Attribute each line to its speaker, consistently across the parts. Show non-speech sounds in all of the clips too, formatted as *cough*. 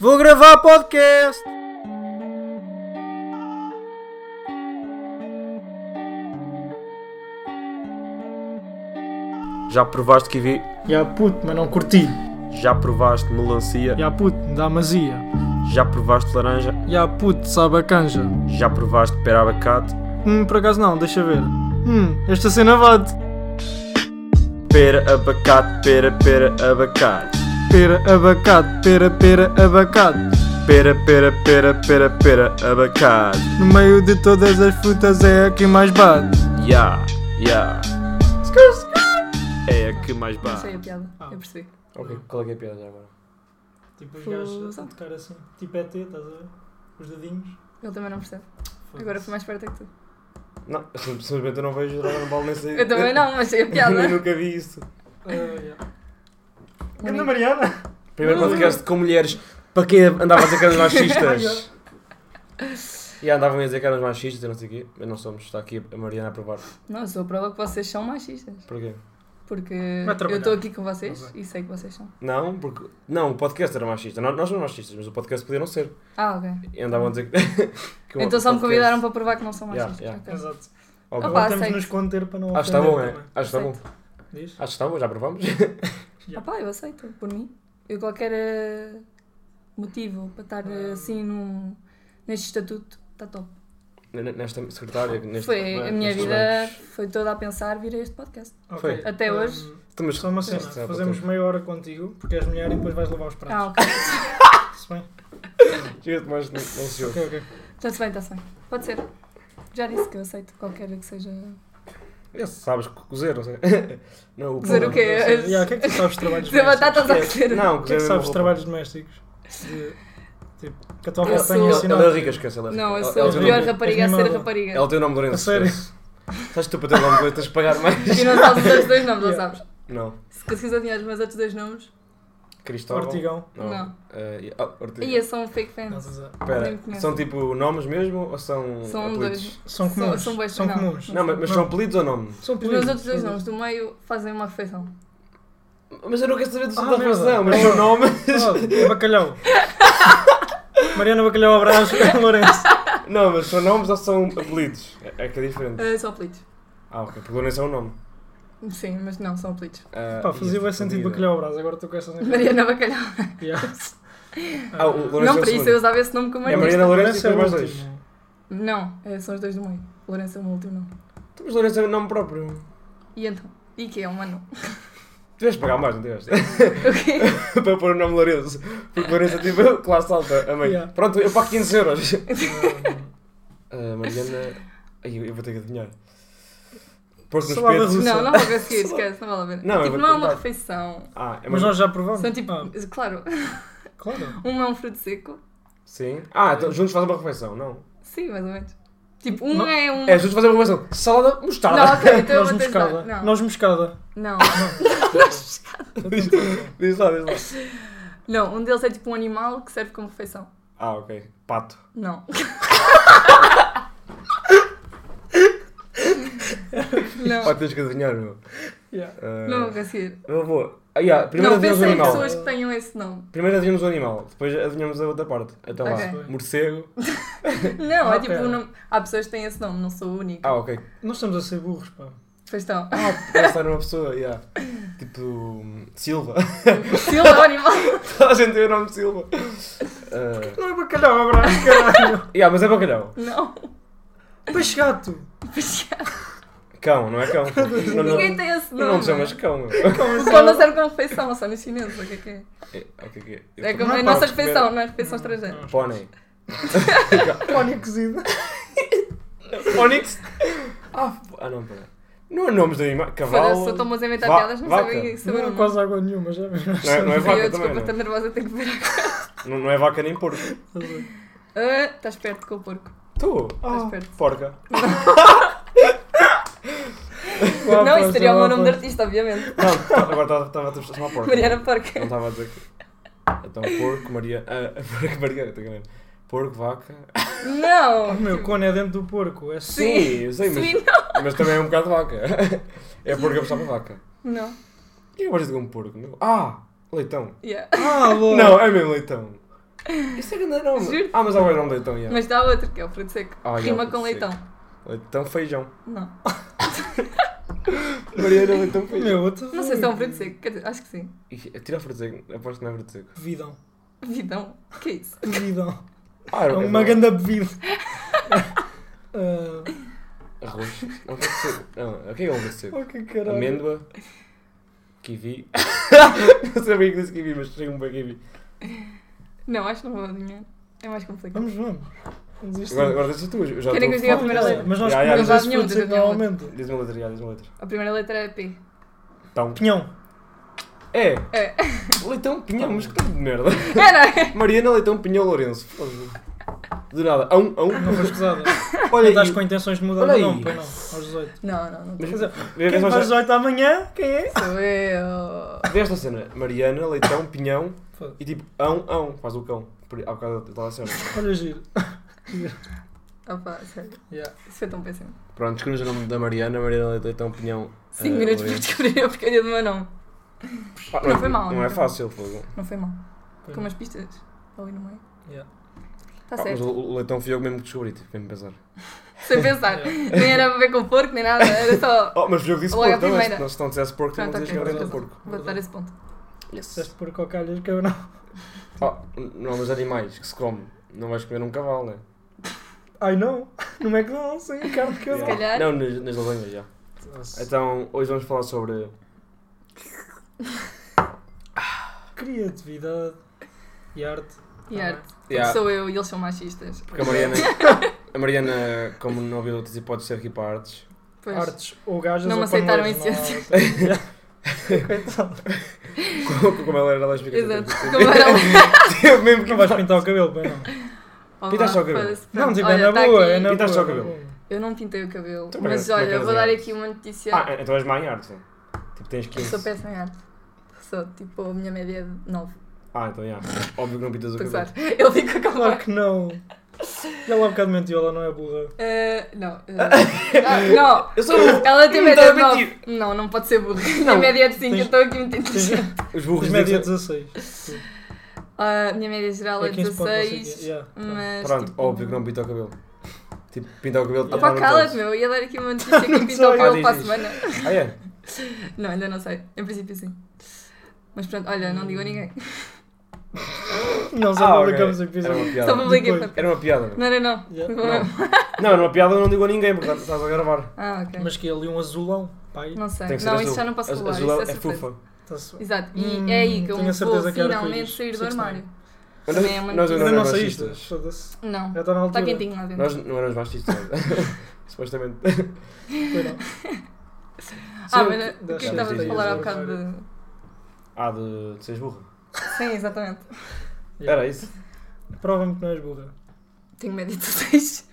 Speaker 1: Vou gravar podcast!
Speaker 2: Já provaste kiwi?
Speaker 1: Ya puto, mas não curti.
Speaker 2: Já provaste melancia?
Speaker 1: Ya puto, dá masia.
Speaker 2: Já provaste laranja?
Speaker 1: Ya puto, sabe a canja.
Speaker 2: Já provaste pera abacate?
Speaker 1: Hum, por acaso não, deixa ver. Hum, esta cena bate.
Speaker 2: Pera, abacate, pera, pera, abacate.
Speaker 1: Pera, abacate, pera, pera, abacate.
Speaker 2: Pera, pera, pera, pera, pera, abacate.
Speaker 1: No meio de todas as frutas é a que mais bate.
Speaker 2: Ya, ya. É a que mais
Speaker 3: Não
Speaker 2: bate.
Speaker 3: sei a piada,
Speaker 4: Ah.
Speaker 3: eu percebi.
Speaker 2: Ok, qual é que é a piada já agora?
Speaker 4: Tipo os
Speaker 3: Fogo.
Speaker 4: gajos a tocar assim, tipo ET, estás a ver? Os dedinhos.
Speaker 3: Ele também não percebe. Agora foi mais perto é que tu.
Speaker 2: Não, simplesmente eu não vejo Dragon Ball nem sei.
Speaker 3: Eu também não, mas sei
Speaker 2: *laughs*
Speaker 3: a
Speaker 2: Eu
Speaker 4: *laughs*
Speaker 3: piada.
Speaker 2: nunca vi isso.
Speaker 4: Ah, yeah.
Speaker 3: Único.
Speaker 4: Mariana!
Speaker 2: Primeiro
Speaker 3: Uhum.
Speaker 2: podcast com mulheres para quem andava a dizer que eram
Speaker 3: *laughs*
Speaker 2: machistas. E andavam a dizer que eram machistas e não sei o quê. Mas não somos, está aqui a Mariana a provar.
Speaker 3: Não, eu sou a prova que vocês são machistas.
Speaker 2: Porquê?
Speaker 3: Porque
Speaker 4: Vai trabalhar.
Speaker 3: eu estou aqui com vocês
Speaker 4: Não
Speaker 3: e sei que vocês são.
Speaker 2: Não, porque. Não, o podcast era machista. Nós, nós somos machistas, mas o podcast podia não ser.
Speaker 3: Ah, ok.
Speaker 2: E andavam a dizer que. *laughs* que o
Speaker 3: Então só me
Speaker 2: podcast-
Speaker 3: convidaram para provar que não são
Speaker 2: Yeah,
Speaker 3: machistas.
Speaker 2: yeah.
Speaker 3: ok.
Speaker 4: Exato.
Speaker 2: Óbvio.
Speaker 3: Opa,
Speaker 4: Agora temos de nos
Speaker 3: aceito.
Speaker 4: conter para não
Speaker 2: Acho que está bom, é?
Speaker 4: ofender também.
Speaker 2: Acho que está bom.
Speaker 4: Diz?
Speaker 2: Acho que está bom, já provamos. *laughs*
Speaker 3: Ah pá, eu aceito, por mim. Eu qualquer eh, motivo para estar
Speaker 4: Ah.
Speaker 3: eh, assim num, neste estatuto, está top.
Speaker 2: N- Nesta secretária. Neste,
Speaker 3: Foi a minha
Speaker 2: nestes
Speaker 3: vida,
Speaker 2: bancos.
Speaker 3: foi toda a pensar vir a este podcast.
Speaker 4: Ok,
Speaker 2: Foi.
Speaker 3: Até
Speaker 4: hum,
Speaker 3: hoje.
Speaker 2: Então, mas
Speaker 4: Só uma cena,
Speaker 2: Isto é
Speaker 4: fazemos
Speaker 2: para
Speaker 4: meia hora contigo, porque és mulher e depois vais lavar os
Speaker 3: Ah,
Speaker 4: pratos.
Speaker 3: ok. Ah.
Speaker 4: Se bem?
Speaker 2: Chega-te mais, não, não se ouve.
Speaker 4: Ok, ok.
Speaker 3: Está-se bem, está-se bem. Pode ser. Já disse que eu aceito qualquer que seja.
Speaker 2: Já sabes co- cozer, não sei. *laughs* Não,
Speaker 3: Cozer o quê?
Speaker 4: Yeah, o que é que tu sabes de trabalhos
Speaker 3: Dizer
Speaker 4: domésticos?
Speaker 3: batatas ou cozer.
Speaker 2: Não,
Speaker 4: O que é que sabes de
Speaker 2: roupa.
Speaker 4: trabalhos domésticos? De, tipo, que a tua
Speaker 3: Eu
Speaker 4: avó
Speaker 3: sou-
Speaker 4: tenha
Speaker 3: Ela-
Speaker 2: Ela, ela é
Speaker 4: ensinado.
Speaker 2: rica, esquece. Ela é rica.
Speaker 3: Não, eu
Speaker 2: Ela-
Speaker 3: sou
Speaker 2: ela
Speaker 3: a
Speaker 2: tem o
Speaker 3: pior
Speaker 2: nome-
Speaker 4: nome-
Speaker 3: rapariga a
Speaker 4: és
Speaker 3: ser
Speaker 4: mimada.
Speaker 3: rapariga.
Speaker 2: Ela tem o nome de Lourenço.
Speaker 4: A sério?
Speaker 2: esquece. Estás tu para ter o nome de Lourenço, tens de pagar
Speaker 3: *laughs*
Speaker 2: mais.
Speaker 3: E não sabes os outros dois nomes, não
Speaker 4: Yeah.
Speaker 3: sabes?
Speaker 2: Não.
Speaker 3: Se conseguires adivinhar os meus outros dois nomes,
Speaker 2: Cristóvão.
Speaker 4: Ortigão.
Speaker 3: Não.
Speaker 2: Eh, ah, Ortiga.
Speaker 3: e eu sou um fake fan.
Speaker 4: Não, estás a-
Speaker 3: nem me
Speaker 2: Espera,
Speaker 3: conheço.
Speaker 2: são tipo nomes mesmo ou são,
Speaker 3: São um,
Speaker 2: apelidos?
Speaker 4: São comuns.
Speaker 3: são um. bué-
Speaker 4: São
Speaker 3: não.
Speaker 4: comuns.
Speaker 2: Não, mas, mas são apelidos ou nome?
Speaker 4: São
Speaker 3: Os meus outros dois nomes do meio fazem uma refeição.
Speaker 2: Mas eu não quero saber do
Speaker 4: Ah,
Speaker 2: da
Speaker 4: merda.
Speaker 2: relação, mas
Speaker 4: Ah.
Speaker 2: são nomes. *laughs*
Speaker 4: Oh, é bacalhau.
Speaker 3: *laughs*
Speaker 4: Mariana Bacalhau Abraço,
Speaker 2: *laughs*
Speaker 4: Lourenço.
Speaker 2: Não, mas são nomes ou são apelidos? É, é que é diferente.
Speaker 3: Eh, são apelidos.
Speaker 2: Ah, ok, porque Lourenço é um nome.
Speaker 3: Sim, mas não, são apelidos.
Speaker 2: *laughs* Ah,
Speaker 4: Pá, fazia
Speaker 2: e
Speaker 4: bem sentido
Speaker 2: comida.
Speaker 4: Bacalhau Abraço, agora tu com estas *laughs*
Speaker 3: Mariana Bacalhau.
Speaker 4: Yeah.
Speaker 2: Ah, o Lourenço
Speaker 3: Não,
Speaker 2: é o
Speaker 3: para isso
Speaker 2: segundo.
Speaker 3: eu usava esse nome como
Speaker 2: É
Speaker 3: artista.
Speaker 2: Mariana Lourenço e
Speaker 4: é o
Speaker 2: depois mais dois.
Speaker 4: último.
Speaker 3: Não, eh, são os dois do meio. Lourenço é o meu último nome.
Speaker 2: Tu, Mas Lourenço é um nome próprio.
Speaker 3: E então? E que é um ano?
Speaker 2: Tiveste de pagar mais, não tiveste?
Speaker 3: *laughs* O quê?
Speaker 2: *laughs* para eu pôr o nome Lourenço. Porque Lourenço é tipo, *laughs* classe alta, a mãe.
Speaker 4: Yeah.
Speaker 2: Pronto, eu pago 15 euros.
Speaker 3: *laughs*
Speaker 4: Ah,
Speaker 2: Ah, Mariana. Ai, eu, eu vou ter que adivinhar. Porco nos
Speaker 4: Salada
Speaker 2: peitos.
Speaker 4: russa.
Speaker 3: Não, não vou conseguir, esquece, não vale a pena.
Speaker 2: Não, eu
Speaker 3: tipo,
Speaker 2: vou
Speaker 3: não é uma
Speaker 2: tentar.
Speaker 3: refeição.
Speaker 2: Ah, é
Speaker 4: Mas
Speaker 2: uma-
Speaker 4: nós já provamos.
Speaker 3: São tipo,
Speaker 4: Ah,
Speaker 3: claro, *laughs*
Speaker 4: claro.
Speaker 3: um é um fruto seco,
Speaker 2: Sim. Ah, então juntos fazem uma refeição, não?
Speaker 3: sim, mais ou menos. Tipo, um
Speaker 4: Não,
Speaker 3: é um.
Speaker 2: É, juntos fazem uma refeição. Salada, *laughs*
Speaker 3: Não,
Speaker 2: mostarda.
Speaker 3: ok, então
Speaker 4: *laughs*
Speaker 3: eu
Speaker 4: Nós
Speaker 3: vou te
Speaker 4: moscada.
Speaker 3: ajudar. Não,
Speaker 4: Nós moscada.
Speaker 3: não,
Speaker 2: diz lá, diz lá.
Speaker 3: não, um deles é tipo um animal que serve como refeição.
Speaker 2: Ah, ok. Pato.
Speaker 3: Não.
Speaker 2: Pato
Speaker 3: não,
Speaker 2: tens que adivinhar, meu.
Speaker 4: Yeah.
Speaker 2: Ah,
Speaker 3: não vou conseguir.
Speaker 2: Eu vou. Ah, yeah, primeiro
Speaker 3: Não,
Speaker 2: adivinhamos o
Speaker 3: pensei em
Speaker 2: animal.
Speaker 3: pessoas que tenham esse nome.
Speaker 2: Primeiro adivinhamos o animal, depois adivinhamos a outra parte. Até lá.
Speaker 3: Ok.
Speaker 2: Morcego.
Speaker 3: Não,
Speaker 4: Ah,
Speaker 3: é tipo
Speaker 4: pera.
Speaker 3: um nome. Há pessoas que têm esse nome, não sou a única.
Speaker 2: Ah, ok.
Speaker 4: Nós estamos a ser burros, pá.
Speaker 3: Pois então, *laughs* estão.
Speaker 2: Ah, pensar numa pessoa, yeah. Tipo. hum, Silva.
Speaker 3: Silva é um animal.
Speaker 2: Toda a gente tem o nome de Silva. Ah,
Speaker 4: Não é bacalhau Abraço, caralho.
Speaker 2: yeah, mas é bacalhau.
Speaker 3: Não.
Speaker 4: *laughs* Peixe gato.
Speaker 2: Cão, não é cão. Não, não,
Speaker 3: *laughs* Ninguém tem esse
Speaker 2: não,
Speaker 3: nome. É,
Speaker 2: te chamas cão, meu.
Speaker 3: O
Speaker 4: assim?
Speaker 3: pão não serve como refeição, só nos chineses. O que é que é?
Speaker 2: *laughs* É, o que é que é?
Speaker 3: É
Speaker 2: Eu- Não
Speaker 3: como a
Speaker 2: podes
Speaker 3: nossa
Speaker 2: comer
Speaker 3: refeição, não é refeição estrangeira.
Speaker 2: Pônei.
Speaker 4: Pónia cozida.
Speaker 2: Onix. Ah, f- ah, não, pera. Não há nomes de animais.
Speaker 3: Foda-se,
Speaker 2: Cavalo.
Speaker 3: só estão-me a inventar
Speaker 2: va-
Speaker 3: piadas, não
Speaker 2: vaca.
Speaker 3: sabem saber o
Speaker 4: Não há
Speaker 3: nome.
Speaker 4: quase água nenhuma, já vimos.
Speaker 2: Não é, não é
Speaker 4: *laughs*
Speaker 3: Sim,
Speaker 2: vaca
Speaker 3: eu,
Speaker 2: também,
Speaker 3: desculpa,
Speaker 2: não.
Speaker 3: estou nervosa, tenho que ver.
Speaker 2: Não, não é vaca nem porco.
Speaker 3: Ah, estás perto com o porco.
Speaker 2: Tu.
Speaker 3: Estás
Speaker 2: Ah,
Speaker 3: perto.
Speaker 2: porca.
Speaker 3: Não, isso seria o meu nome de artista, obviamente. *laughs*
Speaker 2: Não, tá- agora estava a chamar porca.
Speaker 3: Mariana
Speaker 2: Não
Speaker 3: Porca.
Speaker 2: estava a dizer que... Então, porco, Maria... Ah, *laughs* porco, Maria... tô enganando. Porco, vaca...
Speaker 3: Não!
Speaker 4: Meu, cone é dentro do porco. É assim.
Speaker 2: Sim, eu sei, mas,
Speaker 3: Sim, não.
Speaker 2: mas também é um bocado vaca. *laughs* É porco, eu puxava vaca.
Speaker 3: Não.
Speaker 2: E eu parecido com um porco, meu? Ah, leitão.
Speaker 3: Yeah. *laughs*
Speaker 4: Ah, louco.
Speaker 2: Não, é mesmo leitão. Isso é grande nome.
Speaker 3: Juro.
Speaker 2: Ah, mas agora não deu então, yeah.
Speaker 3: Mas dá outro, que é o fruto seco.
Speaker 2: Ah, yeah,
Speaker 3: Rima
Speaker 2: fruto
Speaker 3: com
Speaker 2: seco.
Speaker 3: leitão.
Speaker 2: Leitão feijão.
Speaker 3: Não.
Speaker 2: Mariana, leitão feijão.
Speaker 4: Meu, what the
Speaker 3: Não sei se é um fruto seco. Quer dizer, acho que sim.
Speaker 2: Ih, Tira o fruto seco. Aposto que não é fruto seco.
Speaker 4: Bevidão.
Speaker 3: Vidão. O que é isso?
Speaker 4: Bevidão.
Speaker 2: Ah,
Speaker 4: É
Speaker 2: era-
Speaker 4: uma
Speaker 2: era-
Speaker 4: ganda
Speaker 3: *laughs*
Speaker 4: bebida. Ah,
Speaker 2: Arroz. Não, fruto seco. Não, o que é um fruto seco?
Speaker 4: oh, que caralho.
Speaker 2: Amêndoa. Kiwi. não sabia que disse kiwi, mas cheguei um bem kiwi.
Speaker 3: Não, acho que não vou adivinhar. É mais complicado.
Speaker 4: Vamos, vamos. Vamos isto.
Speaker 2: Agora, agora deixa tu. eu Já estou
Speaker 3: Querem que eu diga a primeira
Speaker 2: farto.
Speaker 3: letra?
Speaker 4: Mas nós
Speaker 2: Já, já,
Speaker 4: comemos
Speaker 3: já.
Speaker 4: esse
Speaker 3: Não
Speaker 4: fruto
Speaker 3: dá
Speaker 4: seco
Speaker 3: nenhuma,
Speaker 4: normalmente.
Speaker 2: Diz uma letra, já, diz uma letra.
Speaker 3: A primeira letra é P. *laughs*
Speaker 2: Tão.
Speaker 4: Pinhão.
Speaker 2: É,
Speaker 3: É.
Speaker 2: leitão, pinhão, mas que tanto de merda.
Speaker 3: É, não é?
Speaker 2: Mariana, leitão, pinhão, Lourenço. Foda-se. Do nada. A um, a um.
Speaker 4: Não foi pesada.
Speaker 2: Olha
Speaker 4: Não estás
Speaker 2: aí.
Speaker 4: com intenções de mudar
Speaker 2: Olha
Speaker 4: o
Speaker 2: aí.
Speaker 4: nome, pois não. Aos 18.
Speaker 3: Não, não, não.
Speaker 2: Mas-
Speaker 4: Quer dizer,
Speaker 2: Vê- vê
Speaker 4: quem
Speaker 2: só-
Speaker 4: faz 18 amanhã, quem é?
Speaker 3: Sou eu.
Speaker 2: Vê esta cena. Mariana, leitão, pinhão
Speaker 4: Foda-se.
Speaker 2: e tipo, ão, ão. Faz o cão. Por- Há bocado eu estava a ser.
Speaker 4: Olha giro.
Speaker 3: Opa, sério.
Speaker 4: Yeah.
Speaker 3: Isso foi tão péssimo.
Speaker 2: Pronto, escolhemos o nome da Mariana. Mariana, leitão, pinhão.
Speaker 3: 5
Speaker 2: eh,
Speaker 3: minutos para
Speaker 2: Lourenço.
Speaker 3: descobrir a porcaria do meu nome.
Speaker 2: Ah,
Speaker 3: Não foi mal, Tá
Speaker 2: Não
Speaker 3: não
Speaker 2: é
Speaker 3: foi
Speaker 2: fácil, fogo.
Speaker 3: Não foi mal.
Speaker 4: Foi
Speaker 3: Com
Speaker 4: mal.
Speaker 3: umas pistas ali no meio.
Speaker 4: Yeah.
Speaker 3: Está
Speaker 2: Ah, mas o-
Speaker 3: certo.
Speaker 2: o leitão fui eu mesmo que descobri, tipo, mesmo pensar. *laughs*
Speaker 3: Sem pensar. Nem era para ver com porco, nem nada. Era só.
Speaker 2: Oh, mas eu disse
Speaker 3: Logo à
Speaker 2: porco, não é?
Speaker 3: primeira.
Speaker 2: Se não- Se não dissesse porco, tu não
Speaker 3: Pronto,
Speaker 2: dizias que
Speaker 3: ok.
Speaker 2: era leitão porco.
Speaker 3: Vou dar esse ponto.
Speaker 2: Yes.
Speaker 4: Disseste por cocalhas, cabrão.
Speaker 2: Ah, não, mas animais que se come. Não vais comer um cavalo, né?
Speaker 4: Ai não. No McDonald's, sem carne de
Speaker 2: Já.
Speaker 4: cabrão.
Speaker 3: calhar.
Speaker 2: Não, nas, nas lasanhas já.
Speaker 4: Nossa,
Speaker 2: Então, hoje vamos falar sobre.
Speaker 4: Criatividade e arte.
Speaker 3: E
Speaker 4: Tá
Speaker 3: arte. Porque
Speaker 2: Yeah,
Speaker 3: Sou eu e eles são machistas.
Speaker 2: porque a Mariana,
Speaker 3: *laughs*
Speaker 2: a Mariana, como não viu outras hipóteses, teve que ir para artes.
Speaker 3: Pois.
Speaker 4: Artes ou gajas
Speaker 3: Não
Speaker 4: ou
Speaker 3: me aceitaram
Speaker 4: paneleires,
Speaker 3: em
Speaker 4: não
Speaker 2: *laughs*
Speaker 4: há- Coitado.
Speaker 2: Como, como ela era lésbica.
Speaker 3: Exato.
Speaker 2: teve que-
Speaker 3: Como era
Speaker 2: Teve mesmo que
Speaker 4: Não vais pintar o cabelo, bem não.
Speaker 2: *laughs*
Speaker 3: Olá,
Speaker 2: Pintaste só o cabelo.
Speaker 3: foda-se.
Speaker 4: Não, tipo,
Speaker 3: Olha,
Speaker 4: é na
Speaker 3: tá
Speaker 4: boa,
Speaker 3: aqui.
Speaker 4: é na boa.
Speaker 2: Pintaste só o
Speaker 4: é na
Speaker 2: cabelo.
Speaker 4: boa.
Speaker 3: Eu não pintei o cabelo.
Speaker 2: Então,
Speaker 3: Mas
Speaker 2: como é que
Speaker 3: olha,
Speaker 2: és
Speaker 3: vou
Speaker 2: em
Speaker 3: dar
Speaker 2: artes?
Speaker 3: aqui uma notícia.
Speaker 2: Ah, então és má em arte. né? Tipo, tens
Speaker 3: Eu sou
Speaker 2: 15.
Speaker 3: péssima em arte. Sou tipo, a minha média é de 9.
Speaker 2: Ah, então já. Óbvio que não pintas o
Speaker 3: Pensar.
Speaker 2: cabelo.
Speaker 3: *laughs* Ele fica com
Speaker 4: Claro que não. Ela há bocado mentiu, ela não
Speaker 2: *laughs*
Speaker 4: é burra.
Speaker 3: Eh, não, eh, ah, não,
Speaker 2: Eu sou burro.
Speaker 3: ela tem
Speaker 2: Hum,
Speaker 3: média de
Speaker 2: estava a
Speaker 3: 9. Não, não pode ser burro. Minha
Speaker 2: Não.
Speaker 3: média é de 5, eu
Speaker 4: Tens-
Speaker 3: estou aqui muito inteligente.
Speaker 2: Os burros
Speaker 4: Os média
Speaker 2: dizem.
Speaker 4: 16.
Speaker 3: *laughs* Ah, minha média geral é
Speaker 4: É 15 pontos, não sei o quê.
Speaker 3: 16.
Speaker 4: Yeah, tá.
Speaker 3: *laughs* Mas.
Speaker 2: Pronto,
Speaker 3: tipo,
Speaker 2: óbvio que não pinta o cabelo. Tipo, pintar o cabelo.
Speaker 3: Opa,
Speaker 2: tapar o
Speaker 3: cala-te,
Speaker 2: cabelo.
Speaker 3: meu. Ia dar aqui
Speaker 2: *laughs*
Speaker 3: uma notícia que eu
Speaker 4: Não
Speaker 3: pinto o
Speaker 4: sei.
Speaker 2: Ah,
Speaker 3: cabelo
Speaker 2: diz,
Speaker 3: para a
Speaker 2: diz.
Speaker 3: semana.
Speaker 2: Ah, é?
Speaker 3: Não, ainda não sei. Em princípio, sim. Mas pronto, olha, não digo a ninguém.
Speaker 4: Hum,
Speaker 3: *laughs*
Speaker 4: Não só
Speaker 2: Ah, ok.
Speaker 4: publicamos o
Speaker 2: Era
Speaker 4: episódio.
Speaker 2: uma
Speaker 3: Só
Speaker 2: piada.
Speaker 3: publiquei.
Speaker 4: Depois.
Speaker 3: pronto.
Speaker 2: Era uma piada.
Speaker 3: Não era, não. é
Speaker 4: Yeah.
Speaker 2: Não. *laughs* Não, era uma piada eu não digo a ninguém porque estás a gravar.
Speaker 3: Ah, ok.
Speaker 4: Mas que ali um azulão, pai.
Speaker 3: Não sei.
Speaker 2: Tem que ser
Speaker 3: Não,
Speaker 2: azul.
Speaker 3: isso já não posso
Speaker 2: Az-
Speaker 3: falar.
Speaker 2: azul
Speaker 3: Isso
Speaker 2: é,
Speaker 3: é, surpresa.
Speaker 2: fofa.
Speaker 4: Tá-se-
Speaker 3: Exato. E
Speaker 4: Hum,
Speaker 3: é aí que eu
Speaker 4: tenho a certeza
Speaker 3: vou
Speaker 4: que era
Speaker 3: finalmente
Speaker 4: arco-íris.
Speaker 3: sair do
Speaker 4: Six Nine.
Speaker 3: armário.
Speaker 2: Mas
Speaker 3: Também é muito
Speaker 2: nós
Speaker 4: Ainda
Speaker 2: não
Speaker 4: não
Speaker 2: éramos
Speaker 4: saíste?
Speaker 2: machistas.
Speaker 4: Foda-se.
Speaker 3: Não.
Speaker 4: Já está na
Speaker 3: Está
Speaker 4: altura.
Speaker 3: Tá quentinho lá dentro.
Speaker 2: Nós não éramos machistas.
Speaker 3: *laughs*
Speaker 2: *laughs* Supostamente.
Speaker 4: Foi não.
Speaker 3: Ah,
Speaker 4: Sim,
Speaker 3: mas o que eu
Speaker 4: das-
Speaker 3: estava
Speaker 2: das-
Speaker 3: a falar há
Speaker 4: das-
Speaker 3: bocado
Speaker 4: das-
Speaker 3: de.
Speaker 2: Ah, de, de seres burra.
Speaker 3: Sim, exatamente.
Speaker 4: Yeah.
Speaker 2: Era
Speaker 3: *laughs*
Speaker 2: isso.
Speaker 4: Prova-me que não és burra.
Speaker 3: Tenho média de *laughs* 16.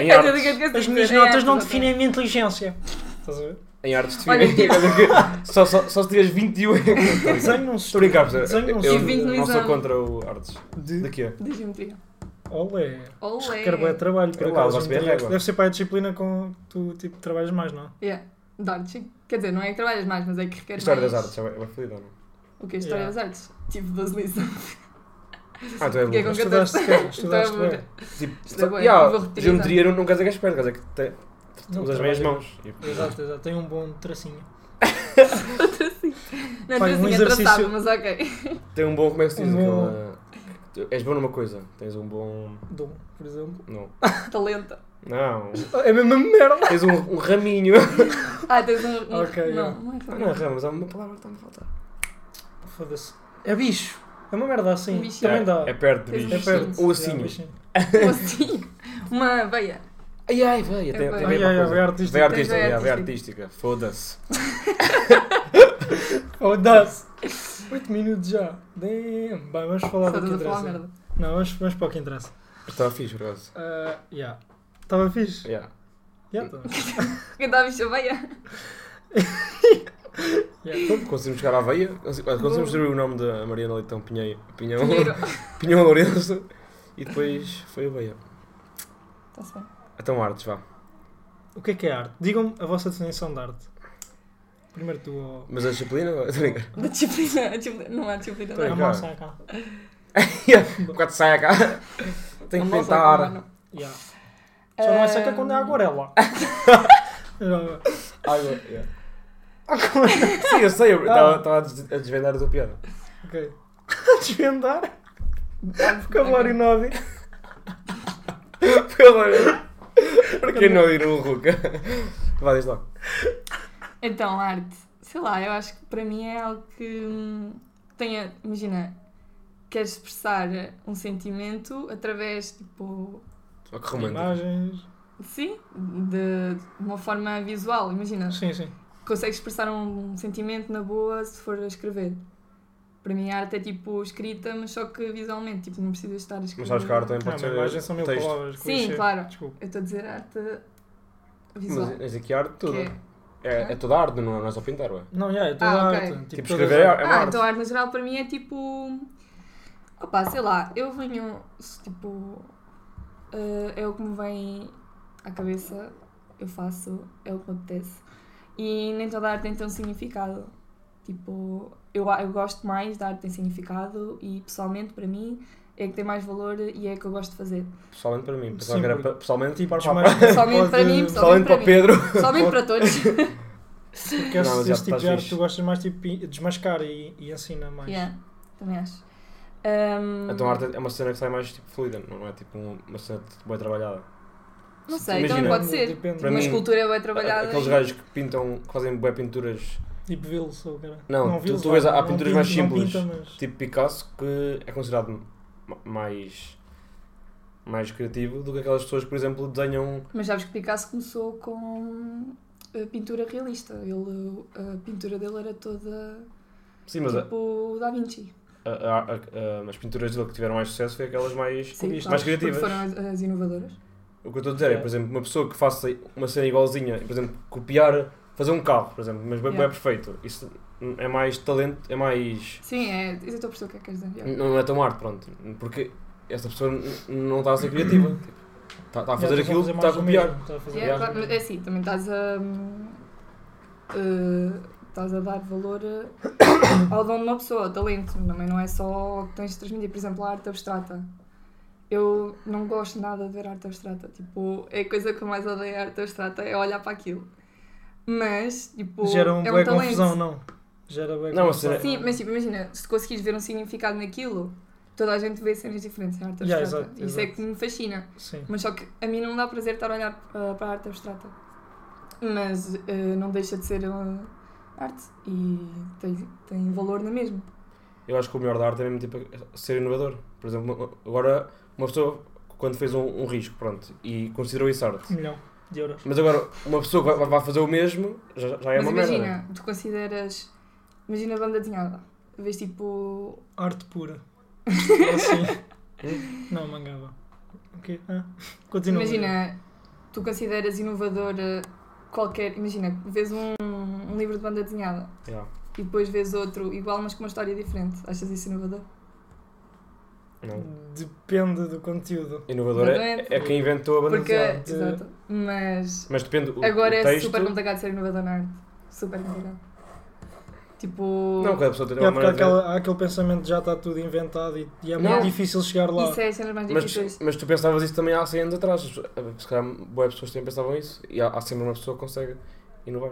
Speaker 2: Em
Speaker 3: É tudo o
Speaker 2: artes.
Speaker 3: que eu te consigo
Speaker 4: As minhas
Speaker 3: dizer, é
Speaker 4: notas não
Speaker 3: tudo,
Speaker 4: definem a minha inteligência. Estás a ver?
Speaker 2: Em artes de
Speaker 3: Olha,
Speaker 2: *laughs* só, só, só se tiveres 21 é que conta.
Speaker 4: Desenho não
Speaker 2: Estou
Speaker 4: se
Speaker 2: a brincar, José.
Speaker 4: Desenho não
Speaker 2: Eu
Speaker 4: se
Speaker 3: E 20
Speaker 2: não
Speaker 3: no
Speaker 2: sou
Speaker 3: exame.
Speaker 2: contra o artes.
Speaker 4: De...
Speaker 2: De quê?
Speaker 3: Diz-me, diga.
Speaker 4: Olé.
Speaker 3: Olé.
Speaker 4: Quero bem trabalho, por
Speaker 2: Eu É lá,
Speaker 4: acaso.
Speaker 2: vai-se
Speaker 4: um
Speaker 2: bem a
Speaker 4: dia.
Speaker 2: régua.
Speaker 4: Deve ser para a disciplina com que tu tipo, trabalhas mais, não?
Speaker 3: Yeah. Dá-te, sim. Quer dizer, não é que trabalhas mais, mas é que requer
Speaker 2: História
Speaker 3: mais.
Speaker 2: das artes, é bem- é bem fluido ou não?
Speaker 3: O que é História
Speaker 4: Yeah.
Speaker 3: das artes? Tipo, Tive 12 lições.
Speaker 2: Ah, tu é
Speaker 3: Fiquei
Speaker 2: burra.
Speaker 3: com
Speaker 4: Mas
Speaker 3: 14.
Speaker 4: estudaste, cara,
Speaker 3: Estou a
Speaker 4: estudaste bem.
Speaker 3: burra.
Speaker 2: Tipo,
Speaker 3: Isto é bué,
Speaker 2: yeah,
Speaker 3: vou retirar.
Speaker 2: geometria não, não quer dizer que és perto, quer dizer que te,
Speaker 4: Não,
Speaker 2: usas bem as
Speaker 4: trabalho.
Speaker 2: mãos.
Speaker 4: Exato, exato. Tem um bom tracinho.
Speaker 3: Não,
Speaker 4: Pá,
Speaker 3: Pai,
Speaker 4: um
Speaker 3: assim,
Speaker 4: exercício-
Speaker 3: atrasado, mas ok.
Speaker 2: Tem um bom, como é que se diz
Speaker 4: Um bom-
Speaker 2: aquela... Tu És bom numa coisa, tens um bom...
Speaker 4: Dom, por exemplo.
Speaker 2: Não.
Speaker 3: Talenta.
Speaker 2: Não.
Speaker 4: É a mesma merda.
Speaker 2: Tens um, um raminho. *laughs*
Speaker 3: Ah, tens um. um-
Speaker 4: Ok,
Speaker 3: não,
Speaker 4: yeah.
Speaker 3: não é
Speaker 2: Ah,
Speaker 3: famoso.
Speaker 2: não é ramo, mas há uma palavra que está-me a faltar.
Speaker 4: Foda-se. É bicho. É uma merda assim.
Speaker 3: Um bichinho.
Speaker 4: Também dá.
Speaker 2: É perto de
Speaker 3: Tens um
Speaker 2: bicho. assim,
Speaker 3: É
Speaker 2: O
Speaker 4: É,
Speaker 2: ossinho.
Speaker 4: bichinho.
Speaker 3: Um ossinho. Uma veia.
Speaker 2: Ai, ai, veia.
Speaker 3: É
Speaker 2: Tem, tem
Speaker 3: veia.
Speaker 2: veia para
Speaker 4: Ai, ai, ai,
Speaker 2: coisa.
Speaker 4: veia artística.
Speaker 2: Veia artística,
Speaker 3: Tem veia
Speaker 2: yeah, veia artística. Foda-se.
Speaker 4: Audaz. 8 minutos já. Damn. Bem, vamos falar
Speaker 3: Só
Speaker 4: do que
Speaker 3: estás a falar
Speaker 4: interessa.
Speaker 3: merda.
Speaker 4: Não, vamos, vamos para o que interessa.
Speaker 2: Estava fixe, por acaso.
Speaker 4: Ah, yeah. Estava fixe.
Speaker 2: Yeah.
Speaker 4: Yeah, tava.
Speaker 3: Quem dá a bicha veia?
Speaker 4: Yeah.
Speaker 2: Então, conseguimos chegar à veia. Conse- olha, Conseguimos destruir o nome da Mariana Leitão então, Pinhei, Pinhão.
Speaker 3: Dinheiro.
Speaker 2: *laughs* Pinhão Lourenço. E depois foi a veia.
Speaker 3: Está-se bem.
Speaker 2: Então, artes, vá.
Speaker 4: O que é que é arte? Digam-me a vossa definição de arte. Primeiro tu, ó.
Speaker 2: Mas a disciplina. *laughs*
Speaker 3: Da disciplina. a disciplina- Não é? há disciplina.
Speaker 2: Tá
Speaker 4: A
Speaker 2: cá.
Speaker 4: massa cá.
Speaker 2: Quando sai a cara. Tem que
Speaker 3: Não sei como
Speaker 2: pintar.
Speaker 3: não.
Speaker 4: Yeah. Só não é seca
Speaker 3: Um.
Speaker 4: quando é
Speaker 3: *laughs*
Speaker 4: aguarela. *laughs* Já-
Speaker 2: Água. yeah. *laughs* Sim, eu sei, eu
Speaker 4: Ah.
Speaker 2: estava a des- a desvendar a tua piada.
Speaker 4: ok. Desvendar.
Speaker 2: *laughs*
Speaker 4: Vocabulário nódico.
Speaker 2: Para quem não ir o Ruka? Vá, diz logo.
Speaker 3: Então, arte, sei lá, eu acho que para mim é algo que hum, tenha, imagina, queres expressar um sentimento através, tipo,
Speaker 2: Só que romântico.
Speaker 4: Imagens.
Speaker 3: sim, de, de uma forma visual, imagina.
Speaker 4: Sim, sim.
Speaker 3: Consegues expressar um, sentimento na boa se for a escrever. Para mim, a arte é tipo escrita, mas só que visualmente, tipo, não precisas estar a escrever.
Speaker 2: Mas sabes que a arte é- também
Speaker 4: Não,
Speaker 2: pode
Speaker 4: mas
Speaker 2: ser.
Speaker 4: imagens são mil
Speaker 2: texto.
Speaker 4: palavras.
Speaker 3: Sim,
Speaker 4: clichê.
Speaker 3: claro.
Speaker 4: Desculpa.
Speaker 3: Eu estou a dizer arte visual.
Speaker 2: Mas mas aqui a arte de tudo.
Speaker 3: que é-
Speaker 2: É, é toda a arte, não é não é só pintar, ué.
Speaker 4: Não, já, é toda
Speaker 3: Ah,
Speaker 4: a
Speaker 3: ok.
Speaker 4: arte.
Speaker 2: Tipo,
Speaker 4: todas
Speaker 2: escrever
Speaker 4: as-
Speaker 2: é uma
Speaker 3: ah,
Speaker 2: arte.
Speaker 3: então a arte no geral para mim é tipo. Opa, sei lá, eu venho. se, Tipo. eh, é o que me vem à cabeça, eu faço, é o que me apetece. E nem toda a arte tem tão significado. Tipo, eu, a- eu gosto mais da arte que tem significado e pessoalmente para mim é que tem mais valor e é que eu gosto de
Speaker 2: *laughs*
Speaker 3: fazer.
Speaker 2: Pessoalmente para mim. Pensava
Speaker 4: Sim,
Speaker 2: que era
Speaker 4: porque-
Speaker 2: pa- pessoalmente tipo, e para *laughs* para-
Speaker 4: Desmancha-
Speaker 3: Pessoalmente para
Speaker 4: pode-
Speaker 3: mim,
Speaker 2: Pessoalmente
Speaker 3: pessoalmente para
Speaker 2: para o
Speaker 3: mim.
Speaker 2: Pedro.
Speaker 3: Pessoalmente para todos.
Speaker 4: Porque
Speaker 2: Não, mas
Speaker 4: esse
Speaker 2: já
Speaker 4: esse tipo de
Speaker 2: estás
Speaker 4: arte
Speaker 2: fixe.
Speaker 4: tu gostas mais tipo de desmascar e, e ensina mais.
Speaker 3: Yeah, também acho.
Speaker 2: *laughs*
Speaker 3: Ahm,
Speaker 2: Então a arte é uma cena que sai mais tipo, fluida, não é tipo um- uma cena tipo, bem trabalhada.
Speaker 3: Então não sei,
Speaker 2: Imagina,
Speaker 3: também pode ser.
Speaker 4: Depende.
Speaker 2: Para
Speaker 3: Uma
Speaker 2: mim,
Speaker 3: escultura bem trabalhada.
Speaker 2: Aqueles
Speaker 3: e-
Speaker 2: gajos que pintam, que fazem boas pinturas,
Speaker 4: Tipo Vils ou cara.
Speaker 2: Não, tu-
Speaker 4: Vils,
Speaker 2: tu vês,
Speaker 4: lá,
Speaker 2: há
Speaker 4: não
Speaker 2: pinturas
Speaker 4: pinta-
Speaker 2: mais
Speaker 4: não
Speaker 2: simples.
Speaker 4: pinta, mas-
Speaker 2: tipo Picasso, que é considerado ma- mais. mais criativo do que aquelas pessoas que, por exemplo, desenham.
Speaker 3: Mas sabes que Picasso começou com eh, pintura realista. Ele, eh, a pintura dele era toda
Speaker 2: Sim, mas eh, a-
Speaker 3: tipo Da Vinci.
Speaker 2: a- a- a- a- as pinturas dele que tiveram mais sucesso foi aquelas mais.
Speaker 3: Sim,
Speaker 2: mais
Speaker 3: porque
Speaker 2: criativas.
Speaker 3: Foram as, as inovadoras.
Speaker 2: O que eu estou a dizer é, por exemplo, uma pessoa que faça uma cena igualzinha, por exemplo, copiar, fazer um carro, por exemplo, mas bem,
Speaker 3: Yeah.
Speaker 2: bem perfeito, isso é mais talento, é mais.
Speaker 3: Sim, é. Isso eu estou a perceber o que é que queres dizer. Yeah.
Speaker 2: Não é tão arte, pronto. Porque essa pessoa n- não está a ser criativa. Está está a fazer
Speaker 4: Já,
Speaker 2: aquilo que
Speaker 4: estás
Speaker 2: está a
Speaker 4: fazer é mais do
Speaker 2: copiar.
Speaker 4: mesmo, estás a fazer
Speaker 3: Yeah,
Speaker 2: Yeah.
Speaker 3: claro, mas é assim, também estás a. hum, eh, estás a dar valor eh, *coughs* ao dom de uma pessoa, ao talento. Também não é só o que tens de transmitir. Por exemplo, a arte abstrata. Eu não gosto nada de ver arte abstrata. Tipo, é a coisa que eu mais odeio a arte abstrata é olhar para aquilo. Mas, tipo,
Speaker 4: Gera um
Speaker 3: é
Speaker 4: bué
Speaker 3: um talento.
Speaker 4: confusão, não. é? Gera bué
Speaker 2: Não, mas
Speaker 4: confusão.
Speaker 2: será-
Speaker 3: Sim, mas tipo, imagina, se conseguires ver um significado naquilo, toda a gente vê cenas diferentes na arte
Speaker 4: Yeah,
Speaker 3: abstrata.
Speaker 4: exato,
Speaker 3: Isso é
Speaker 4: exato.
Speaker 3: que me fascina.
Speaker 4: Sim.
Speaker 3: Mas só que a mim não me dá prazer estar a olhar ah, para a arte abstrata. Mas eh, não deixa de ser uma arte e tem, tem valor na mesma.
Speaker 2: Eu acho que o melhor da arte é mesmo tipo, ser inovador. Por exemplo, uma- agora uma pessoa quando fez um, um risco, pronto, e considerou isso
Speaker 4: Um
Speaker 2: arte.
Speaker 4: milhão de euros.
Speaker 2: Mas agora, uma pessoa que vai, vai fazer o mesmo já, já é
Speaker 3: Mas
Speaker 2: uma
Speaker 3: imagina,
Speaker 2: merda.
Speaker 3: tu consideras. Imagina a banda desenhada. Vês tipo.
Speaker 4: Arte
Speaker 3: *laughs*
Speaker 4: pura.
Speaker 2: Hum?
Speaker 4: assim. não, mangava. Ok, ah, continua.
Speaker 3: imagina, tu consideras inovadora qualquer. Imagina, vês um, um livro de banda desenhada
Speaker 2: Yeah.
Speaker 3: e depois vês outro igual, mas com uma história diferente. Achas isso inovador?
Speaker 2: Não.
Speaker 4: Depende do conteúdo.
Speaker 2: Inovador é,
Speaker 3: Exatamente.
Speaker 2: é quem inventou a banda
Speaker 3: Porque.
Speaker 2: desenhada.
Speaker 4: de-
Speaker 3: Exato. Mas
Speaker 2: Mas depende o,
Speaker 3: Agora
Speaker 2: o
Speaker 3: é
Speaker 2: texto.
Speaker 3: super complicado ser inovador na arte. Super complicado. Tipo.
Speaker 2: Não, cada pessoa tem
Speaker 4: É
Speaker 2: uma
Speaker 4: porque há
Speaker 2: maneira de ver.
Speaker 4: aquela- há aquele pensamento de já está tudo inventado e, e é
Speaker 2: Não.
Speaker 4: muito difícil chegar lá.
Speaker 3: isso é as cenas mais difíceis.
Speaker 2: Mas, mas tu pensavas isso também há 100 anos atrás. As pessoas- Se calhar, boas pessoas também pensavam isso. E há, há sempre uma pessoa que consegue inovar.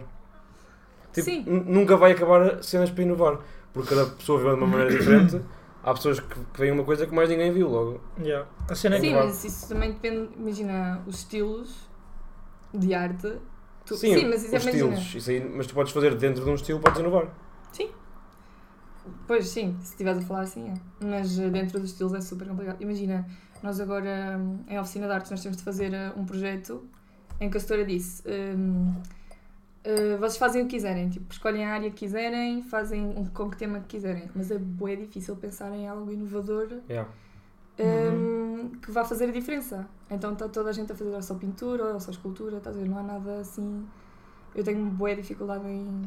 Speaker 2: Tipo,
Speaker 3: Sim.
Speaker 2: nu- Nunca vai acabar cenas para inovar. Porque cada pessoa vê de uma maneira
Speaker 3: *coughs*
Speaker 2: diferente. Há pessoas que, que veem uma coisa que mais ninguém viu logo.
Speaker 4: Yeah. A cena é
Speaker 3: Sim,
Speaker 4: que
Speaker 2: inovar.
Speaker 3: mas isso também depende. Imagina, os estilos de arte. Tu- mas isso é
Speaker 2: os
Speaker 3: imagina.
Speaker 2: estilos. Isso aí, mas tu podes fazer dentro de um estilo, podes inovar.
Speaker 3: Pois sim, se estiveres a falar assim, é. Mas eh, dentro dos estilos é super complicado. Imagina, nós agora hum, em oficina de artes nós temos de fazer eh, um projeto em que a setora disse. hum, eh, vocês fazem o que quiserem, tipo, escolhem a área que quiserem, fazem um- com que tema que quiserem, mas é bué difícil pensar em algo inovador
Speaker 2: Yeah.
Speaker 3: hum,
Speaker 2: Uhum.
Speaker 3: que vá fazer a diferença. Então está toda a gente a fazer ou só pintura ou só escultura, estás a ver? Não há nada assim. Eu tenho bué dificuldade em,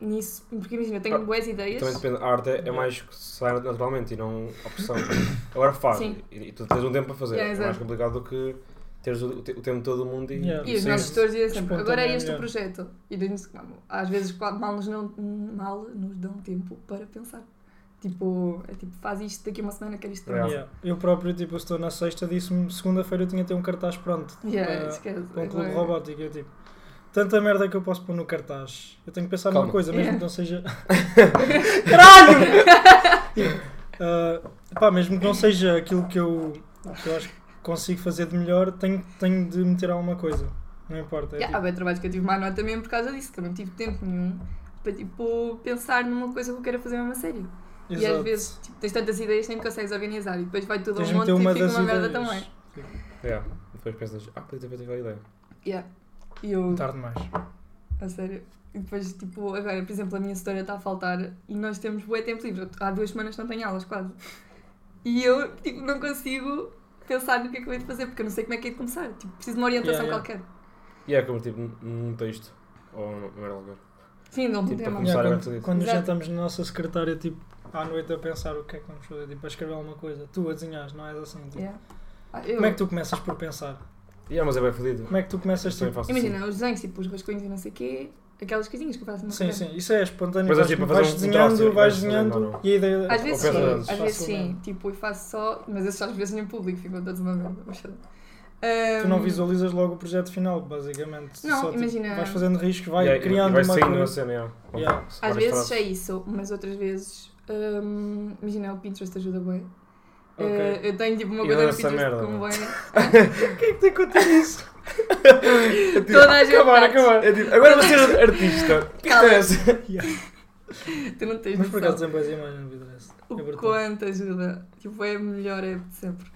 Speaker 3: nisso, porque imagina, eu
Speaker 2: Ah,
Speaker 3: tenho boas
Speaker 2: E
Speaker 3: ideias.
Speaker 2: Também depende. A arte
Speaker 3: Uhum.
Speaker 2: é, é mais que sai naturalmente e não a pressão. Agora faz.
Speaker 3: Sim.
Speaker 2: E, e tu tens um tempo para fazer.
Speaker 3: Yeah,
Speaker 2: é mais
Speaker 3: exato.
Speaker 2: complicado do que teres o, o te- o tempo todo do mundo e.
Speaker 4: Yeah.
Speaker 3: E os
Speaker 2: Sim.
Speaker 3: nossos gestores dizem sempre,
Speaker 4: Espontâneo,
Speaker 3: agora é este o
Speaker 4: yeah.
Speaker 3: projeto. E dizem-nos que, "Mamo, às vezes quase mal nos, não, mal nos dão tempo para pensar. Tipo, é tipo, faz isto daqui a uma semana, quero isto também.
Speaker 2: Yeah.
Speaker 4: Yeah. Eu próprio, tipo, estou na sexta, disse-me segunda-feira eu tinha de ter um cartaz pronto
Speaker 3: *laughs* Yeah,
Speaker 4: para-
Speaker 3: esquece. é
Speaker 4: para um clube
Speaker 3: Vai.
Speaker 4: robótico. Eu, tipo, tanta merda que eu posso pôr no cartaz. Eu tenho que pensar numa
Speaker 2: Calma.
Speaker 4: coisa, mesmo
Speaker 3: Yeah.
Speaker 4: que não seja.
Speaker 3: *laughs*
Speaker 4: *laughs*
Speaker 2: Caralho!
Speaker 4: É ah, pá, mesmo que não seja aquilo que eu, que eu acho que consigo fazer de melhor, tenho, tenho de meter alguma coisa. Não importa. É,
Speaker 3: Yeah,
Speaker 4: tipo,
Speaker 3: há bem trabalhos que eu tive má nota também por causa disso, que eu não tive tempo nenhum para tipo, pensar numa coisa que eu quero fazer mesmo a sério. E às
Speaker 4: exato.
Speaker 3: vezes tipo, tens tantas ideias que nem consegues organizar e depois vai tudo
Speaker 4: Tens
Speaker 3: a
Speaker 4: de
Speaker 3: um monte
Speaker 4: meter
Speaker 3: e
Speaker 4: uma
Speaker 3: fica
Speaker 4: das
Speaker 3: uma merda
Speaker 4: ideias.
Speaker 3: também.
Speaker 2: Yeah. Depois pensas, ah, podia ter feito aquela ideia.
Speaker 3: Yeah. E eu,
Speaker 4: Tipo, Tarde demais.
Speaker 3: a sério. E depois, tipo, agora, por exemplo, a minha história está a faltar e nós temos bué tempo livre. Eu- Há duas semanas não tenho aulas, quase. E eu, tipo, não consigo pensar no que é que eu hei de fazer, porque eu não sei como é que hei de começar. Tipo, preciso de uma orientação
Speaker 4: Yeah,
Speaker 3: qualquer.
Speaker 2: E é como tipo num texto. Ou num primeiro lugar.
Speaker 3: Sim, não
Speaker 2: Tipo,
Speaker 3: tem
Speaker 2: para
Speaker 3: mal.
Speaker 2: começar
Speaker 4: Yeah,
Speaker 2: agora tudo
Speaker 4: quando
Speaker 2: isso.
Speaker 4: quando já
Speaker 3: Exato.
Speaker 4: estamos na nossa secretária, tipo, à noite a pensar o que é que vamos fazer, tipo, a escrever alguma coisa. Tu a desenhas, não és assim, tipo.
Speaker 3: Yeah. Ah, eu-
Speaker 4: Como é que tu começas por pensar?
Speaker 2: Yeah, mas é bem fodido. assim.
Speaker 4: Como é que tu começas, tipo,
Speaker 3: Imagina, os desenhos, tipo, os rascunhos e não sei o quê, aquelas coisinhas que eu faço no
Speaker 4: Sim,
Speaker 3: caderno.
Speaker 4: sim, isso é espontâneo.
Speaker 2: Mas é
Speaker 4: vais,
Speaker 2: tipo fazer
Speaker 4: vais
Speaker 2: um
Speaker 4: desenhando,
Speaker 2: traço e
Speaker 4: vais
Speaker 2: vais
Speaker 4: desenhando
Speaker 2: desenhando,
Speaker 4: e a ideia.
Speaker 3: Às vezes
Speaker 2: Ou pensas
Speaker 3: sim, às
Speaker 4: antes,
Speaker 3: vezes sim.
Speaker 4: facilmente.
Speaker 3: Tipo, eu faço só. Mas eu só às vezes nem público, ficam todos uma merda. mas sei lá.
Speaker 4: Tu não visualizas logo o projeto final, basicamente. Tu
Speaker 3: Um, Não,
Speaker 4: Só, tipo,
Speaker 3: imagina.
Speaker 4: vais fazendo riscos, vai
Speaker 2: Yeah, e-
Speaker 4: criando
Speaker 2: e vais
Speaker 4: uma
Speaker 2: saindo uma
Speaker 4: coisa.
Speaker 2: cena, yeah. Com
Speaker 4: Yeah.
Speaker 2: várias
Speaker 3: Às vezes
Speaker 2: frases.
Speaker 3: é isso, mas outras vezes. hum, imagina, o Pinterest ajuda bem.
Speaker 4: Ok.
Speaker 3: eu tenho tipo uma
Speaker 2: E
Speaker 3: coisa no
Speaker 2: dá-se
Speaker 3: Pinterest
Speaker 2: merda,
Speaker 3: como
Speaker 2: não?
Speaker 4: *laughs*
Speaker 3: bem.
Speaker 4: que é que tem contigo
Speaker 3: *laughs*
Speaker 4: isso? Tipo,
Speaker 3: Toda a gente.
Speaker 2: Tipo, Acabar,
Speaker 3: bate.
Speaker 2: acabar. É tipo, agora vou ser artista. Que
Speaker 3: Cala.
Speaker 2: interessa?
Speaker 3: Tu não tens
Speaker 4: Mas por acaso
Speaker 3: noção.
Speaker 4: tem boas imagens no Pinterest. É
Speaker 3: O
Speaker 4: brutal.
Speaker 3: quanto ajuda. Tipo, é a melhor app de sempre.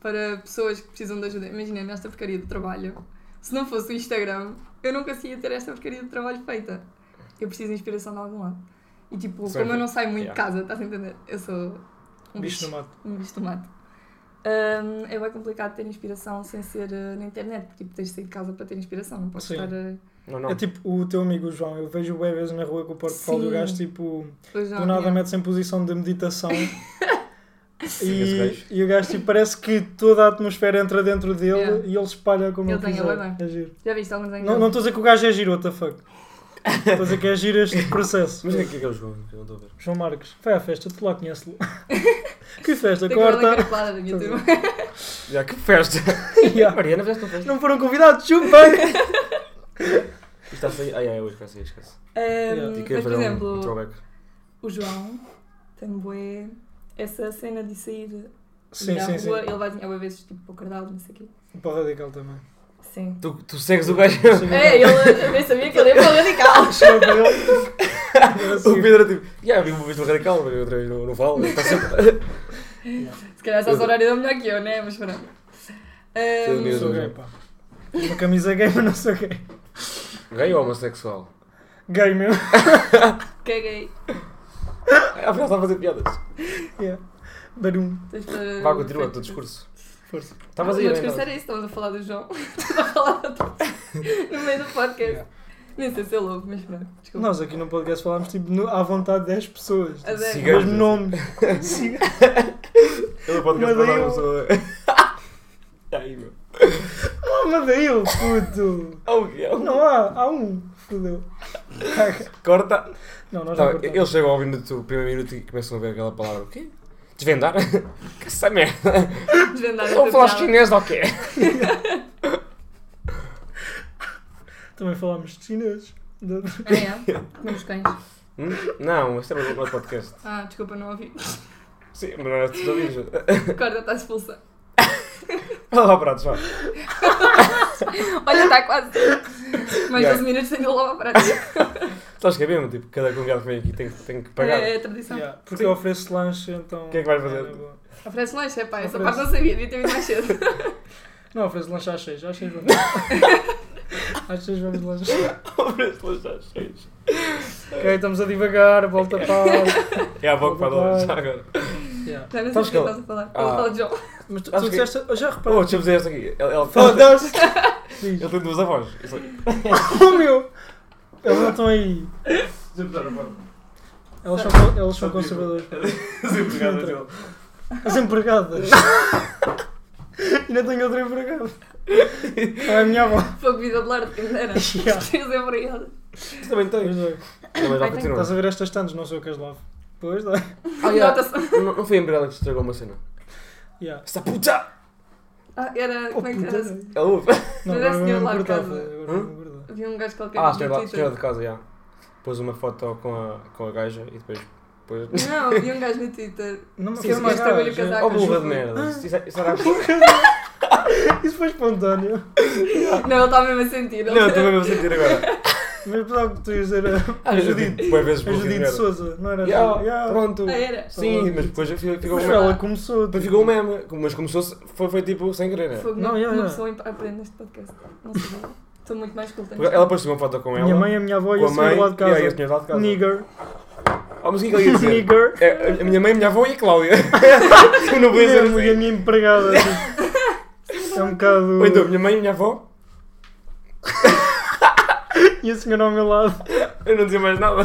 Speaker 3: Para pessoas que precisam de ajuda. Imagina, nesta porcaria de trabalho. Se não fosse o Instagram, eu não conseguia ter esta porcaria de trabalho feita. Eu preciso de inspiração de algum lado. E tipo,
Speaker 4: é
Speaker 2: Sim,
Speaker 3: como eu não saio muito de
Speaker 2: yeah.
Speaker 3: casa, estás a entender? Eu sou um
Speaker 4: Bicho
Speaker 3: bicho,
Speaker 4: no mato.
Speaker 3: um bicho do mato. Hum, é bem complicado ter inspiração sem ser eh, na internet, porque tipo, tens de sair de casa para ter inspiração, não podes
Speaker 4: Sim.
Speaker 3: estar. eh,
Speaker 2: Não, não.
Speaker 4: É tipo o teu amigo o João, eu vejo o vezes na rua com o portfólio do
Speaker 3: Sim.
Speaker 4: gajo, tipo,
Speaker 3: hoje
Speaker 4: do
Speaker 3: não,
Speaker 4: nada
Speaker 3: não.
Speaker 4: mete-se em posição
Speaker 2: *laughs*
Speaker 4: de meditação.
Speaker 2: esse
Speaker 4: e,
Speaker 2: gajo.
Speaker 4: e o gajo, tipo, parece que toda a atmosfera entra dentro dele
Speaker 3: Yeah.
Speaker 4: e ele espalha como
Speaker 3: Ele
Speaker 4: ele
Speaker 3: tem, ele
Speaker 4: quiser.
Speaker 3: vai
Speaker 4: É giro.
Speaker 3: Já viste alguns
Speaker 4: Não não estou a dizer que o gajo é giro, what the fuck. Estou a dizer que é giro
Speaker 2: *laughs*
Speaker 4: este processo.
Speaker 2: Mas o que é que é que eles vão? Eu não estou a ver.
Speaker 4: João Marcos, vai à festa, tu lá
Speaker 3: *laughs*
Speaker 4: conhece-lo. que festa,
Speaker 3: Tenho a
Speaker 4: corta.
Speaker 3: encarapelada da minha
Speaker 4: *laughs* Tá
Speaker 3: turma.
Speaker 2: Já, que festa!
Speaker 4: *laughs*
Speaker 2: *laughs*
Speaker 4: Yeah.
Speaker 2: Mariana, fizeste uma festa?
Speaker 4: Não foram convidados,
Speaker 3: *laughs*
Speaker 4: chupem!
Speaker 2: Isto está a sair. Ai, ai, eu esqueci, eu esqueci.
Speaker 3: Hum,
Speaker 4: Yeah.
Speaker 2: E queria
Speaker 3: mas, por
Speaker 2: fazer um, um
Speaker 3: exemplo,
Speaker 2: throwback.
Speaker 3: o João tem bué essa cena de sair
Speaker 4: Sim,
Speaker 3: da
Speaker 4: sim, sim.
Speaker 3: rua, ele vai desenhar bué vezes tipo para o cardal, não sei o quê.
Speaker 4: Para o radical
Speaker 2: *laughs*
Speaker 4: também.
Speaker 3: Sim.
Speaker 2: Tu, tu segues o gajo.
Speaker 3: É, ele eu nem sabia que ele ia para o radical.
Speaker 4: Chegou para ele. Era
Speaker 2: *laughs* O
Speaker 4: assim.
Speaker 2: Pedro é tipo, já vi uma vez no radical, mas outra vez não, não falo. Está sempre. *laughs*
Speaker 3: Se calhar só o horário dele melhor que eu, né? Mas pronto.
Speaker 2: é
Speaker 3: Hum,
Speaker 4: Não sou gay, pá. Uma camisa gay, mas não sou gay.
Speaker 2: Gay ou homossexual?
Speaker 4: Gay mesmo.
Speaker 3: caguei.
Speaker 2: Ah, afinal está a fazer piadas.
Speaker 4: Yeah. Barum.
Speaker 3: Tens para-
Speaker 2: Vá, continua o teu discurso.
Speaker 4: um. Força.
Speaker 2: Estavas
Speaker 3: Hum,
Speaker 2: aí,
Speaker 3: Não, o
Speaker 2: né?
Speaker 3: meu discurso era isso, estamos a falar do João. *laughs* Estamos a falar do... *laughs* no meio do podcast. Nem sei se ele ouve, mas pronto. Desculpa.
Speaker 4: Nós aqui no podcast falámos tipo no- à vontade 10 pessoas.
Speaker 3: A ver.
Speaker 2: Siga-
Speaker 4: Mesmo nome.
Speaker 2: Ele pode
Speaker 4: Mas
Speaker 2: cantar
Speaker 4: aí
Speaker 2: uma
Speaker 4: eu-
Speaker 2: pessoa. *laughs* Aí, meu.
Speaker 4: Oh, manda ele, puto.
Speaker 2: Ah, o que é?
Speaker 4: Não há, há um. Fudeu.
Speaker 2: Corta.
Speaker 4: Não, nós
Speaker 2: Tá,
Speaker 4: não cortamos.
Speaker 2: eles chegam ao minuto, primeiro minuto e começam a ver aquela palavra. O quê? Desvendar? *laughs* que essa merda? *laughs*
Speaker 3: Desvendar
Speaker 2: Estão a
Speaker 3: esta
Speaker 2: falar
Speaker 3: piada.
Speaker 2: chinês ou quê?
Speaker 4: Também falámos de chineses. De-
Speaker 3: Ah, é? Comemos cães.
Speaker 2: Hum? Não, este era o podcast.
Speaker 3: Ah, desculpa, não ouvi. *laughs*
Speaker 2: Sim, mas não é era dos *laughs* ouvidos.
Speaker 3: Corta, está expulsa.
Speaker 2: Olha lá, pratos, vá.
Speaker 3: Olha, está
Speaker 2: *laughs*
Speaker 3: quase. Mais
Speaker 2: Yeah.
Speaker 3: 12 minutos sem logo para ti.
Speaker 2: Sabes que é mesmo? Tipo, cada convidado que vem aqui tem, que- tem que pagar. *laughs*
Speaker 3: É, é a tradição.
Speaker 4: Yeah, porque
Speaker 2: Sim.
Speaker 4: eu ofereço lanche, então.
Speaker 2: O que é que vais fazer?
Speaker 4: na boa.
Speaker 3: Oferece lanche, é pá, essa
Speaker 4: Oferece.
Speaker 3: parte não sabia, devia ter vindo
Speaker 2: *laughs*
Speaker 3: mais cedo.
Speaker 4: Não, ofereço lanche às 6, às 6 vamos. *laughs* às 6 vamos lanchar.
Speaker 2: O preço lá já cheios.
Speaker 4: ok, estamos a divagar, volta para.
Speaker 2: É a boca para lá, já agora.
Speaker 4: Yeah.
Speaker 3: Já não sei o
Speaker 2: Sabes
Speaker 3: que é que
Speaker 2: que
Speaker 3: estás a falar. Ele
Speaker 2: Ah.
Speaker 3: fala de João.
Speaker 4: Mas tu,
Speaker 2: Acho que-
Speaker 4: tu disseste. eu Já
Speaker 2: Oh,
Speaker 4: reparou?
Speaker 2: deixa-me dizer esta aqui. Ele, ele, ele
Speaker 4: Foda-se! Diz.
Speaker 2: tem duas avós. Isso aí.
Speaker 4: Oh meu! Eles não estão aí. Eles são, co- eles
Speaker 2: tipo- *laughs*
Speaker 4: são conservadores.
Speaker 2: Desempregadas dele.
Speaker 4: As empregadas.
Speaker 2: *laughs*
Speaker 4: Ainda tenho outra empregada. Não é a minha avó.
Speaker 3: Fogo vida de lar, quem era.
Speaker 4: Yeah.
Speaker 3: *laughs* Tens obrigada.
Speaker 2: Tu também tens.
Speaker 4: Pois é.
Speaker 2: Também já
Speaker 3: Ai, tem-
Speaker 2: continua.
Speaker 4: Estás a ver estas tantas, não sei o que as lavo. Pois dá.
Speaker 2: Ah, yeah.
Speaker 3: Nota-se.
Speaker 2: não, não foi a Umbrella que estragou uma cena.
Speaker 4: Yeah. Oh,
Speaker 2: Essa puta!
Speaker 3: Ah,
Speaker 2: Oh,
Speaker 3: era. como é que era?
Speaker 2: Ela ouve.
Speaker 4: Não,
Speaker 3: Mas
Speaker 4: agora
Speaker 3: esse
Speaker 4: vou
Speaker 3: senhor
Speaker 4: mesmo
Speaker 3: lá
Speaker 4: cortar.
Speaker 3: acaba.
Speaker 4: Agora vou mesmo cortar.
Speaker 3: Havia um gajo qualquer
Speaker 2: Ah,
Speaker 3: no
Speaker 2: senhora,
Speaker 3: Twitter.
Speaker 2: senhora de casa, já. Pôs uma foto com a, com a gaja e depois pôs.
Speaker 3: Não, havia um gajo no Twitter.
Speaker 4: Não me
Speaker 3: Sim,
Speaker 4: quero
Speaker 3: sim,
Speaker 4: mais
Speaker 3: mas trabalho é
Speaker 4: gajo.
Speaker 3: casaco.
Speaker 2: Oh, burra de merda. é, Isso, isso,
Speaker 4: Ah.
Speaker 2: isso era
Speaker 4: Isso foi espontâneo.
Speaker 3: Não, ele estava mesmo a sentir.
Speaker 2: Não, também vou sentir agora.
Speaker 4: Mas pensava que tu ias dizer a
Speaker 2: Ah,
Speaker 4: Judite.
Speaker 2: Boa vezes
Speaker 4: a
Speaker 2: burra de
Speaker 4: Judite
Speaker 2: merda.
Speaker 4: Souza, não era?
Speaker 2: Yeah,
Speaker 4: tu? Yeah.
Speaker 2: Pronto.
Speaker 3: Ah, era.
Speaker 2: Sim, mas depois ficou
Speaker 4: Mas
Speaker 2: um
Speaker 3: Foi
Speaker 2: meme.
Speaker 4: ela começou. tipo,
Speaker 2: Depois ficou um meme. Mas começou, foi, foi tipo sem querer, né?
Speaker 3: Fogo,
Speaker 4: Não,
Speaker 3: não,
Speaker 4: yeah,
Speaker 3: uma
Speaker 4: yeah.
Speaker 3: pessoa imp- aprende neste podcast. Não sabia. Estou muito mais culta.
Speaker 2: Porque ela postou uma foto com ela.
Speaker 4: Minha mãe, a minha avó e
Speaker 2: com
Speaker 4: a
Speaker 2: a mãe.
Speaker 4: senhora lá de
Speaker 2: E aí, a
Speaker 4: casa.
Speaker 2: senhora lá de casa.
Speaker 4: Nigger.
Speaker 2: Oh, mas o que é que ela ia dizer?
Speaker 4: Nigger.
Speaker 2: É, a- a minha mãe, a minha avó e a Cláudia. *laughs* Eu não vou dizer
Speaker 4: Mesmo, E a
Speaker 2: assim.
Speaker 4: minha empregada. tipo. *laughs* É um bocado.
Speaker 2: Ou então, minha mãe e minha avó.
Speaker 4: E a senhora ao meu lado.
Speaker 2: Eu não dizia mais nada.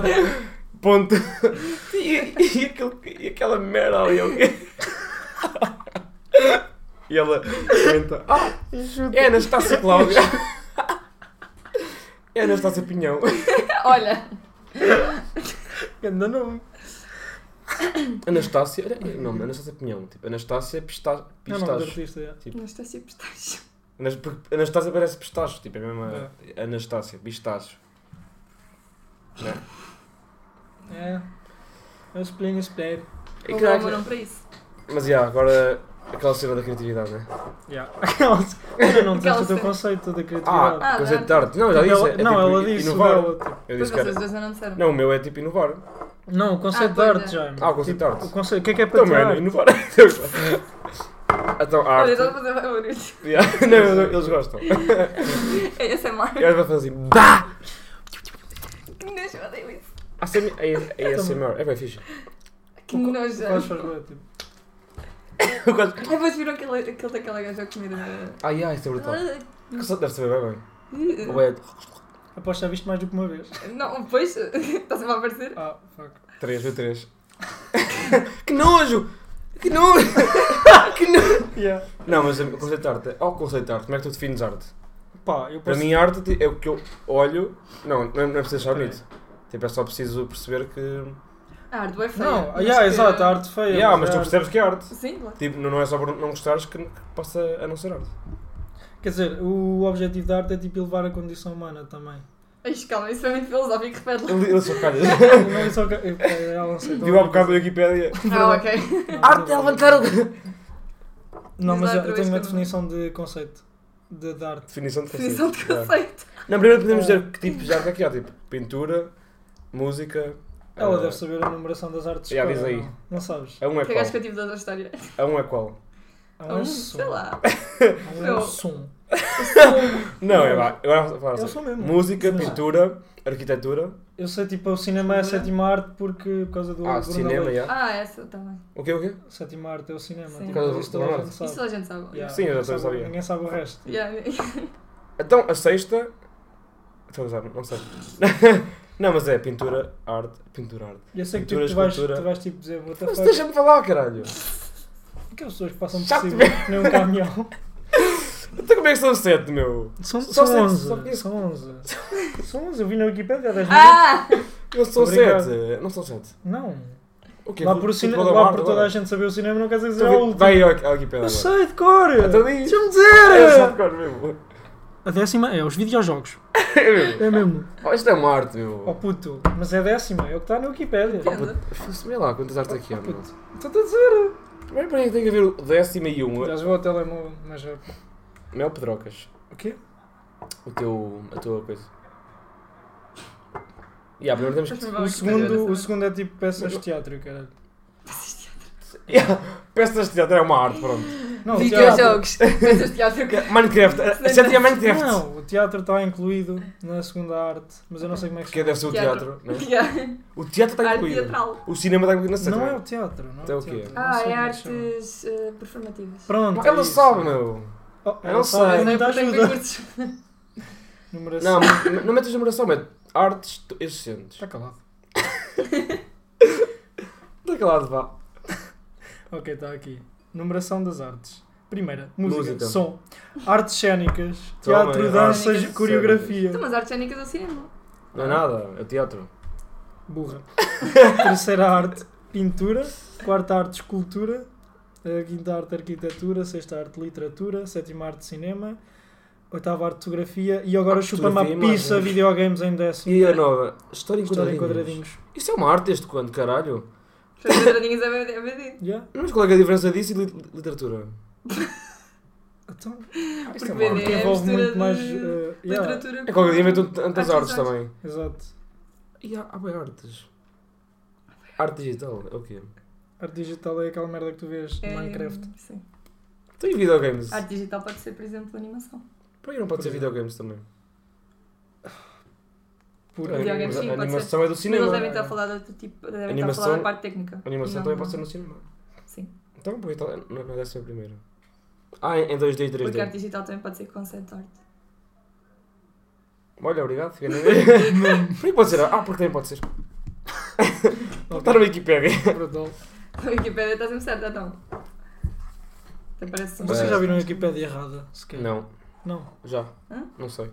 Speaker 2: Ponto. E, e, aquele- e aquela merda ali, é ok? E ela comenta: Ah,
Speaker 4: E chuta.
Speaker 2: é a Anastácia *laughs* Cláudia. É a Anastácia Pinhão.
Speaker 3: Olha,
Speaker 4: Ainda não.
Speaker 2: Anastácia. era- era o nome, Anastácia Pinhão. Tipo, Anastácia Pista-
Speaker 4: É o nome do
Speaker 2: Pistache.
Speaker 4: artista, é.
Speaker 3: não está sempre pistache.
Speaker 2: Anas- porque Anastácia parece pistache. Tipo, é mesmo a Anastácia, pistache.
Speaker 4: É. É o espelhinho espelho.
Speaker 2: E
Speaker 3: Ou
Speaker 2: É caraca,
Speaker 3: namoram um para isso.
Speaker 2: Mas já, agora aquela cena da criatividade, né?
Speaker 4: Yeah. *laughs* Olha, não disseste o teu
Speaker 3: cena. conceito
Speaker 4: conceito da criatividade.
Speaker 2: Ah,
Speaker 3: Ah,
Speaker 2: conceito
Speaker 3: dá.
Speaker 2: de arte. Não, já
Speaker 4: Porque
Speaker 2: disse.
Speaker 4: ela-
Speaker 2: é
Speaker 4: não,
Speaker 2: tipo
Speaker 4: ela disse o
Speaker 2: inovar.
Speaker 4: dela. tipo.
Speaker 2: Eu
Speaker 3: Depois
Speaker 2: disse que era.
Speaker 3: vocês dois ainda não disseram.
Speaker 2: Não, o meu é tipo inovar.
Speaker 4: Não, o conceito
Speaker 3: Ah,
Speaker 4: de arte
Speaker 3: pois é.
Speaker 4: já. meu.
Speaker 2: Ah, o conceito de
Speaker 4: Tipo,
Speaker 2: arte.
Speaker 4: O conceito, o que é que é para
Speaker 2: Também,
Speaker 4: tirar?
Speaker 2: não, inovar. *laughs* então, a
Speaker 3: Olha,
Speaker 2: arte.
Speaker 3: estava a fazer barulhos.
Speaker 2: *laughs*
Speaker 3: *laughs*
Speaker 2: Yeah, não, eles- eles gostam.
Speaker 3: É essa é
Speaker 2: E eles vão fazer assim. Bah!
Speaker 3: Que nojo, odeio isso.
Speaker 2: ASM É é ASMR. É bem fixe.
Speaker 3: Que nojo.
Speaker 4: Faz favor, tipo.
Speaker 2: Eu quase-
Speaker 3: Ai, depois viram aquele, aquele daquela gaja a comer. uh,
Speaker 2: Ai, ai, isso é brutal.
Speaker 3: uh,
Speaker 2: Que só Deve saber bem bem. Ou
Speaker 3: uh,
Speaker 2: é
Speaker 4: Aposto que já viste mais do que uma *laughs* vez.
Speaker 3: Não, pois, *laughs* está sempre a aparecer.
Speaker 4: Ah, fuck.
Speaker 2: 3 ou 3. Que nojo! Que nojo! Que nojo!
Speaker 4: Yeah.
Speaker 2: Não, mas o conceito de arte. Ó, o conceito de arte. Como é que tu defines arte?
Speaker 4: Pá, eu
Speaker 2: Para
Speaker 4: posso...
Speaker 2: mim, a arte ti- é o que eu olho. Não, não é não é preciso achar bonito. Tipo, é só preciso perceber que.
Speaker 3: A arte é feia.
Speaker 4: Não, ah,
Speaker 3: mas
Speaker 4: yeah,
Speaker 3: que-
Speaker 4: exato, a arte feia.
Speaker 2: Yeah, mas
Speaker 4: é
Speaker 2: tu
Speaker 4: arte.
Speaker 2: percebes que é arte.
Speaker 3: Sim, claro.
Speaker 2: Tipo, não não é só por não gostares que, que passa a não ser arte.
Speaker 4: Quer dizer, o objetivo da arte é tipo elevar a condição humana também. *laughs*
Speaker 3: Ai, calma, isso foi muito filosófico, repete lá.
Speaker 2: Ele, ele só *laughs* calha.
Speaker 4: Eu não é só... Eu, eu não sei. então,
Speaker 2: Viu Tipo, há bocado na Wikipédia.
Speaker 3: Ah, ok.
Speaker 4: Não,
Speaker 2: Arte é
Speaker 4: não-
Speaker 2: levantar o.
Speaker 4: Não,
Speaker 3: Diz
Speaker 4: mas
Speaker 3: lá outra
Speaker 4: eu tenho uma
Speaker 3: vez que eu não-
Speaker 4: definição de conceito. De, de arte.
Speaker 2: Definição de conceito.
Speaker 3: Definição de
Speaker 2: Yeah.
Speaker 3: conceito.
Speaker 2: Não, primeiro podemos dizer que tipo de arte é que há. Tipo, pintura, música.
Speaker 4: Ela
Speaker 2: ah,
Speaker 4: deve saber a numeração das artes.
Speaker 2: yeah,
Speaker 4: escola,
Speaker 2: diz aí.
Speaker 4: Não, não sabes?
Speaker 2: A um é
Speaker 3: Que
Speaker 2: qual?
Speaker 3: gajo que eu tive da outra história.
Speaker 2: A um é qual?
Speaker 4: Há
Speaker 3: Ah,
Speaker 4: um
Speaker 3: hum,
Speaker 4: som.
Speaker 3: Sei lá.
Speaker 4: Há um
Speaker 3: Eu-
Speaker 4: som.
Speaker 2: Não, é vá. Agora vou falar
Speaker 4: Eu
Speaker 2: assim.
Speaker 4: sou mesmo.
Speaker 2: Música,
Speaker 4: Não.
Speaker 2: pintura, arquitetura.
Speaker 4: Eu sei, tipo, o cinema é a sétima arte porque por causa do
Speaker 2: Ah,
Speaker 4: Bruno
Speaker 2: cinema,
Speaker 4: Aleixo.
Speaker 2: já.
Speaker 3: Ah, essa também.
Speaker 2: O quê, o quê?
Speaker 4: Sétima arte é o cinema.
Speaker 3: Sim.
Speaker 4: Tipo,
Speaker 3: Por causa
Speaker 4: mas
Speaker 2: do
Speaker 4: isso toda
Speaker 2: Bruno
Speaker 4: a gente sabe.
Speaker 3: Isso a gente sabe.
Speaker 4: Yeah,
Speaker 2: Sim, eu já também
Speaker 4: ninguém sabe-
Speaker 2: sabia.
Speaker 4: Ninguém sabe o resto.
Speaker 3: Yeah.
Speaker 2: Então, a sexta. Estou a usar, não sei. *laughs* não, mas é pintura, arte, pintura, arte.
Speaker 4: E Eu sei que
Speaker 2: Pintura,
Speaker 4: tipo, tu, vais,
Speaker 2: escultura.
Speaker 4: tu vais tipo dizer, what the
Speaker 2: Mas
Speaker 4: fuck,
Speaker 2: deixa-me falar, caralho.
Speaker 4: aquelas pessoas que passam por
Speaker 2: Chato
Speaker 4: cima, que nem um caminhão.
Speaker 2: Então como é que são sete, meu?
Speaker 4: *laughs* São,
Speaker 2: Só sei- só
Speaker 4: 11,
Speaker 2: conheço-
Speaker 4: são
Speaker 2: *laughs*
Speaker 4: 11. São 11, eu vi na Wikipedia há 10 minutos.
Speaker 3: Ah!
Speaker 2: Não são
Speaker 4: Obrigado.
Speaker 2: sete. Não são sete.
Speaker 4: Não,
Speaker 2: O quê?
Speaker 4: lá
Speaker 2: Fute-
Speaker 4: por, o cine...
Speaker 2: futebol é
Speaker 4: lá
Speaker 2: uma
Speaker 4: por
Speaker 2: arte
Speaker 4: toda a
Speaker 2: agora?
Speaker 4: gente saber o cinema não quer dizer que
Speaker 2: Então
Speaker 4: seja a
Speaker 2: vi-
Speaker 4: última.
Speaker 2: Vai ao, ao Wikipedia
Speaker 4: Eu
Speaker 2: agora.
Speaker 4: sei de cor!
Speaker 2: Então diz.
Speaker 4: Deixa-me
Speaker 2: É só de
Speaker 4: dizer!
Speaker 2: cor mesmo.
Speaker 4: A décima é os videojogos.
Speaker 2: É mesmo.
Speaker 4: É mesmo.
Speaker 2: Oh, isto é uma arte,
Speaker 4: Oh
Speaker 2: meu.
Speaker 4: puto, mas é a décima, é o que está na Wikipedia.
Speaker 2: Sei lá quantas artes aqui há,
Speaker 4: Oh,
Speaker 2: meu.
Speaker 4: puto, Estou a dizer.
Speaker 2: Primeiro para mim tem que haver o décimo e um.
Speaker 4: Já jogou ao telemóvel, mas rápido.
Speaker 2: Mel Pedrocas.
Speaker 4: O quê?
Speaker 2: O teu... A tua coisa. E yeah, primeiro temos Ah, que...
Speaker 4: O segundo, o segundo é tipo peças de teatro, caralho.
Speaker 2: Yeah, Peças de teatro é uma arte, pronto.
Speaker 4: Não, o teatro-
Speaker 3: Videojogos. Peças de teatro.
Speaker 2: Minecraft. eh, Já tinha Minecraft.
Speaker 4: Não, o teatro está incluído na segunda arte, mas eu não sei como é que
Speaker 2: Que deve ser o teatro, né?
Speaker 3: *laughs* Yeah.
Speaker 2: O teatro está
Speaker 3: Arte
Speaker 2: incluído.
Speaker 3: teatral.
Speaker 2: O cinema está incluído na sétima.
Speaker 4: Não é o teatro, não
Speaker 2: Então
Speaker 4: é
Speaker 2: o quê?
Speaker 4: teatro, não
Speaker 3: Ah,
Speaker 4: sei
Speaker 3: é
Speaker 4: como que se chama.
Speaker 3: artes eh, performativas.
Speaker 4: Pronto. é
Speaker 2: Ela
Speaker 4: isso.
Speaker 2: sabe, meu.
Speaker 4: Oh,
Speaker 2: Ela
Speaker 4: ela sabe,
Speaker 2: sabe.
Speaker 4: não
Speaker 3: Mas
Speaker 4: me dá
Speaker 3: é porque tem *laughs*
Speaker 4: ajuda.
Speaker 3: concursos.
Speaker 4: Numeração.
Speaker 2: Não, não metas numeração, mete artes to- existentes.
Speaker 4: Está calado.
Speaker 2: Daquele lado, vá.
Speaker 4: Ok, está aqui. Numeração das artes. Primeira, música,
Speaker 2: Música.
Speaker 4: som, artes cénicas,
Speaker 2: Toma,
Speaker 4: teatro,
Speaker 2: artes
Speaker 4: danças,
Speaker 3: cénicas.
Speaker 4: coreografia.
Speaker 3: Então, mas artes cénicas ao cinema.
Speaker 2: Não é nada, é o teatro.
Speaker 4: Burra. Terceira arte, pintura, quarta arte, escultura, eh, quinta arte, arquitetura, sexta arte, literatura, sétima arte, cinema, oitava arte, fotografia e agora
Speaker 2: Ah,
Speaker 4: chupa-me
Speaker 2: fotografia
Speaker 4: a
Speaker 2: e
Speaker 4: pizza,
Speaker 2: imagens.
Speaker 4: videogames em décimo.
Speaker 2: E a nova? História em
Speaker 4: História
Speaker 2: quadradinhos.
Speaker 4: em quadradinhos.
Speaker 2: Isso é uma arte desde quando, caralho?
Speaker 3: Os quadradinhos é bem- é bem
Speaker 4: Yeah.
Speaker 2: Mas qual é que é a diferença disso e lit- literatura?
Speaker 4: Então,
Speaker 2: Isto
Speaker 3: Porque
Speaker 2: é uma
Speaker 3: vender
Speaker 2: arte.
Speaker 4: porque
Speaker 3: a
Speaker 4: envolve
Speaker 3: mistura
Speaker 4: muito mais.
Speaker 3: de
Speaker 4: eh, *laughs* yeah,
Speaker 3: Literatura.
Speaker 2: É qualquer dia
Speaker 3: com-
Speaker 2: inventam tantas artes
Speaker 3: artes.
Speaker 2: também.
Speaker 4: Exato.
Speaker 2: E há, há bem artes. Arte digital, é o quê?
Speaker 4: Arte digital é aquela merda que tu vês no
Speaker 3: É,
Speaker 4: Minecraft.
Speaker 3: Sim.
Speaker 2: Tem videogames.
Speaker 3: Arte digital pode ser, por exemplo, animação.
Speaker 2: Por que não pode ser
Speaker 4: Por-
Speaker 2: videogames também?
Speaker 3: é.
Speaker 4: Por...
Speaker 2: A anima-
Speaker 3: Videogames, sim,
Speaker 2: a
Speaker 3: pode
Speaker 2: animação é do
Speaker 3: Mas eles
Speaker 2: cinema.
Speaker 3: devem estar a falar de outro tipo. Devem estar a
Speaker 2: Animação-
Speaker 3: falar da parte técnica.
Speaker 2: A animação
Speaker 3: Não,
Speaker 2: também
Speaker 3: não.
Speaker 2: pode ser no cinema.
Speaker 3: Sim.
Speaker 2: Então, por que tal- não não deve ser a primeira? Ah, em em 2D e
Speaker 3: Porque é
Speaker 2: 3D.
Speaker 3: arte digital também pode ser concept art.
Speaker 2: Olha, obrigado.
Speaker 3: *laughs*
Speaker 2: fiquei na- Por que pode ser? Ah, porque também pode ser. Está na Wikipedia.
Speaker 4: Pronto.
Speaker 2: É.
Speaker 3: A Wikipedia está sempre certa, então. Até parece um.
Speaker 4: Vocês já viram a Wikipédia errada? sequer?
Speaker 2: Não,
Speaker 4: Não.
Speaker 2: já.
Speaker 3: Hã?
Speaker 2: Não sei.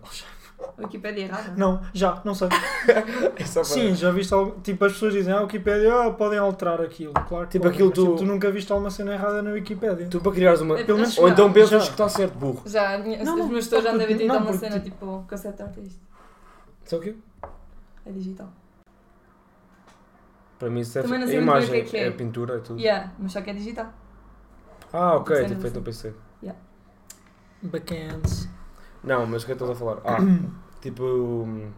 Speaker 3: Wikipedia é errada.
Speaker 4: Não, já, não sei.
Speaker 2: É só para-
Speaker 4: Sim, já viste algo. Tipo, as pessoas dizem, ah, a Wikipédia, ah, podem alterar aquilo. Claro que
Speaker 2: Tipo,
Speaker 4: podem,
Speaker 2: aquilo
Speaker 4: mas,
Speaker 2: tu-
Speaker 4: tipo, tu nunca viste alguma cena errada na Wikipédia.
Speaker 2: Tu para criares uma.
Speaker 3: É,
Speaker 4: pelo menos-
Speaker 3: acho que
Speaker 2: Ou
Speaker 3: já.
Speaker 2: então pensas
Speaker 4: Já.
Speaker 2: que está certo, burro.
Speaker 3: Já, a minha-
Speaker 4: Não,
Speaker 3: os
Speaker 4: não,
Speaker 3: meus pessoas já
Speaker 4: não,
Speaker 3: devem ter
Speaker 4: não,
Speaker 3: dado uma
Speaker 4: porque
Speaker 3: cena tipo concept art é isto.
Speaker 2: Sabe o quê?
Speaker 3: É digital.
Speaker 2: Para mim isso é,
Speaker 3: Também não
Speaker 2: é
Speaker 3: sei muito bem o que
Speaker 2: imagem,
Speaker 3: é que
Speaker 2: é
Speaker 3: é.
Speaker 2: pintura, é tudo.
Speaker 3: Yeah, mas só que é digital.
Speaker 2: Ah, ok,
Speaker 3: Cena
Speaker 2: tipo feito
Speaker 3: assim.
Speaker 2: no PC.
Speaker 4: Backends.
Speaker 2: Não, mas o que é que estás a falar? Ah, tipo, hum,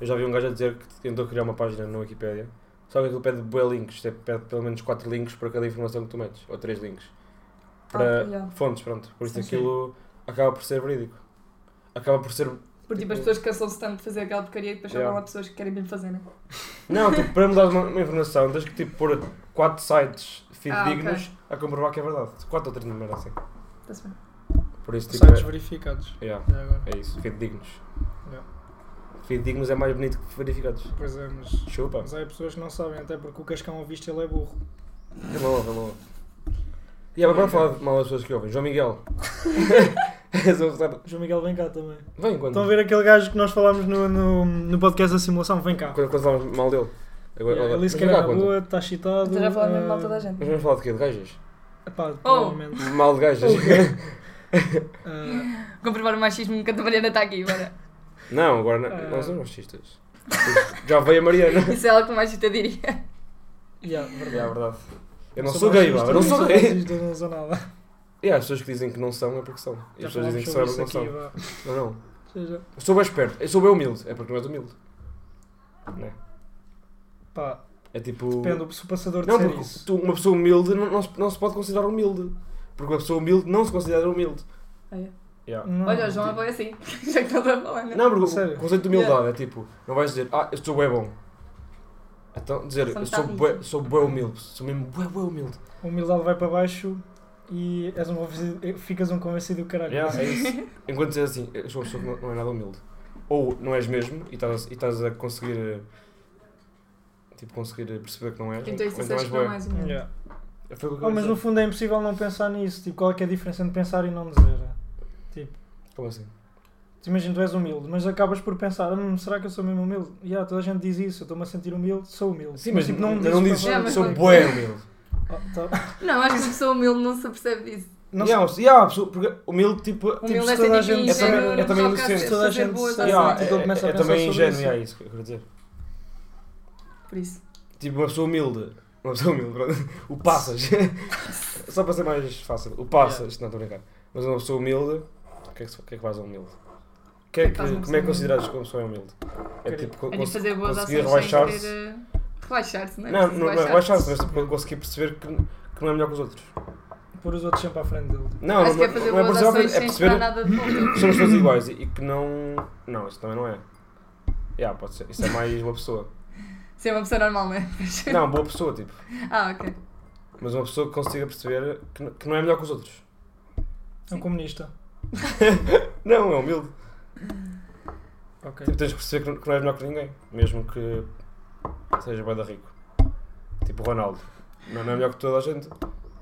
Speaker 2: eu já vi um gajo a dizer que tentou criar uma página na Wikipédia, só que aquilo pede bué links, tipo, pede pelo menos 4 links para cada informação que tu metes, ou 3 links. Para
Speaker 3: Ah, yeah.
Speaker 2: fontes, pronto. Por isso
Speaker 4: Sim, sim.
Speaker 2: aquilo acaba por ser verídico. Acaba por ser.
Speaker 3: Porque tipo, as pessoas cansam-se tanto de fazer aquela porcaria e depois só
Speaker 2: Yeah.
Speaker 3: vão lá pessoas que querem bem fazer, né?
Speaker 2: Não, tipo, para mudar uma, uma informação tens que tipo pôr 4 sites
Speaker 3: Ah,
Speaker 2: fidedignos a comprovar que é verdade. 4 ou 3 números assim.
Speaker 3: Está-se bem.
Speaker 4: Tá
Speaker 2: Por isso, tipo.
Speaker 4: Sites
Speaker 2: É,
Speaker 4: verificados.
Speaker 2: yeah,
Speaker 4: Já agora.
Speaker 2: é isso, fidedignos.
Speaker 4: Yeah.
Speaker 2: Fidedignos é mais bonito que verificados.
Speaker 4: Pois é, mas.
Speaker 2: Chupa.
Speaker 4: Mas há pessoas que não sabem, até porque o Cascão ouviste ele é burro.
Speaker 2: Hello, hello. E agora para falar de mal das pessoas que ouvem. João
Speaker 4: *laughs*
Speaker 2: Miguel. És um retardo.
Speaker 4: João Miguel vem cá também.
Speaker 2: Vem quando.
Speaker 4: Estão a ver aquele gajo que nós falámos no, no, no podcast da simulação? Vem cá.
Speaker 2: Quando, quando falamos mal dele. Agora,
Speaker 4: Yeah,
Speaker 2: agora.
Speaker 4: ele disse que
Speaker 2: Mas
Speaker 4: era
Speaker 2: vem
Speaker 4: na
Speaker 2: cá quando?
Speaker 4: boa, está excitado.
Speaker 3: Estás a falar Então mesmo mal
Speaker 4: eh,
Speaker 3: toda a Oh! gente.
Speaker 2: Mas vamos falar de quê? De gajas?
Speaker 4: Epá, provavelmente.
Speaker 2: Mal de
Speaker 4: *laughs*
Speaker 2: gajas.
Speaker 4: Eh,
Speaker 3: Comprovar o machismo que a Mariana está aqui, bora.
Speaker 2: *laughs* não, agora não,
Speaker 4: Ah.
Speaker 2: não somos machistas. Já veio a Mariana.
Speaker 3: Isso é algo que o machista diria.
Speaker 4: *laughs*
Speaker 2: *laughs* É
Speaker 4: yeah, verdade.
Speaker 2: verdade. Eu não sou gay,
Speaker 4: machista,
Speaker 2: mano. Eu não sou *laughs* gay.
Speaker 4: racista, Não sou nada.
Speaker 2: E as pessoas que dizem que não são é porque são. E
Speaker 4: Já
Speaker 2: as pessoas dizem
Speaker 4: falámos
Speaker 2: que são é
Speaker 4: sobre
Speaker 2: porque não
Speaker 4: isso
Speaker 2: são.
Speaker 4: aqui, vá.
Speaker 2: Não, não.
Speaker 4: Ou seja,
Speaker 2: Eu sou bem esperto. Eu sou bem humilde. É porque não és humilde. Não é?
Speaker 4: pá,
Speaker 2: É tipo.
Speaker 4: depende se o passador
Speaker 2: Não,
Speaker 4: disser
Speaker 2: porque
Speaker 4: isso.
Speaker 2: tu- uma pessoa humilde não, não, se, não se pode considerar humilde. Porque uma pessoa humilde não se considera humilde.
Speaker 3: Ah, é?
Speaker 2: Yeah.
Speaker 4: Não.
Speaker 3: Olha, o João é assim, *laughs* já que estás a falar, né?
Speaker 2: Não, porque
Speaker 4: Sério?
Speaker 2: o conceito de humildade é tipo, não vais dizer, ah, eu sou bué bom. Então, dizer,
Speaker 3: Só
Speaker 2: eu
Speaker 3: me
Speaker 2: sou
Speaker 3: tá
Speaker 2: bué,
Speaker 3: rindo.
Speaker 2: sou bué humilde. Sou mesmo bué, bué humilde.
Speaker 4: A humildade vai para baixo e és um convencido, ficas um convencido do caralho.
Speaker 2: Yeah, é isso. *laughs* Enquanto dizer assim, eu sou uma pessoa que não, não é nada humilde. Ou não és mesmo e estás, e estás a conseguir, eh, tipo, conseguir perceber que não és.
Speaker 3: Então
Speaker 2: ou
Speaker 3: isso
Speaker 2: então és
Speaker 3: achas que não é
Speaker 2: bué.
Speaker 3: mais um.
Speaker 4: Yeah.
Speaker 2: Foi o que eu
Speaker 4: Oh, mas
Speaker 2: disse.
Speaker 4: no fundo é impossível não pensar nisso. Tipo, qual é, que é a diferença entre pensar e não dizer?
Speaker 2: Como assim?
Speaker 4: Tu imagina, tu és humilde, mas acabas por pensar, hum, será que eu sou mesmo humilde? Yeah, toda a gente diz isso, eu estou-me a sentir humilde, sou humilde.
Speaker 2: Sim, mas
Speaker 4: tipo,
Speaker 2: não,
Speaker 4: me
Speaker 2: não
Speaker 4: para
Speaker 2: dizes,
Speaker 3: É, mas
Speaker 2: sou
Speaker 3: não-
Speaker 2: bué humilde.
Speaker 4: falar. Oh, tá.
Speaker 3: Não, acho que uma pessoa humilde não se apercebe disso.
Speaker 4: Não
Speaker 2: yeah, se- yeah, a pessoa- porque humilde, tipo,
Speaker 3: Humilde assim,
Speaker 4: se
Speaker 3: é
Speaker 4: toda a
Speaker 3: ser
Speaker 4: gente-
Speaker 3: tipo
Speaker 4: é também-
Speaker 3: ingênuo,
Speaker 2: é também
Speaker 3: não toca a
Speaker 2: inocente.
Speaker 3: ser-
Speaker 4: Toda a
Speaker 3: fazer
Speaker 4: gente
Speaker 3: boas
Speaker 4: se-
Speaker 2: Yeah,
Speaker 4: Sim,
Speaker 2: é,
Speaker 3: ações.
Speaker 4: então começa a
Speaker 2: é
Speaker 4: pensar
Speaker 2: também
Speaker 4: sobre
Speaker 2: ingênuo,
Speaker 4: isso.
Speaker 2: é isso que eu quero dizer.
Speaker 3: Por isso.
Speaker 2: Tipo, uma pessoa humilde. Uma pessoa humilde, pronto. O
Speaker 3: *laughs*
Speaker 2: passas. Só para ser mais fácil. O passas. Não, estou a brincar. Mas uma pessoa humilde. O que é que, se- o que, é que faz um humilde? O Que é
Speaker 3: O
Speaker 2: que,
Speaker 3: que faz uma
Speaker 2: como é que
Speaker 3: pessoa
Speaker 2: consideras que uma pessoa é humilde? É
Speaker 4: Querer-
Speaker 2: tipo, con-
Speaker 3: É de fazer boas
Speaker 2: conseguir
Speaker 3: ações
Speaker 2: relaxar-se.
Speaker 3: sem querer... eh, Relaxar-se, não é?
Speaker 2: Não, não,
Speaker 3: Preciso
Speaker 2: não é relaxar-se, mas tipo, conseguir perceber que, que não é melhor que os outros.
Speaker 4: Pôr os outros sempre à frente dele.
Speaker 2: Não,
Speaker 3: Acho que
Speaker 2: não,
Speaker 3: é fazer
Speaker 2: não é
Speaker 3: boas
Speaker 2: perceber,
Speaker 3: ações
Speaker 2: é
Speaker 3: sem
Speaker 2: perceber
Speaker 3: esperar nada de bom. *laughs*
Speaker 2: que somos todos iguais e, e que não. Não, isso também não é. Yeah, pode ser. Isso é mais uma pessoa.
Speaker 3: Ser uma pessoa normal, não é? *laughs*
Speaker 2: Não, boa pessoa, tipo.
Speaker 3: Ah, ok.
Speaker 2: Mas uma pessoa que consiga perceber que, n- que não é melhor que os outros.
Speaker 4: É um comunista.
Speaker 2: Não, é humilde.
Speaker 4: Ok.
Speaker 2: Tipo, tens de perceber que não- que não és melhor que ninguém, mesmo que seja bem da rico. Tipo o Ronaldo. Não não é melhor que toda a gente,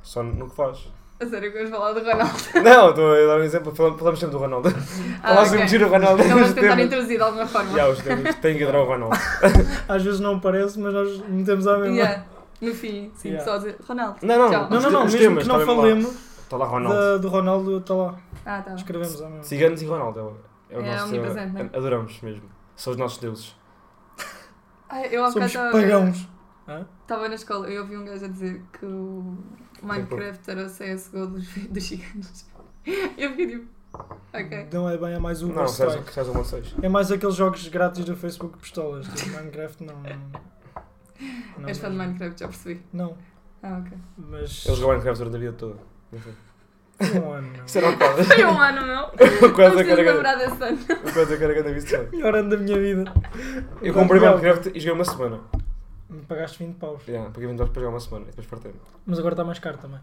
Speaker 2: só no no que
Speaker 4: *laughs*
Speaker 2: faz.
Speaker 3: A sério que vamos falar do Ronaldo.
Speaker 2: Não, estou a dar um exemplo, falamos, falamos sempre do Ronaldo.
Speaker 3: Ah,
Speaker 2: Falámos sempre
Speaker 3: ok.
Speaker 2: de o Ronaldo. é
Speaker 3: Então vamos
Speaker 2: nos
Speaker 3: tentar
Speaker 2: temas.
Speaker 3: introduzir de alguma forma. *laughs*
Speaker 2: Já, os temas, tem que adorar o Ronaldo.
Speaker 4: Às vezes não parece, mas nós metemos à mesma.
Speaker 3: Yeah. No fim, sim,
Speaker 4: Yeah.
Speaker 3: só dizer Ronaldo.
Speaker 2: Não, não,
Speaker 3: Tchau.
Speaker 4: Não, não, não,
Speaker 2: Os
Speaker 4: mesmo
Speaker 2: temas,
Speaker 4: que não
Speaker 2: está mesmo lá.
Speaker 4: falemos
Speaker 2: Está lá Ronaldo.
Speaker 4: da, do Ronaldo, está lá.
Speaker 3: Ah, tá.
Speaker 4: Escrevemos à mesma.
Speaker 2: Ciganos e Ronaldo é o, é o
Speaker 3: É
Speaker 2: nosso.
Speaker 3: omnipresente, né?
Speaker 2: Adoramos mesmo. São os nossos deuses.
Speaker 3: Ah, eu há
Speaker 4: Somos
Speaker 3: bocado
Speaker 4: pagãos.
Speaker 3: estava na escola e eu ouvi um gajo a dizer que o Minecraft era o CSGO dos, dos gigantes. *laughs* Eu fiquei tipo, ok.
Speaker 4: Não é bem, é mais o
Speaker 2: Não,
Speaker 4: Overstrike.
Speaker 2: César um César Monseis.
Speaker 4: É mais aqueles jogos grátis do Facebook pistolas. Tipo, Minecraft não. não
Speaker 3: És fã de
Speaker 4: mesmo.
Speaker 3: Minecraft, já percebi.
Speaker 4: Não,
Speaker 3: Ah,
Speaker 2: *laughs*
Speaker 3: ok.
Speaker 4: mas.
Speaker 2: Eles jogaram Minecraft durante a vida toda. Não sei.
Speaker 4: Não é, não.
Speaker 2: Isso era
Speaker 3: *laughs*
Speaker 2: uma coisa.
Speaker 3: Foi um ano, meu.
Speaker 2: Uma coisa
Speaker 3: Não
Speaker 2: que era
Speaker 3: preciso
Speaker 2: grande.
Speaker 3: lembrar desse ano.
Speaker 2: Uma coisa que era grande viciada.
Speaker 4: Melhor ano da minha vida.
Speaker 2: Eu comprei Minecraft e joguei uma semana.
Speaker 4: Me pagaste 20 paus.
Speaker 2: Yeah, paguei 20 dólares para jogar uma semana e depois partei.
Speaker 4: Mas agora está mais caro também.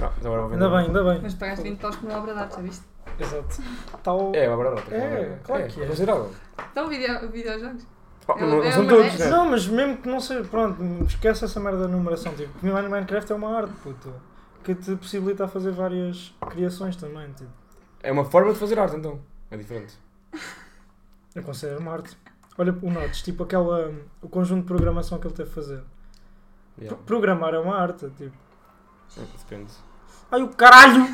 Speaker 2: Ah, mas agora vou vender.
Speaker 4: Ainda bem, ainda bem.
Speaker 3: Mas pagaste 20 paus por uma obra de arte, já viste?
Speaker 4: Exato. Tal...
Speaker 2: É, é uma barata.
Speaker 4: É, claro que é.
Speaker 2: Considerável.
Speaker 3: Então, video, videojogos.
Speaker 2: Ah,
Speaker 3: É,
Speaker 2: não,
Speaker 3: é
Speaker 2: não são
Speaker 3: uma-
Speaker 2: todos,
Speaker 3: é-
Speaker 2: né?
Speaker 4: Não, mas mesmo que não seja. Pronto, esquece essa merda da numeração. Tipo, porque Minecraft é uma arte, puto. Que te possibilita fazer várias criações também. Tipo,
Speaker 2: É uma forma de fazer arte, então. É diferente.
Speaker 4: eu considero uma arte. Olha o Notes, tipo aquela. O conjunto de programação que ele teve de fazer. Pro-
Speaker 2: Yeah.
Speaker 4: Programar é uma arte, tipo.
Speaker 2: é, Depende.
Speaker 4: Ai o
Speaker 3: *laughs*
Speaker 4: caralho!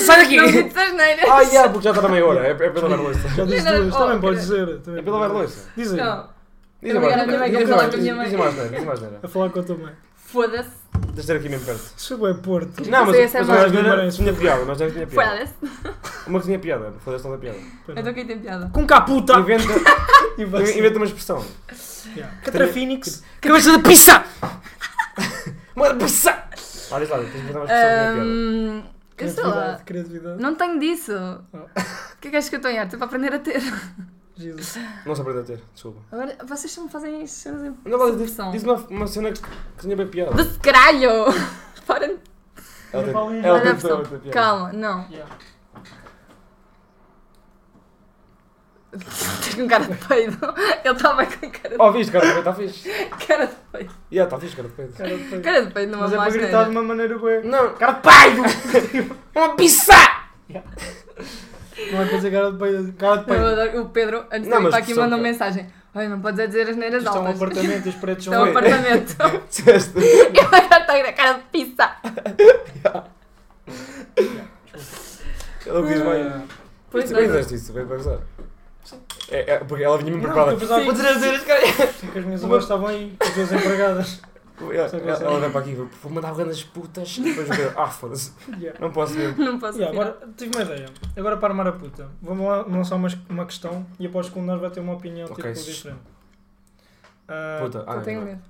Speaker 2: Sai
Speaker 3: Não me disseste neiras.
Speaker 2: Ah, yeah, porque já está na meia hora. É, é pela lavar louça.
Speaker 4: Já disse
Speaker 3: Não,
Speaker 4: duas,
Speaker 3: oh,
Speaker 4: também podes
Speaker 3: quer
Speaker 4: dizer. Também
Speaker 2: É pela lavar louça.
Speaker 4: Diz aí,
Speaker 3: Não,
Speaker 2: Diz
Speaker 3: Eu
Speaker 2: agora.
Speaker 3: ligava a minha mãe, que
Speaker 2: Diz
Speaker 3: eu falava
Speaker 2: mais,
Speaker 3: com a minha mãe.
Speaker 2: diz mais, né? Diz mais, né?
Speaker 4: a falar com a tua mãe.
Speaker 3: foda-se.
Speaker 2: Tens de ter aqui mesmo perto.
Speaker 4: Isso foi bué Porto.
Speaker 2: Não, mas,
Speaker 3: sei se é
Speaker 2: mas
Speaker 3: mais.
Speaker 2: agora não tinha piada, mas já tinha piada.
Speaker 3: Foda-se.
Speaker 2: Uma que tinha piada, foda-se não tem piada.
Speaker 3: Então, quem tem piada?
Speaker 4: Com caputa!
Speaker 2: Inventa,
Speaker 4: E vai
Speaker 2: in-
Speaker 4: ser.
Speaker 2: inventa uma expressão.
Speaker 4: Yeah. Catra Phoenix.
Speaker 2: Cabeça de pizza! Uma de pizza! Ah, diz lá, tens de inventar uma expressão que tinha piada. é
Speaker 3: Ahm, eu sei lá.
Speaker 4: Criatividade, criatividade.
Speaker 3: Não tenho disso.
Speaker 2: Oh.
Speaker 3: O que é que achas que eu estou em arte? É para aprender a ter.
Speaker 4: Jesus.
Speaker 2: Não se aprende a ter, desculpa.
Speaker 3: Agora, vocês só me fazem as cenas em
Speaker 2: Não, mas diz,
Speaker 3: pressão.
Speaker 2: diz uma, uma cena que que tinha bem piada.
Speaker 3: Doce de caralho! Para de
Speaker 2: Ela tem-
Speaker 4: Olha
Speaker 2: ela
Speaker 3: Olha a
Speaker 2: tentou outra
Speaker 3: pressão.
Speaker 2: piada.
Speaker 3: Calma, não. Estás com cara de peido. Ele estava com cara
Speaker 2: Oh, viste, cara de peito, está fixe.
Speaker 3: de, cara de peido.
Speaker 2: Yeah, está fixe, cara de peito.
Speaker 4: Cara de peido.
Speaker 3: Cara de peido numa
Speaker 4: Mas é para gritar de
Speaker 3: máscara.
Speaker 4: uma maneira bué.
Speaker 2: Não,
Speaker 4: Cara de peido!
Speaker 2: *laughs* uma pizza!
Speaker 4: Não é para dizer cara de peido. Cara de
Speaker 3: Eu
Speaker 4: peido.
Speaker 3: adoro- O Pedro, antes de
Speaker 2: Não,
Speaker 3: vir
Speaker 2: mas
Speaker 3: para aqui,
Speaker 2: pressão,
Speaker 3: mandou
Speaker 2: cara.
Speaker 3: mensagem. Olha, não podes é dizer as neiras
Speaker 4: Isto é um
Speaker 3: altas.
Speaker 4: apartamento e os prédios
Speaker 3: Isto é um
Speaker 4: são...
Speaker 3: apartamento.
Speaker 4: *laughs*
Speaker 3: *laughs*
Speaker 2: Disseste.
Speaker 3: E agora está a cara de pizza.
Speaker 2: Ela quis bem.
Speaker 4: Ah,
Speaker 2: Pois
Speaker 3: Pois
Speaker 2: bem,
Speaker 3: bem.
Speaker 2: fizeste isso, bem pensar. É, é, porque ela vinha mesmo
Speaker 4: Não,
Speaker 2: preparada.
Speaker 4: eu pensava que
Speaker 2: Vou dizer as neiras, cara.
Speaker 4: Porque as minhas avós estavam aí, com as duas empregadas.
Speaker 2: Yeah,
Speaker 4: Só que
Speaker 2: É, Ela
Speaker 4: assim. eu
Speaker 2: ela
Speaker 4: sei.
Speaker 2: vem para aqui, vou mandar grandes putas. E depois eu digo, ah, foda-se,
Speaker 4: Yeah.
Speaker 2: não posso mesmo.
Speaker 3: Não *laughs* posso
Speaker 4: Yeah,
Speaker 3: opinar.
Speaker 4: agora tive uma ideia. Agora para armar a puta. Vamos lá lançar uma, uma questão e após que um de nós vai ter uma opinião
Speaker 2: Ok,
Speaker 4: tipo,
Speaker 2: se-
Speaker 4: diferente. Ah,
Speaker 2: Puta, ah,
Speaker 3: Só tenho
Speaker 2: não.
Speaker 3: medo.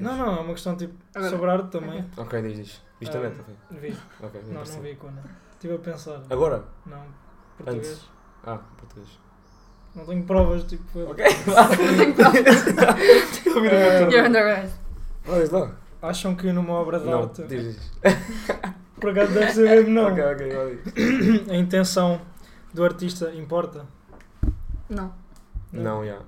Speaker 4: Não, não, é uma questão tipo
Speaker 3: Agora.
Speaker 4: sobre arte
Speaker 3: *laughs*
Speaker 4: também.
Speaker 2: Ok, diz, diz. Viste a
Speaker 4: Ah,
Speaker 2: neta? foi?
Speaker 4: Vi.
Speaker 2: Ok, bem
Speaker 4: Não, não
Speaker 2: parecido.
Speaker 4: vi quando. Estive a pensar.
Speaker 2: Agora?
Speaker 4: Não, português.
Speaker 2: Ah, português.
Speaker 4: Não tenho provas, tipo. foi-
Speaker 2: Ok.
Speaker 3: *laughs*
Speaker 2: Eu vi
Speaker 4: é
Speaker 2: na
Speaker 3: You're
Speaker 2: minha
Speaker 3: under arrest.
Speaker 2: Ah, diz lá.
Speaker 4: Acham que numa obra de
Speaker 2: Não,
Speaker 4: arte.
Speaker 2: diz, diz.
Speaker 4: Por acaso deve ser mesmo não.
Speaker 2: *laughs* Ok, ok, vai, diz.
Speaker 4: A intenção do artista importa?
Speaker 3: Não.
Speaker 2: Não, já.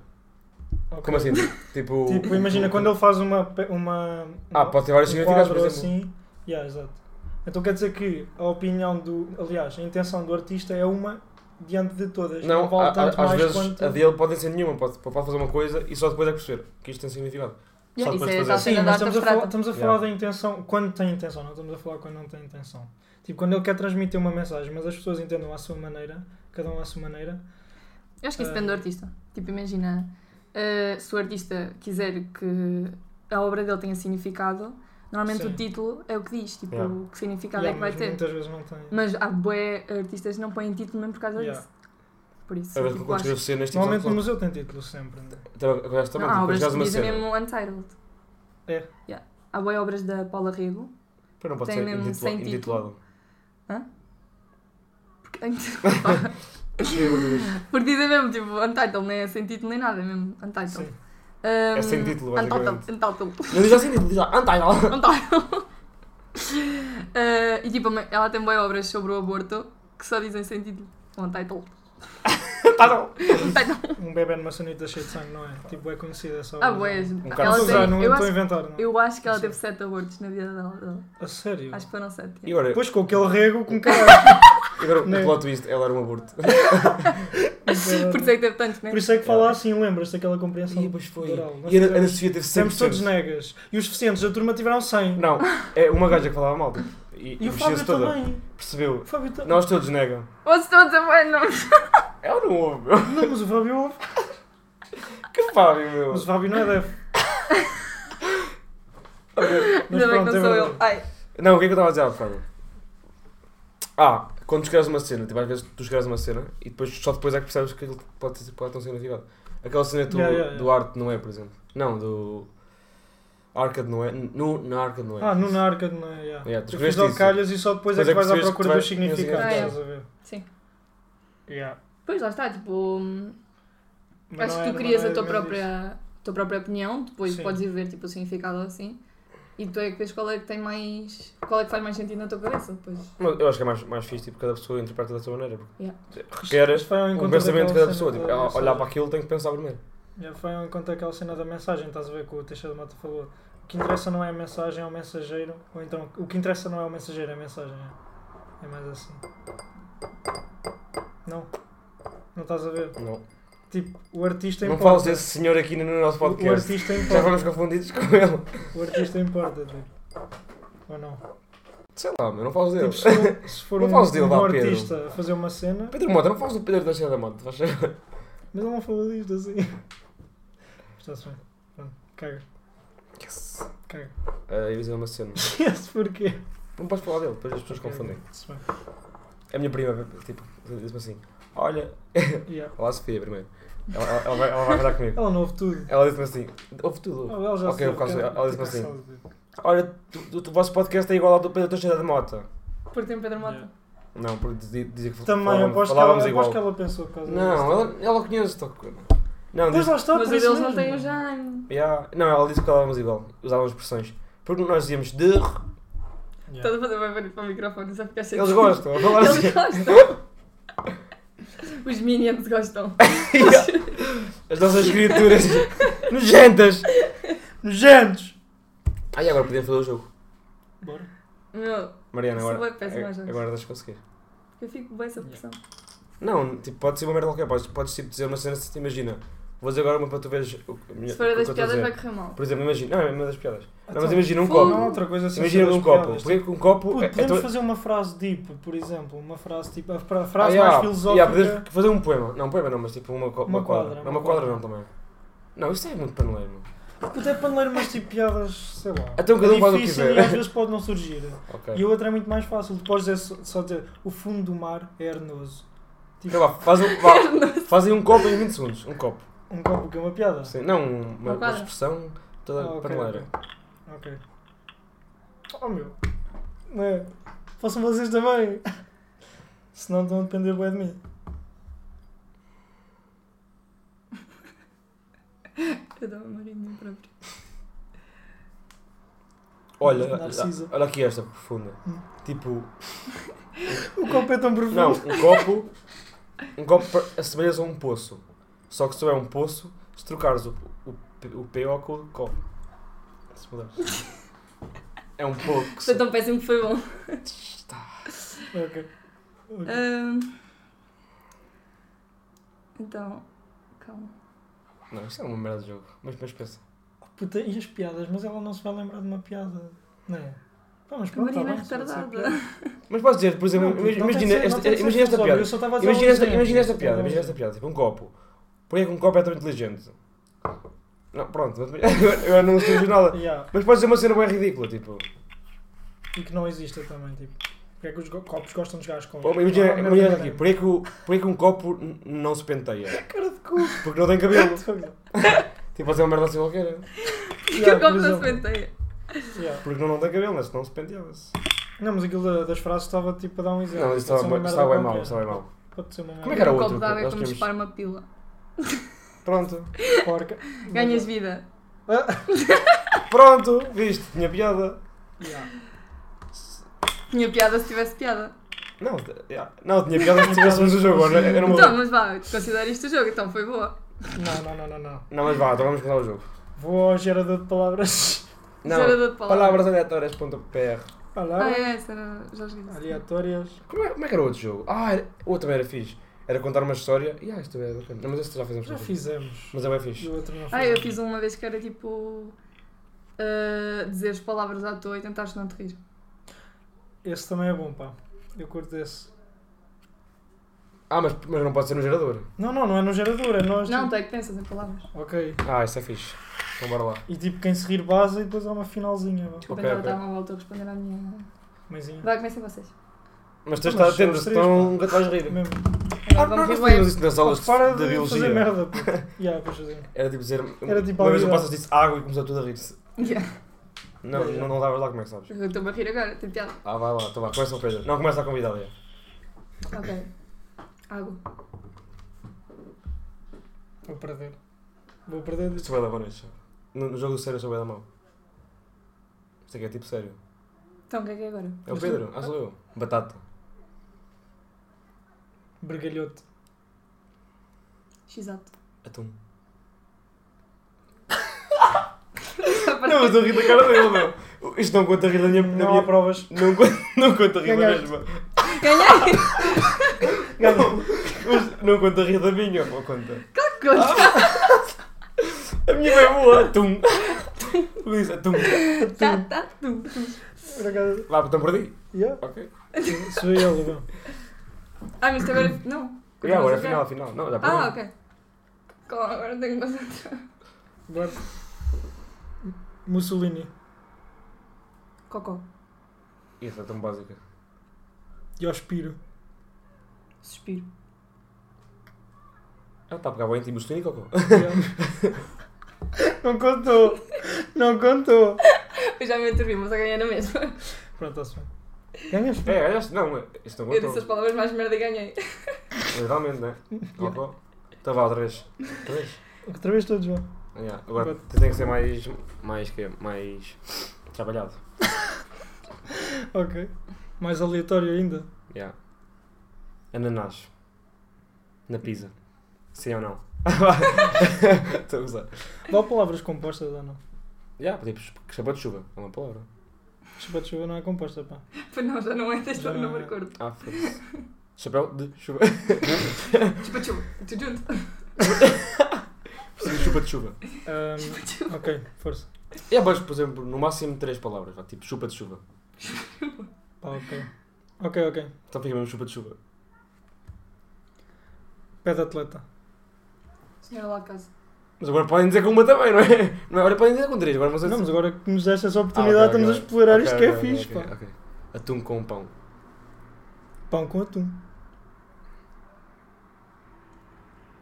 Speaker 4: Ok.
Speaker 2: Como assim? Tipo.
Speaker 4: Tipo, imagina quando ele faz uma. pe- uma
Speaker 2: Ah,
Speaker 4: uma-
Speaker 2: pode ter vários
Speaker 4: um
Speaker 2: significados, por
Speaker 4: quadro
Speaker 2: exemplo.
Speaker 4: assim. Yeah, exato. Então quer dizer que a opinião do. Aliás, a intenção do artista é uma diante de todas.
Speaker 2: Não,
Speaker 4: vale
Speaker 2: a-
Speaker 4: tanto
Speaker 2: a- às
Speaker 4: mais
Speaker 2: vezes
Speaker 4: quanto.
Speaker 2: a dele pode ser nenhuma, pode, pode fazer uma coisa e só depois é que perceber que isto tem significado. Só
Speaker 3: Yeah,
Speaker 2: depois de
Speaker 3: isso é
Speaker 2: fazer.
Speaker 3: tal
Speaker 4: Sim,
Speaker 3: cena da
Speaker 4: mas
Speaker 3: arte
Speaker 4: estamos a, falar,
Speaker 3: abstrata.
Speaker 4: estamos a
Speaker 2: Yeah.
Speaker 4: falar da intenção quando tem intenção, não estamos a falar quando não tem intenção. Tipo, quando ele quer transmitir uma mensagem, mas as pessoas entendam à sua maneira, cada um à sua maneira.
Speaker 3: Eu acho que isso
Speaker 4: Ah.
Speaker 3: depende do artista. Tipo, imagina, eh, se o artista quiser que a obra dele tenha significado, normalmente
Speaker 4: Sim.
Speaker 3: o título é o que diz, tipo,
Speaker 2: Yeah.
Speaker 3: que significado
Speaker 4: Yeah,
Speaker 3: é que vai
Speaker 4: mas
Speaker 3: ter.
Speaker 4: Muitas vezes não tem.
Speaker 3: Mas há bué artistas que não põem título mesmo por causa
Speaker 4: Yeah. É
Speaker 3: disso. Por isso,
Speaker 2: A ver
Speaker 3: tipo,
Speaker 2: quando
Speaker 3: acho...
Speaker 2: escrevo cenas, tipo.
Speaker 4: Normalmente
Speaker 2: só-
Speaker 4: no museu tem título sempre. né?
Speaker 2: Então, agora também,
Speaker 3: não, há
Speaker 2: tipo,
Speaker 3: obras
Speaker 2: quando
Speaker 3: que
Speaker 2: uma
Speaker 3: dizem
Speaker 2: cena.
Speaker 3: mesmo untitled.
Speaker 4: É.
Speaker 3: Yeah. Há bué obras da Paula Rego.
Speaker 2: Pô, não pode
Speaker 3: tem
Speaker 2: ser
Speaker 3: mesmo
Speaker 2: intitula-
Speaker 3: sem título.
Speaker 2: intitulado.
Speaker 3: Porque, *laughs*
Speaker 2: *laughs*
Speaker 3: porque dizem mesmo, tipo, untitled, não é sem título nem nada, é mesmo untitled.
Speaker 4: Sim.
Speaker 3: Um,
Speaker 2: É sem título, basicamente.
Speaker 3: Untitled, untitled. *laughs*
Speaker 2: Não diz assim, diz lá, *laughs* untitled.
Speaker 3: Não tá. Eh, e tipo, ela tem boas obras sobre o aborto que só dizem sem título. Um title.
Speaker 2: Untitled.
Speaker 3: Um title.
Speaker 4: Um bebê numa sanita cheia de sangue, não é? Tipo, é conhecida essa
Speaker 3: Ah,
Speaker 4: obra.
Speaker 3: boas.
Speaker 2: bocado.
Speaker 4: Não
Speaker 3: Ela
Speaker 4: estou a usar, não
Speaker 3: tem, eu,
Speaker 4: estou a
Speaker 3: acho,
Speaker 4: inventar. Não.
Speaker 3: eu acho que ela
Speaker 4: Não
Speaker 3: teve sete abortos na vida dela. dela.
Speaker 4: A sério?
Speaker 3: Acho que foram sete.
Speaker 2: E agora,
Speaker 3: *laughs*
Speaker 4: Depois com aquele rego, com caralho.
Speaker 2: E agora o
Speaker 4: Não.
Speaker 2: plot twist, ela era um aborto.
Speaker 3: Por isso é que teve tantos, né?
Speaker 4: Por isso é que fala assim, lembras daquela compreensão
Speaker 2: Ih, pois foi.
Speaker 4: plural. Nós
Speaker 2: E a, a da
Speaker 4: tivemos-
Speaker 2: Sofia teve 100%.
Speaker 4: Tivemos todos negas. E os suficientes da turma tiveram 100.
Speaker 2: Não, é uma gaja que falava mal. tipo, E,
Speaker 4: E o
Speaker 2: mexeu-se
Speaker 4: Fábio
Speaker 2: toda.
Speaker 4: também.
Speaker 2: Percebeu?
Speaker 4: O Fábio ta-
Speaker 2: Nós todos negam.
Speaker 3: Ouço todos a mãe, não.
Speaker 2: Ela não ouve, meu.
Speaker 4: Não, mas o Fábio ouve.
Speaker 2: Que Fábio, meu.
Speaker 4: Mas o Fábio não é
Speaker 3: *laughs*
Speaker 4: def.
Speaker 2: Ok.
Speaker 4: Mas
Speaker 3: Ainda bem que
Speaker 4: pronto,
Speaker 3: não
Speaker 4: é
Speaker 3: sou eu.
Speaker 4: verdade.
Speaker 3: Ai,
Speaker 2: Não, o que é que eu estava a dizer, há bocado? Ah, quando tu escreves uma cena, tipo, às vezes tu escreves uma cena e depois só depois é que percebes que aquilo pode ter pode ter um significado. Aquela cena do,
Speaker 4: Yeah, yeah,
Speaker 2: do arte não é, por exemplo. Não, do. Arcade não é. No, na Arcade não é.
Speaker 4: Ah, no Narca, não é? Yeah.
Speaker 2: Yeah, tu
Speaker 4: tu fiz
Speaker 2: escreveste
Speaker 4: ao
Speaker 2: isso.
Speaker 4: calhas e só depois
Speaker 2: Depois
Speaker 4: é
Speaker 2: é
Speaker 4: que
Speaker 2: que
Speaker 4: vais à
Speaker 2: percebes
Speaker 4: procura
Speaker 2: que tu vai-
Speaker 4: dos
Speaker 2: tem um
Speaker 4: significados, estás
Speaker 3: significado.
Speaker 4: a ver?
Speaker 3: sim.
Speaker 4: Yeah.
Speaker 3: Pois lá está, tipo. hum,
Speaker 4: Mas
Speaker 3: Acho
Speaker 4: não
Speaker 3: que
Speaker 4: é-
Speaker 3: tu
Speaker 4: mas
Speaker 3: crias
Speaker 4: não é
Speaker 3: a tua
Speaker 4: mesmo isso.
Speaker 3: própria, tua própria opinião, depois
Speaker 4: Sim.
Speaker 3: podes ir ver tipo, o significado ou assim. E tu é que vês qual é que tem mais. qual é que faz mais sentido na tua cabeça depois.
Speaker 2: Mas eu acho que é mais, mais fixe, tipo, cada pessoa interpreta da sua maneira. Porque
Speaker 3: Yeah.
Speaker 2: requer
Speaker 4: Isto foi ao
Speaker 2: um
Speaker 4: encontro
Speaker 2: pensamento de
Speaker 4: daquela
Speaker 2: cada pessoa.
Speaker 4: cena
Speaker 2: Tipo,
Speaker 4: da
Speaker 2: ela
Speaker 4: mensagem.
Speaker 2: olhar para aquilo tem que pensar primeiro.
Speaker 4: Já foi ao encontro daquela cena da mensagem, estás a ver que o Teixeira de Mata falou. O que interessa não é a mensagem, é o mensageiro. Ou então, o que interessa não é o mensageiro, é a mensagem. é. É mais assim. Não. Não estás a ver?
Speaker 2: Não,
Speaker 4: Tipo, o artista
Speaker 2: não
Speaker 4: importa.
Speaker 2: falas desse senhor aqui no no nosso
Speaker 4: O- O
Speaker 2: podcast.
Speaker 4: artista
Speaker 2: Já fomos
Speaker 4: importa.
Speaker 2: confundidos com ele.
Speaker 4: O artista importa, tipo. Ou não?
Speaker 2: Sei lá, meu, não falas dele.
Speaker 4: Tipo, se
Speaker 2: *laughs*
Speaker 4: for, se for
Speaker 2: Não
Speaker 4: um,
Speaker 2: falas dele,
Speaker 4: um
Speaker 2: vá, Pedro.
Speaker 4: artista a fazer uma cena.
Speaker 2: Pedro Mota, não falas do Pedro da Cheia da Mota, faz favor.
Speaker 4: Mas ele não falou disto assim. *laughs* Está-se bem. Pronto, caga,
Speaker 2: Yes.
Speaker 4: caga.
Speaker 2: Ah, eu ia dizer uma cena.
Speaker 4: Yes, porquê?
Speaker 2: Não podes falar dele, depois as pessoas confundem.
Speaker 4: Está-se É, bem.
Speaker 2: A minha prima, tipo, diz-me assim: Olha,
Speaker 4: Yeah.
Speaker 2: olá Sofia, primeiro. Ela, ela, ela vai, ela vai falar comigo.
Speaker 4: Ela não ouve É tudo.
Speaker 2: Ela disse-me assim: Ouve tudo. ouve."
Speaker 4: Ah, Ela já
Speaker 2: Ok,
Speaker 4: sabe
Speaker 2: por causa-
Speaker 4: que
Speaker 2: ela disse-me assim.
Speaker 4: sabe de-
Speaker 2: Olha, tu- tu- tu- o vosso podcast é igual ao do Pedro da Cheia da Mota.
Speaker 3: Porque tem Pedro Mota.
Speaker 4: Yeah.
Speaker 2: Não, porque dizia dizia que
Speaker 4: Também,
Speaker 2: falávamos,
Speaker 4: aposto que,
Speaker 2: falávamos
Speaker 4: ela,
Speaker 2: igual.
Speaker 4: aposto que ela pensou por causa
Speaker 2: Não,
Speaker 4: disso.
Speaker 2: ela, ela conhece tal coisa. Não,
Speaker 4: Pois
Speaker 2: diz,
Speaker 4: lá está,
Speaker 3: Mas o
Speaker 4: por
Speaker 3: deles
Speaker 4: isso
Speaker 3: não
Speaker 4: Tá mesmo.
Speaker 3: tem o Jaime.
Speaker 2: Yeah. não, ela disse que falávamos igual, usávamos expressões. Porque nós dizíamos de.
Speaker 3: Estás a fazer bem bonito para o microfone, só ficar cheio
Speaker 2: Eles
Speaker 4: *laughs*
Speaker 2: gostam, a falar assim.
Speaker 3: *laughs* Eles gostam. Os minions gostam.
Speaker 2: As nossas criaturas *laughs* nojentas.
Speaker 4: Nojentos!
Speaker 2: Ah, e agora podemos fazer o jogo.
Speaker 4: Bora.
Speaker 3: Meu,
Speaker 2: Mariana,
Speaker 3: Isso
Speaker 2: agora.
Speaker 3: é péssimo, gente.
Speaker 2: Agora deixa conseguir.
Speaker 3: eu fico bem sob pressão.
Speaker 2: Não, tipo, pode ser uma merda qualquer, podes, podes tipo, dizer uma cena, se- imagina, vou dizer agora uma para tu veres o que- a minha-
Speaker 3: Se for
Speaker 2: É o
Speaker 3: a
Speaker 2: que
Speaker 3: das
Speaker 2: eu estou a
Speaker 3: piadas,
Speaker 2: dizer.
Speaker 3: vai correr mal. *laughs*
Speaker 2: Por exemplo, imagina, não, é uma das piadas. Não, mas
Speaker 4: Então,
Speaker 2: imagina um
Speaker 3: fogo.
Speaker 4: Não,
Speaker 2: copo,
Speaker 4: outra coisa assim.
Speaker 2: imagina
Speaker 4: sobre
Speaker 2: um
Speaker 4: as
Speaker 2: copo,
Speaker 4: piadas.
Speaker 2: porque um copo
Speaker 4: Puto,
Speaker 2: é- é
Speaker 4: podemos
Speaker 2: tua-
Speaker 4: fazer uma frase deep, por exemplo. Uma frase tipo. A fra-
Speaker 2: Ah,
Speaker 4: frase
Speaker 2: yeah, yeah,
Speaker 4: mais filosófica.
Speaker 2: podemos fazer um poema, não um poema não, mas tipo uma, co- uma,
Speaker 4: Uma
Speaker 2: quadra.
Speaker 4: quadra,
Speaker 2: não,
Speaker 4: uma
Speaker 2: uma quadra,
Speaker 4: quadra.
Speaker 2: não também. Não, isso é muito paneleiro, mano.
Speaker 4: Puto, é paneleiro, mas tipo piadas, sei lá.
Speaker 2: Então cada um faz o que
Speaker 4: difícil
Speaker 2: quiser.
Speaker 4: e às vezes pode não surgir.
Speaker 2: Ok.
Speaker 4: E a outra é muito mais fácil. Tu podes dizer, só- só dizer o fundo do mar é arenoso.
Speaker 2: Então
Speaker 4: tipo-
Speaker 2: vá, faz um, vá,
Speaker 4: *laughs*
Speaker 2: fazem um copo em 20 segundos, um copo.
Speaker 4: Um copo que é uma piada.
Speaker 2: Sim, não, uma, uma
Speaker 3: quadra.
Speaker 2: expressão toda
Speaker 4: Ah, ok,
Speaker 2: paneleira.
Speaker 4: Ok. Oh meu. Não é? Façam vocês também. *laughs* Senão estão a depender bem de mim.
Speaker 3: Eu um dou uma marinha própria.
Speaker 2: Olha,
Speaker 4: Narciso.
Speaker 2: olha aqui esta profunda.
Speaker 4: Hum.
Speaker 2: Tipo,
Speaker 4: O copo é tão profundo.
Speaker 2: Não, um copo. Um copo pa- assemelha-se a um poço. Só que se tu é um poço, se trocares o, o, P- o PO com o copo. Se mudares. É um pouco.
Speaker 3: Foi tão péssimo que foi bom.
Speaker 4: Ok.
Speaker 2: Uhum.
Speaker 4: Ok.
Speaker 3: Ahn. Então,
Speaker 2: *laughs*
Speaker 3: calma.
Speaker 2: Não, isto é uma merda de jogo. Mas, mas pensa.
Speaker 4: Puta, e as piadas? Mas ela não se vai lembrar de uma piada. Não é? Pá, mas
Speaker 3: A Marina
Speaker 4: tá bem,
Speaker 3: é
Speaker 4: só de ser
Speaker 3: retardada.
Speaker 4: piada.
Speaker 2: Mas podes dizer, por exemplo,
Speaker 4: Não,
Speaker 2: imagina,
Speaker 4: não tem
Speaker 2: imagina
Speaker 4: que
Speaker 2: esta,
Speaker 4: ser- não tem que ser
Speaker 2: imagina esta
Speaker 4: filosófico,
Speaker 2: piada.
Speaker 4: eu só estava a dizer
Speaker 2: Imagina
Speaker 4: um
Speaker 2: esta,
Speaker 4: exemplo.
Speaker 2: imagina esta
Speaker 4: Só
Speaker 2: piada,
Speaker 4: um
Speaker 2: imagina esta
Speaker 4: exemplo.
Speaker 2: piada. Tipo, um copo. Porquê que um copo é tão inteligente? Não, pronto, mas- *laughs* agora não surgiu nada.
Speaker 4: Yeah,
Speaker 2: Mas podes dizer uma cena bem ridícula, tipo.
Speaker 4: E que não exista também, tipo. Porque é que os go- copos gostam de jogar com.
Speaker 2: Pô, Oh, Imagina,
Speaker 4: Ah,
Speaker 2: imagina
Speaker 4: merda,
Speaker 2: aqui,
Speaker 4: merda.
Speaker 2: porquê que, o- porquê que um copo n- não se penteia?
Speaker 4: Cara de cu.
Speaker 2: Porque não tem *laughs* cabelo. Tipo, fazer uma merda assim qualquer.
Speaker 3: Que eu
Speaker 4: Yeah, por
Speaker 3: compro a
Speaker 4: exemplo.
Speaker 3: penteia.
Speaker 4: Yeah.
Speaker 2: Porque não, não tem cabelo, mas não se penteava-se.
Speaker 4: Não, mas aquilo da- das frases estava tipo a dar um exemplo.
Speaker 2: Não, isso é
Speaker 4: Pode ser uma
Speaker 2: estava bem mal,
Speaker 4: merda qualquer.
Speaker 2: estava bem mal.
Speaker 4: Pode ser uma merda.
Speaker 2: Como é que era
Speaker 3: um
Speaker 2: outro
Speaker 3: copo
Speaker 2: que
Speaker 3: de água é
Speaker 2: nós
Speaker 3: como
Speaker 2: tínhamos?
Speaker 3: chupar uma pila.
Speaker 2: Pronto.
Speaker 4: Porca. ah,
Speaker 3: Ganhas vida.
Speaker 2: Pronto, viste, tinha piada.
Speaker 4: Yeah.
Speaker 3: Tinha piada se tivesse piada.
Speaker 2: Não, t- yeah. não tinha piada se tivéssemos o jogo. Era, era uma...
Speaker 3: Então, mas vá, considera isto o jogo, então foi boa.
Speaker 4: Não, não, não, não, não.
Speaker 2: Não, mas vá, então vamos contar o jogo.
Speaker 4: Vou ao gerador de palavras. *laughs*
Speaker 2: Não,
Speaker 3: Gerador de palavras.
Speaker 2: palavras aleatórias.pr
Speaker 3: Ah,
Speaker 4: palavras
Speaker 3: é, essa era. Já esqueci.
Speaker 4: aleatórias.
Speaker 2: Como é, como é que era o outro jogo? Ah, era, o outro também era fixe. Era contar uma história. E ah, isto é bacana. Não, mas esse já fizemos.
Speaker 4: Já
Speaker 2: também.
Speaker 4: fizemos.
Speaker 2: Mas é bem
Speaker 4: E
Speaker 2: fixe.
Speaker 4: o outro não
Speaker 3: Ah, eu
Speaker 4: fizemos.
Speaker 3: fiz uma vez que era tipo. ah, dizer as palavras à toa e tentaste não te rir.
Speaker 4: Esse também é bom, pá. Eu curto esse.
Speaker 2: Ah, mas, mas não pode ser no gerador.
Speaker 4: Não, não, não é no gerador, é nós.
Speaker 3: Não,
Speaker 4: tipo-
Speaker 3: tu é que pensas em palavras.
Speaker 4: Ok.
Speaker 2: Ah, isso é fixe. Então bora lá.
Speaker 4: E tipo, quem se rir baza e depois há uma finalzinha, vá.
Speaker 3: Desculpa,
Speaker 2: Ok,
Speaker 3: estava
Speaker 2: ok.
Speaker 3: a volta a responder à minha.
Speaker 4: Maisinha.
Speaker 3: Vai, comecem vocês.
Speaker 2: Então, Mas tens de
Speaker 4: Mas
Speaker 2: estar atento,
Speaker 4: os três,
Speaker 2: senão
Speaker 4: pá.
Speaker 2: nunca te vais rir.
Speaker 4: É Mesmo.
Speaker 2: Ah,
Speaker 3: vamos
Speaker 2: nós
Speaker 3: ver
Speaker 2: fazíamos
Speaker 3: bem.
Speaker 2: isso nas aulas
Speaker 4: Para
Speaker 2: de, de
Speaker 4: de fazer
Speaker 2: biologia.
Speaker 4: merda, puto.
Speaker 2: *laughs*
Speaker 4: yeah, depois fazer.
Speaker 2: Era tipo dizer.
Speaker 4: Era tipo
Speaker 2: uma vez o
Speaker 4: alguém-
Speaker 2: passas disse água e começou tudo a rir-se.
Speaker 3: *laughs* Yeah.
Speaker 2: Não,
Speaker 4: Pois é.
Speaker 2: não, não davas lá como é que sabes.
Speaker 3: Eu estou-me a rir agora, tem piada.
Speaker 2: Ah, vai lá, então vá, começa o Pedro. Não, começa a convidada. é.
Speaker 3: Ok. Água.
Speaker 4: Vou perder. Vou perder.
Speaker 2: Isto vai dar é boa noite. No, no jogo do sério, sou bem da mão. Isto aqui é tipo sério.
Speaker 3: Então, o que é que é agora?
Speaker 2: É o
Speaker 4: Mas
Speaker 2: Pedro, ah, sou eu. Batata.
Speaker 4: Bergalhote.
Speaker 3: X-ato.
Speaker 2: Atum. *laughs* Não, mas
Speaker 3: Não,
Speaker 2: eu ri da cara dele, meu. Isto não conta rir da minha. da
Speaker 4: Não
Speaker 2: minha-
Speaker 4: há provas.
Speaker 2: Não conta, *laughs* não conta rir da
Speaker 4: Ganhaste.
Speaker 2: mesma.
Speaker 3: Ganhei!
Speaker 2: Não, mas não conta rir da minha, ou conta.
Speaker 3: *laughs* Conta.
Speaker 2: A minha é boa,
Speaker 3: *laughs*
Speaker 2: atum. Tu disse atum.
Speaker 3: Tá, tá, tu.
Speaker 4: Por acaso.
Speaker 2: Lá, então perdi.
Speaker 4: Yeah.
Speaker 2: Ok.
Speaker 4: Sou eu, Lugão.
Speaker 3: Ah, mas isto agora. Não.
Speaker 2: E É, agora, final, final. Não, já perdi.
Speaker 3: Ah, ok. Calma, Agora tenho que concentrar.
Speaker 4: Bora. Mussolini.
Speaker 3: Cocó.
Speaker 2: Isso é tão básica.
Speaker 4: Yospiro.
Speaker 3: Suspiro.
Speaker 2: Ah, tá, porque há bem tipo Mussolini e
Speaker 3: *laughs*
Speaker 2: Cocó.
Speaker 4: *laughs* Não contou. Não contou.
Speaker 3: Eu já me atrevi, mas a ganhar na mesma.
Speaker 4: Pronto, está-se bem. Ganhas?
Speaker 2: É, olha, não, isso não
Speaker 3: Eu disse as
Speaker 2: contou.
Speaker 3: palavras mais merda e ganhei. *laughs*
Speaker 2: Literalmente, né? Cocó. Então vá, outra vez. Outra vez.
Speaker 4: Outra vez todos vão.
Speaker 2: Yeah, Agora tem que ser mais. mais que Mais. trabalhado.
Speaker 4: Ok. Mais aleatório ainda.
Speaker 2: Yeah. Ananás. Na pizza. Sim ou
Speaker 3: *laughs*
Speaker 2: não? *laughs* Estou a usar.
Speaker 4: Dá palavras compostas ou não?
Speaker 2: Yeah, tipo, chapéu de chuva. É uma palavra.
Speaker 4: Chupa de chuva não é composta, pá.
Speaker 3: Pois não, já não é, tens
Speaker 4: Já
Speaker 3: no
Speaker 4: não é.
Speaker 3: número curto.
Speaker 2: Ah, foda-se.
Speaker 3: *laughs*
Speaker 2: Chapéu de chuva.
Speaker 3: Chupa chupa, tu junto.
Speaker 2: Preciso de chupa de chuva.
Speaker 4: Ahm, ok, força.
Speaker 2: E abaixo, É, por exemplo, no máximo três palavras. vá, Tipo, chupa de chuva.
Speaker 4: Pá, ok. Ok, ok.
Speaker 2: Então fica mesmo chupa de chuva.
Speaker 4: Pé de atleta.
Speaker 3: Senhora lá de casa.
Speaker 2: Mas agora podem dizer com uma também, não é? Não é? Agora podem dizer com três. Agora não sei
Speaker 4: Não,
Speaker 2: se...
Speaker 4: mas agora que nos deste essa
Speaker 2: Ah, ok,
Speaker 4: oportunidade, estamos
Speaker 2: ok.
Speaker 4: a explorar
Speaker 2: Ok,
Speaker 4: isto que é
Speaker 2: ok,
Speaker 4: fixe,
Speaker 2: ok,
Speaker 4: pá.
Speaker 2: ok. Atum com pão.
Speaker 4: Pão com atum.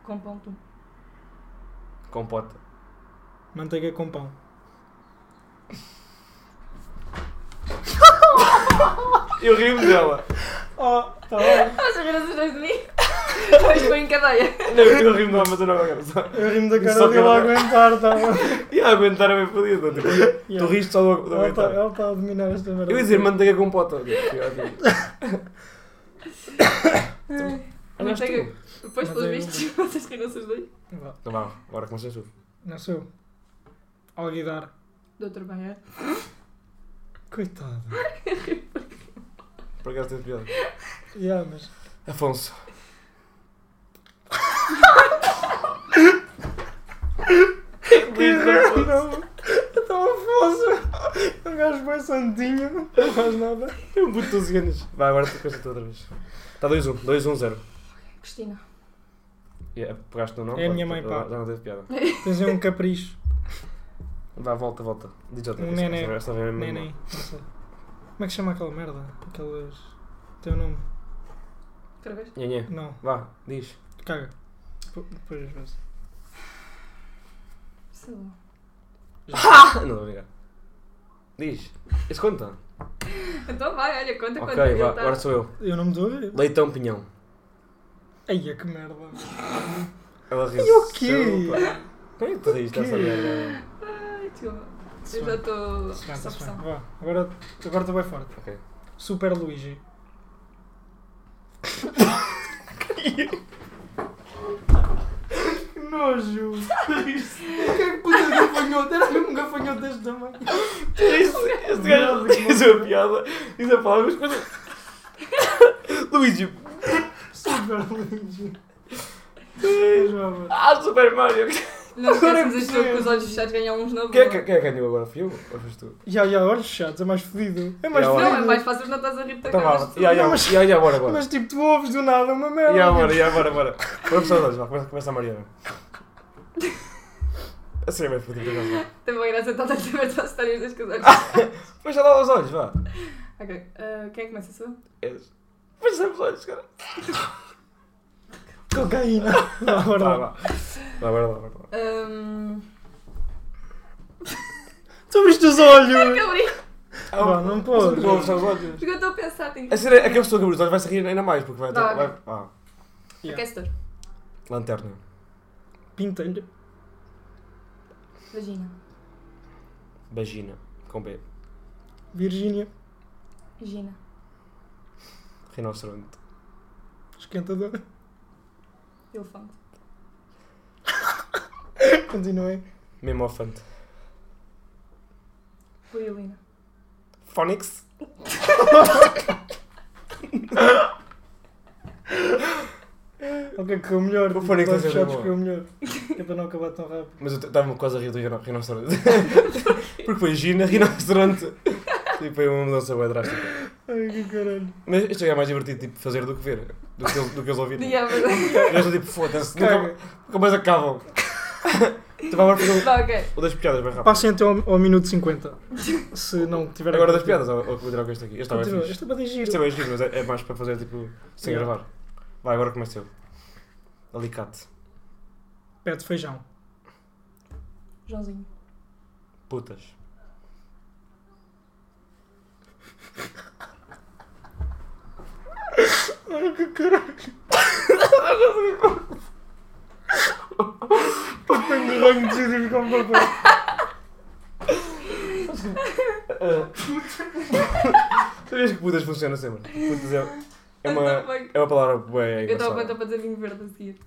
Speaker 3: Com pão tu.
Speaker 2: Compota.
Speaker 4: Manteiga com pão.
Speaker 2: Eu rio dela.
Speaker 4: Oh, tá bem.
Speaker 3: Estás a ver as de *laughs* mim? Mas foi em cadeia.
Speaker 2: Não, eu rio dela, mas eu não aguento. Só...
Speaker 4: Eu rimo da
Speaker 2: Só
Speaker 4: cara
Speaker 2: que
Speaker 4: dele
Speaker 2: ela-
Speaker 4: a
Speaker 2: *laughs*
Speaker 4: aguentar, tá bem.
Speaker 2: E a aguentar é bem fodido. Tipo,
Speaker 4: Yeah.
Speaker 2: Tu riste só do do
Speaker 4: Ela está
Speaker 2: aguentar.
Speaker 4: ela tá a dominar esta merda.
Speaker 2: Eu ia dizer manteiga com pota. *coughs* Olha, Então,
Speaker 3: Manteiga. Depois,
Speaker 2: é,
Speaker 3: pelos
Speaker 4: Manteiga.
Speaker 3: vistos, *laughs* vocês riram-se os dois.
Speaker 4: Vá,
Speaker 2: Então vá, agora começas tu.
Speaker 4: Não sou eu. Alguidar.
Speaker 3: Doutor Banha.
Speaker 4: Coitado.
Speaker 2: Por acaso tens piada.
Speaker 4: Yeah, mas...
Speaker 2: Afonso.
Speaker 4: Não, então Afonso. Um gajo bem santinho, não faz nada.
Speaker 2: É um puto dos ganos. Vá, agora tu começas tu outra vez. Tá um. Está 2-1, 2-1-0.
Speaker 3: Cristina.
Speaker 2: Yeah, eh, pegaste no nome?
Speaker 4: É a
Speaker 2: pronto,
Speaker 4: minha mãe,
Speaker 2: já-
Speaker 4: pá.
Speaker 2: Já não teve piada.
Speaker 4: Tens aí um capricho.
Speaker 2: Vá, volta, volta. Diz outra
Speaker 4: Um
Speaker 2: vez.
Speaker 4: neném.
Speaker 2: Esta- esta vem mesmo
Speaker 4: Neném, não sei. Como é que se chama aquela merda? Aquelas. Teu nome?
Speaker 3: Outra vez.
Speaker 2: mal. Nhenhé.
Speaker 4: Não,
Speaker 2: Vá, diz. *coughs*
Speaker 4: caga. P- Depois às vezes.
Speaker 3: Sei lá.
Speaker 2: Ah, não, obrigado. Diz. Isso conta?
Speaker 3: Então vai, olha, conta quanto tá?
Speaker 2: ok, vá, agora sou eu.
Speaker 4: Eu não me dou a ver.
Speaker 2: Leitão Pinhão.
Speaker 4: Eia, é que merda.
Speaker 2: Ela riu.
Speaker 4: E o quê?
Speaker 2: Como é que tu riste dessa
Speaker 4: quê?
Speaker 2: merda?
Speaker 3: Ai, desculpa.
Speaker 4: Se
Speaker 3: Eu já
Speaker 4: bem,
Speaker 3: estou.
Speaker 4: se bem,
Speaker 3: Só
Speaker 4: se bem.
Speaker 3: pressão.
Speaker 4: Vá, agora agora estou bem forte.
Speaker 2: Ok.
Speaker 4: Super Luigi. que nojo! O que é que podia gafanhoto, era mesmo um gafanhoto deste tamanho.
Speaker 2: Este este gajo diz a piada, é diz a palavra, mas depois. *laughs* Luigi.
Speaker 4: Super lindo.
Speaker 2: Ah, Super Mario!
Speaker 3: Não
Speaker 4: Agora
Speaker 3: esqueças este
Speaker 4: percebo.
Speaker 3: jogo com os olhos fechados ganhar uns na boa.
Speaker 2: Quem é que quem é que ganhou agora? Fui eu? Ou foste tu?
Speaker 4: Já, já, olhos fechados, é mais fodido. É mais
Speaker 2: Já,
Speaker 4: fodido.
Speaker 3: Não, é mais fácil não estás a rir da
Speaker 2: Então vá,
Speaker 3: cara. das pessoas.
Speaker 2: já, já,
Speaker 4: Não, mas-
Speaker 2: já, já, bora, bora.
Speaker 4: Mas tipo, tu ouves do nada uma merda.
Speaker 2: Já, bora, já, bora, bora. Bora, pessoal, dois, vá, começa- começa a Mariana. A sério, tipo, bem fodido, agora.
Speaker 3: Tem uma graça estar a ver as histórias das casais.
Speaker 2: Fecha lá os olhos, vá.
Speaker 3: tá, Ok, ah, quem é que começa a sua?
Speaker 2: És. Fecha os olhos, cara.
Speaker 4: Cocaína.
Speaker 2: Vá,
Speaker 4: *laughs* Agora.
Speaker 2: vá. Vá, bora lá, bora lá.
Speaker 3: Ahm, *laughs*
Speaker 4: Tu viste os olhos.
Speaker 3: Ai, é que eu brinco,
Speaker 4: Vá, não
Speaker 2: Não
Speaker 4: podes.
Speaker 2: vou fechar os olhos.
Speaker 3: porque eu estou a pensar, tem
Speaker 2: A É sério, aquela pessoa que abriu os olhos vai se rir ainda mais, porque vai.
Speaker 3: Vá,
Speaker 2: vai ah,
Speaker 3: Caster,
Speaker 2: lanterna.
Speaker 4: Pinta-lhe.
Speaker 3: vagina,
Speaker 2: Vagina. Com B.
Speaker 4: Virgínia.
Speaker 3: vagina,
Speaker 2: Rinoceronte.
Speaker 4: Esquentador. *laughs*
Speaker 3: elefante,
Speaker 4: Continuei.
Speaker 2: Memofante.
Speaker 3: boiolina,
Speaker 2: Phonics.
Speaker 4: O que é que é o melhor?
Speaker 2: O Fónix
Speaker 4: Olhos
Speaker 2: está a ser
Speaker 4: fechados
Speaker 2: bom.
Speaker 4: que é o melhor. Que é para não acabar tão rápido.
Speaker 2: Mas eu t- estava-me quase a rir do rino- rinoceronte. *laughs* Porque foi Gina, rinoceronte. Tipo, foi uma mudança bem drástica.
Speaker 4: Ai, que caralho.
Speaker 2: Mas isto é mais divertido, tipo, fazer do que ver. Do que, eles- do que eles ouvirem.
Speaker 3: diabo.
Speaker 2: Eu estou tipo, foda-se. Nunca,
Speaker 4: Caga.
Speaker 2: nunca mais *laughs* acabam. Tipo, agora fazer
Speaker 3: Vá, ok.
Speaker 2: o das piadas bem rápido.
Speaker 4: Passem até então ao, ao minuto 50. Se não tiver...
Speaker 2: Agora das piadas, ou ou continuar com este aqui. Este está bem
Speaker 4: Continua.
Speaker 2: fixe.
Speaker 4: Isto é para digir.
Speaker 2: Isto é bem giro, mas é, é mais para fazer, tipo, sem
Speaker 4: Yeah.
Speaker 2: gravar. Vai, agora começa eu. Alicate.
Speaker 4: Pé de feijão.
Speaker 3: Joãozinho,
Speaker 2: Putas.
Speaker 4: Ai, que caralho. Eu tenho ranho de decidir com o papai.
Speaker 2: Sabias que putas funciona sempre? Putas é, é
Speaker 3: What
Speaker 2: uma,
Speaker 3: the fuck?
Speaker 2: é uma palavra bem
Speaker 3: Então,
Speaker 2: engraçada.
Speaker 3: eu estava a contar para dizer vinho verde a seguir.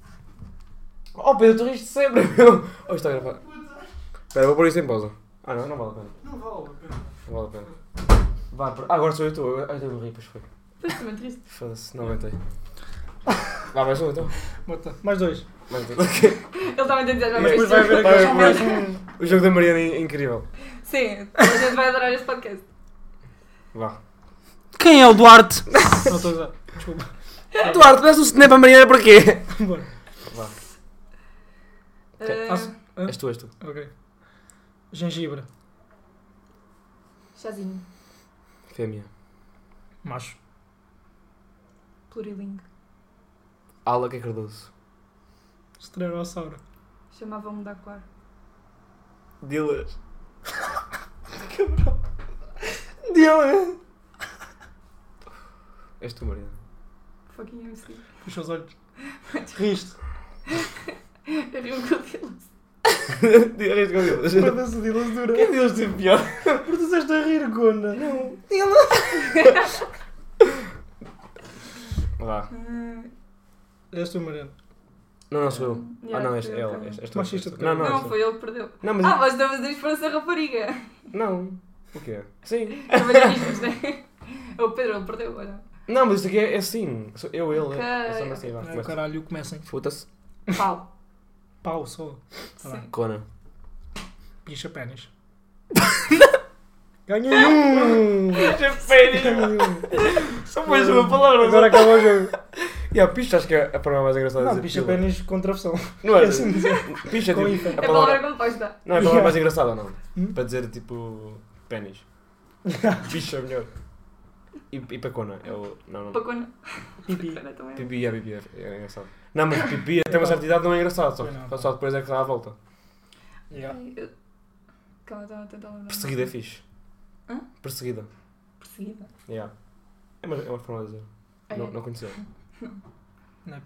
Speaker 2: Oh Pedro, tu riste sempre, meu! Oh, isto está gravado. Espera, vou pôr isto em pausa. Ah não, não vale a pena.
Speaker 4: Não vale a pena.
Speaker 2: Não vale a pena. Vá, por- ah, agora sou eu tu. Ah, eu morri, pois foi.
Speaker 3: Depois também triste.
Speaker 2: Foda-se, não aguentei. Vá, mais um então.
Speaker 4: Bota. Mais *laughs* dois.
Speaker 2: Mais um. Ok.
Speaker 3: Ele estava a entender já,
Speaker 2: Mas
Speaker 3: mas é
Speaker 4: Depois vai haver
Speaker 2: Vai, é
Speaker 4: aqueles
Speaker 2: vai.
Speaker 4: mais um...
Speaker 2: O jogo da Mariana é incrível.
Speaker 3: Sim, a gente vai adorar este podcast.
Speaker 2: Vá.
Speaker 4: Quem é o Duarte? Não estou a usar. *laughs* Desculpa.
Speaker 2: Eduardo, peço um snap a Mariana para quê?
Speaker 4: Bora.
Speaker 2: Vá.
Speaker 3: Ah,
Speaker 4: Faço- Hã?
Speaker 2: És tu, és tu.
Speaker 4: Ok. Gengibre.
Speaker 3: chazinho,
Speaker 2: Fêmea.
Speaker 4: Macho.
Speaker 3: plurilingue,
Speaker 2: Ala que é cardoso.
Speaker 4: Esterossauro.
Speaker 3: chamavam-me da Aquar.
Speaker 2: Dilas.
Speaker 4: Deu, é?
Speaker 2: És tu, Mariana.
Speaker 3: Fucking MC.
Speaker 2: *laughs*
Speaker 4: Puxa os *laughs* olhos. Riste.
Speaker 3: Eu um rio-me com o Dilas.
Speaker 2: Riste com Dilas.
Speaker 4: Perdeu-se de ilusura.
Speaker 2: Quem Dilas teve pior?
Speaker 4: Perdeu-se a rir, Gona. Não.
Speaker 2: Vá. Eh,
Speaker 4: És tu, Mariano.
Speaker 2: Não, não sou eu.
Speaker 3: Yeah,
Speaker 2: ah, não,
Speaker 3: foi
Speaker 2: és
Speaker 3: eu,
Speaker 2: ela.
Speaker 3: foi eu.
Speaker 2: És, és tu.
Speaker 4: Machista
Speaker 2: és
Speaker 4: de
Speaker 2: tu. Não, é- não, és
Speaker 3: é Não,
Speaker 2: tu.
Speaker 3: foi ele que perdeu.
Speaker 2: Não, mas.
Speaker 3: Ah, mas estamos a disfarçar a rapariga. *laughs*
Speaker 2: Não. O quê? Sim.
Speaker 3: Também já viste, né? O Pedro ele perdeu, olha.
Speaker 2: Não, mas isto aqui é, é assim. Sou eu, ele.
Speaker 3: Ok.
Speaker 2: É só assim, vá.
Speaker 4: Ah,
Speaker 2: começa.
Speaker 4: caralho, comecem.
Speaker 2: Foda-se.
Speaker 3: Pau.
Speaker 4: Pau, só.
Speaker 2: Tá *laughs*
Speaker 3: Sim.
Speaker 2: Cona.
Speaker 4: *laughs* Picha *laughs* pênis. Ganhei um!
Speaker 2: Japénis.
Speaker 4: Ganhei um.
Speaker 2: Só mais uma palavra.
Speaker 4: Agora acaba o jogo.
Speaker 2: E a picha, acho que é a palavra mais engraçada
Speaker 4: Não,
Speaker 2: de dizer
Speaker 4: picha
Speaker 2: pila.
Speaker 4: pênis com travessão.
Speaker 2: Não é?
Speaker 4: É assim
Speaker 2: Picha,
Speaker 4: Com
Speaker 2: tipo.
Speaker 4: hífen.
Speaker 2: A
Speaker 3: É a palavra
Speaker 2: palavra.
Speaker 3: composta.
Speaker 2: Não, é a palavra
Speaker 4: Yeah.
Speaker 2: mais engraçada, não.
Speaker 4: Hum?
Speaker 2: Para dizer, tipo.
Speaker 4: *laughs*
Speaker 2: Pênis. Picha é melhor. E, e pacona. É o. Não, não.
Speaker 3: Pacona.
Speaker 2: *laughs*
Speaker 4: Pipi.
Speaker 3: Pacona também. é.
Speaker 2: Pipi é pipi, é, é engraçado. Não, mas pipi até uma certa idade não é engraçado, só,
Speaker 4: Pois não.
Speaker 2: só- só depois é que dá a volta.
Speaker 4: Yeah.
Speaker 3: Ai, eu- Calma, estava a tentar lembrar.
Speaker 2: Perseguida é fixe.
Speaker 3: Hã?
Speaker 2: Perseguida.
Speaker 3: Perseguida.
Speaker 2: Yeah. É, uma, é uma forma de dizer.
Speaker 3: É.
Speaker 2: Não, não conheceu.
Speaker 4: Não é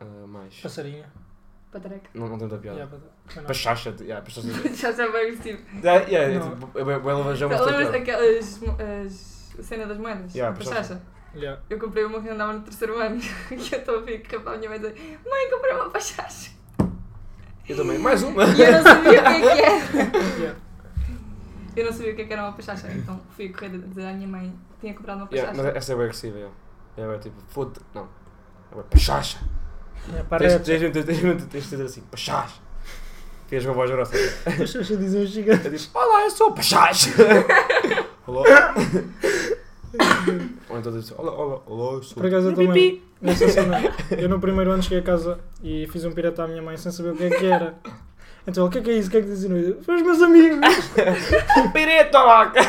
Speaker 2: Ah, mais.
Speaker 4: Passarinha.
Speaker 3: é. Patraca.
Speaker 2: Não, não tem muita piada.
Speaker 4: Yeah,
Speaker 2: Yeah.
Speaker 4: but- mas não.
Speaker 2: Pachacha. Yeah, pachacha.
Speaker 3: *laughs* Já já vai vestir.
Speaker 2: yeah, yeah, é
Speaker 4: Não.
Speaker 2: tipo, é bem lavajão, mas tem
Speaker 3: Lembras
Speaker 2: piada.
Speaker 3: daquelas. mo- as- a cena das moedas?
Speaker 2: Yeah,
Speaker 3: a
Speaker 2: pachacha.
Speaker 3: pachacha?
Speaker 4: Yeah.
Speaker 3: Eu comprei uma que *laughs* andava no terceiro ano. E eu estou a ver que a minha mãe dizer: Mãe, comprei uma pachacha.
Speaker 2: Eu também. Mais uma!
Speaker 3: E eu não sabia o que é que era.
Speaker 4: Yeah.
Speaker 3: Eu não sabia o que é que era uma pachacha, então fui correr a dizer à minha mãe que tinha comprado uma
Speaker 2: Yeah,
Speaker 3: pachacha.
Speaker 2: mas essa é bem agressiva, yeah. É bem tipo, foda Não. É bem pachacha.
Speaker 4: Yeah, para
Speaker 2: Tens tens- tens- tens- tens- tens de dizer assim, pachacha. Tens uma voz grossa.
Speaker 4: a dizer um gigante.
Speaker 2: É tipo, olá, eu sou o
Speaker 4: *laughs*
Speaker 2: pachacha. Olá. Ou então diz, olá, olá, olá, eu sou
Speaker 4: Por acaso eu também. Nessa cena, eu no primeiro ano cheguei a casa e fiz um pirata à minha mãe sem saber o que é que era. Então, o que é que é isso? O que é que dizem? Eu, Foi os meus amigos.
Speaker 2: o pireto, loca.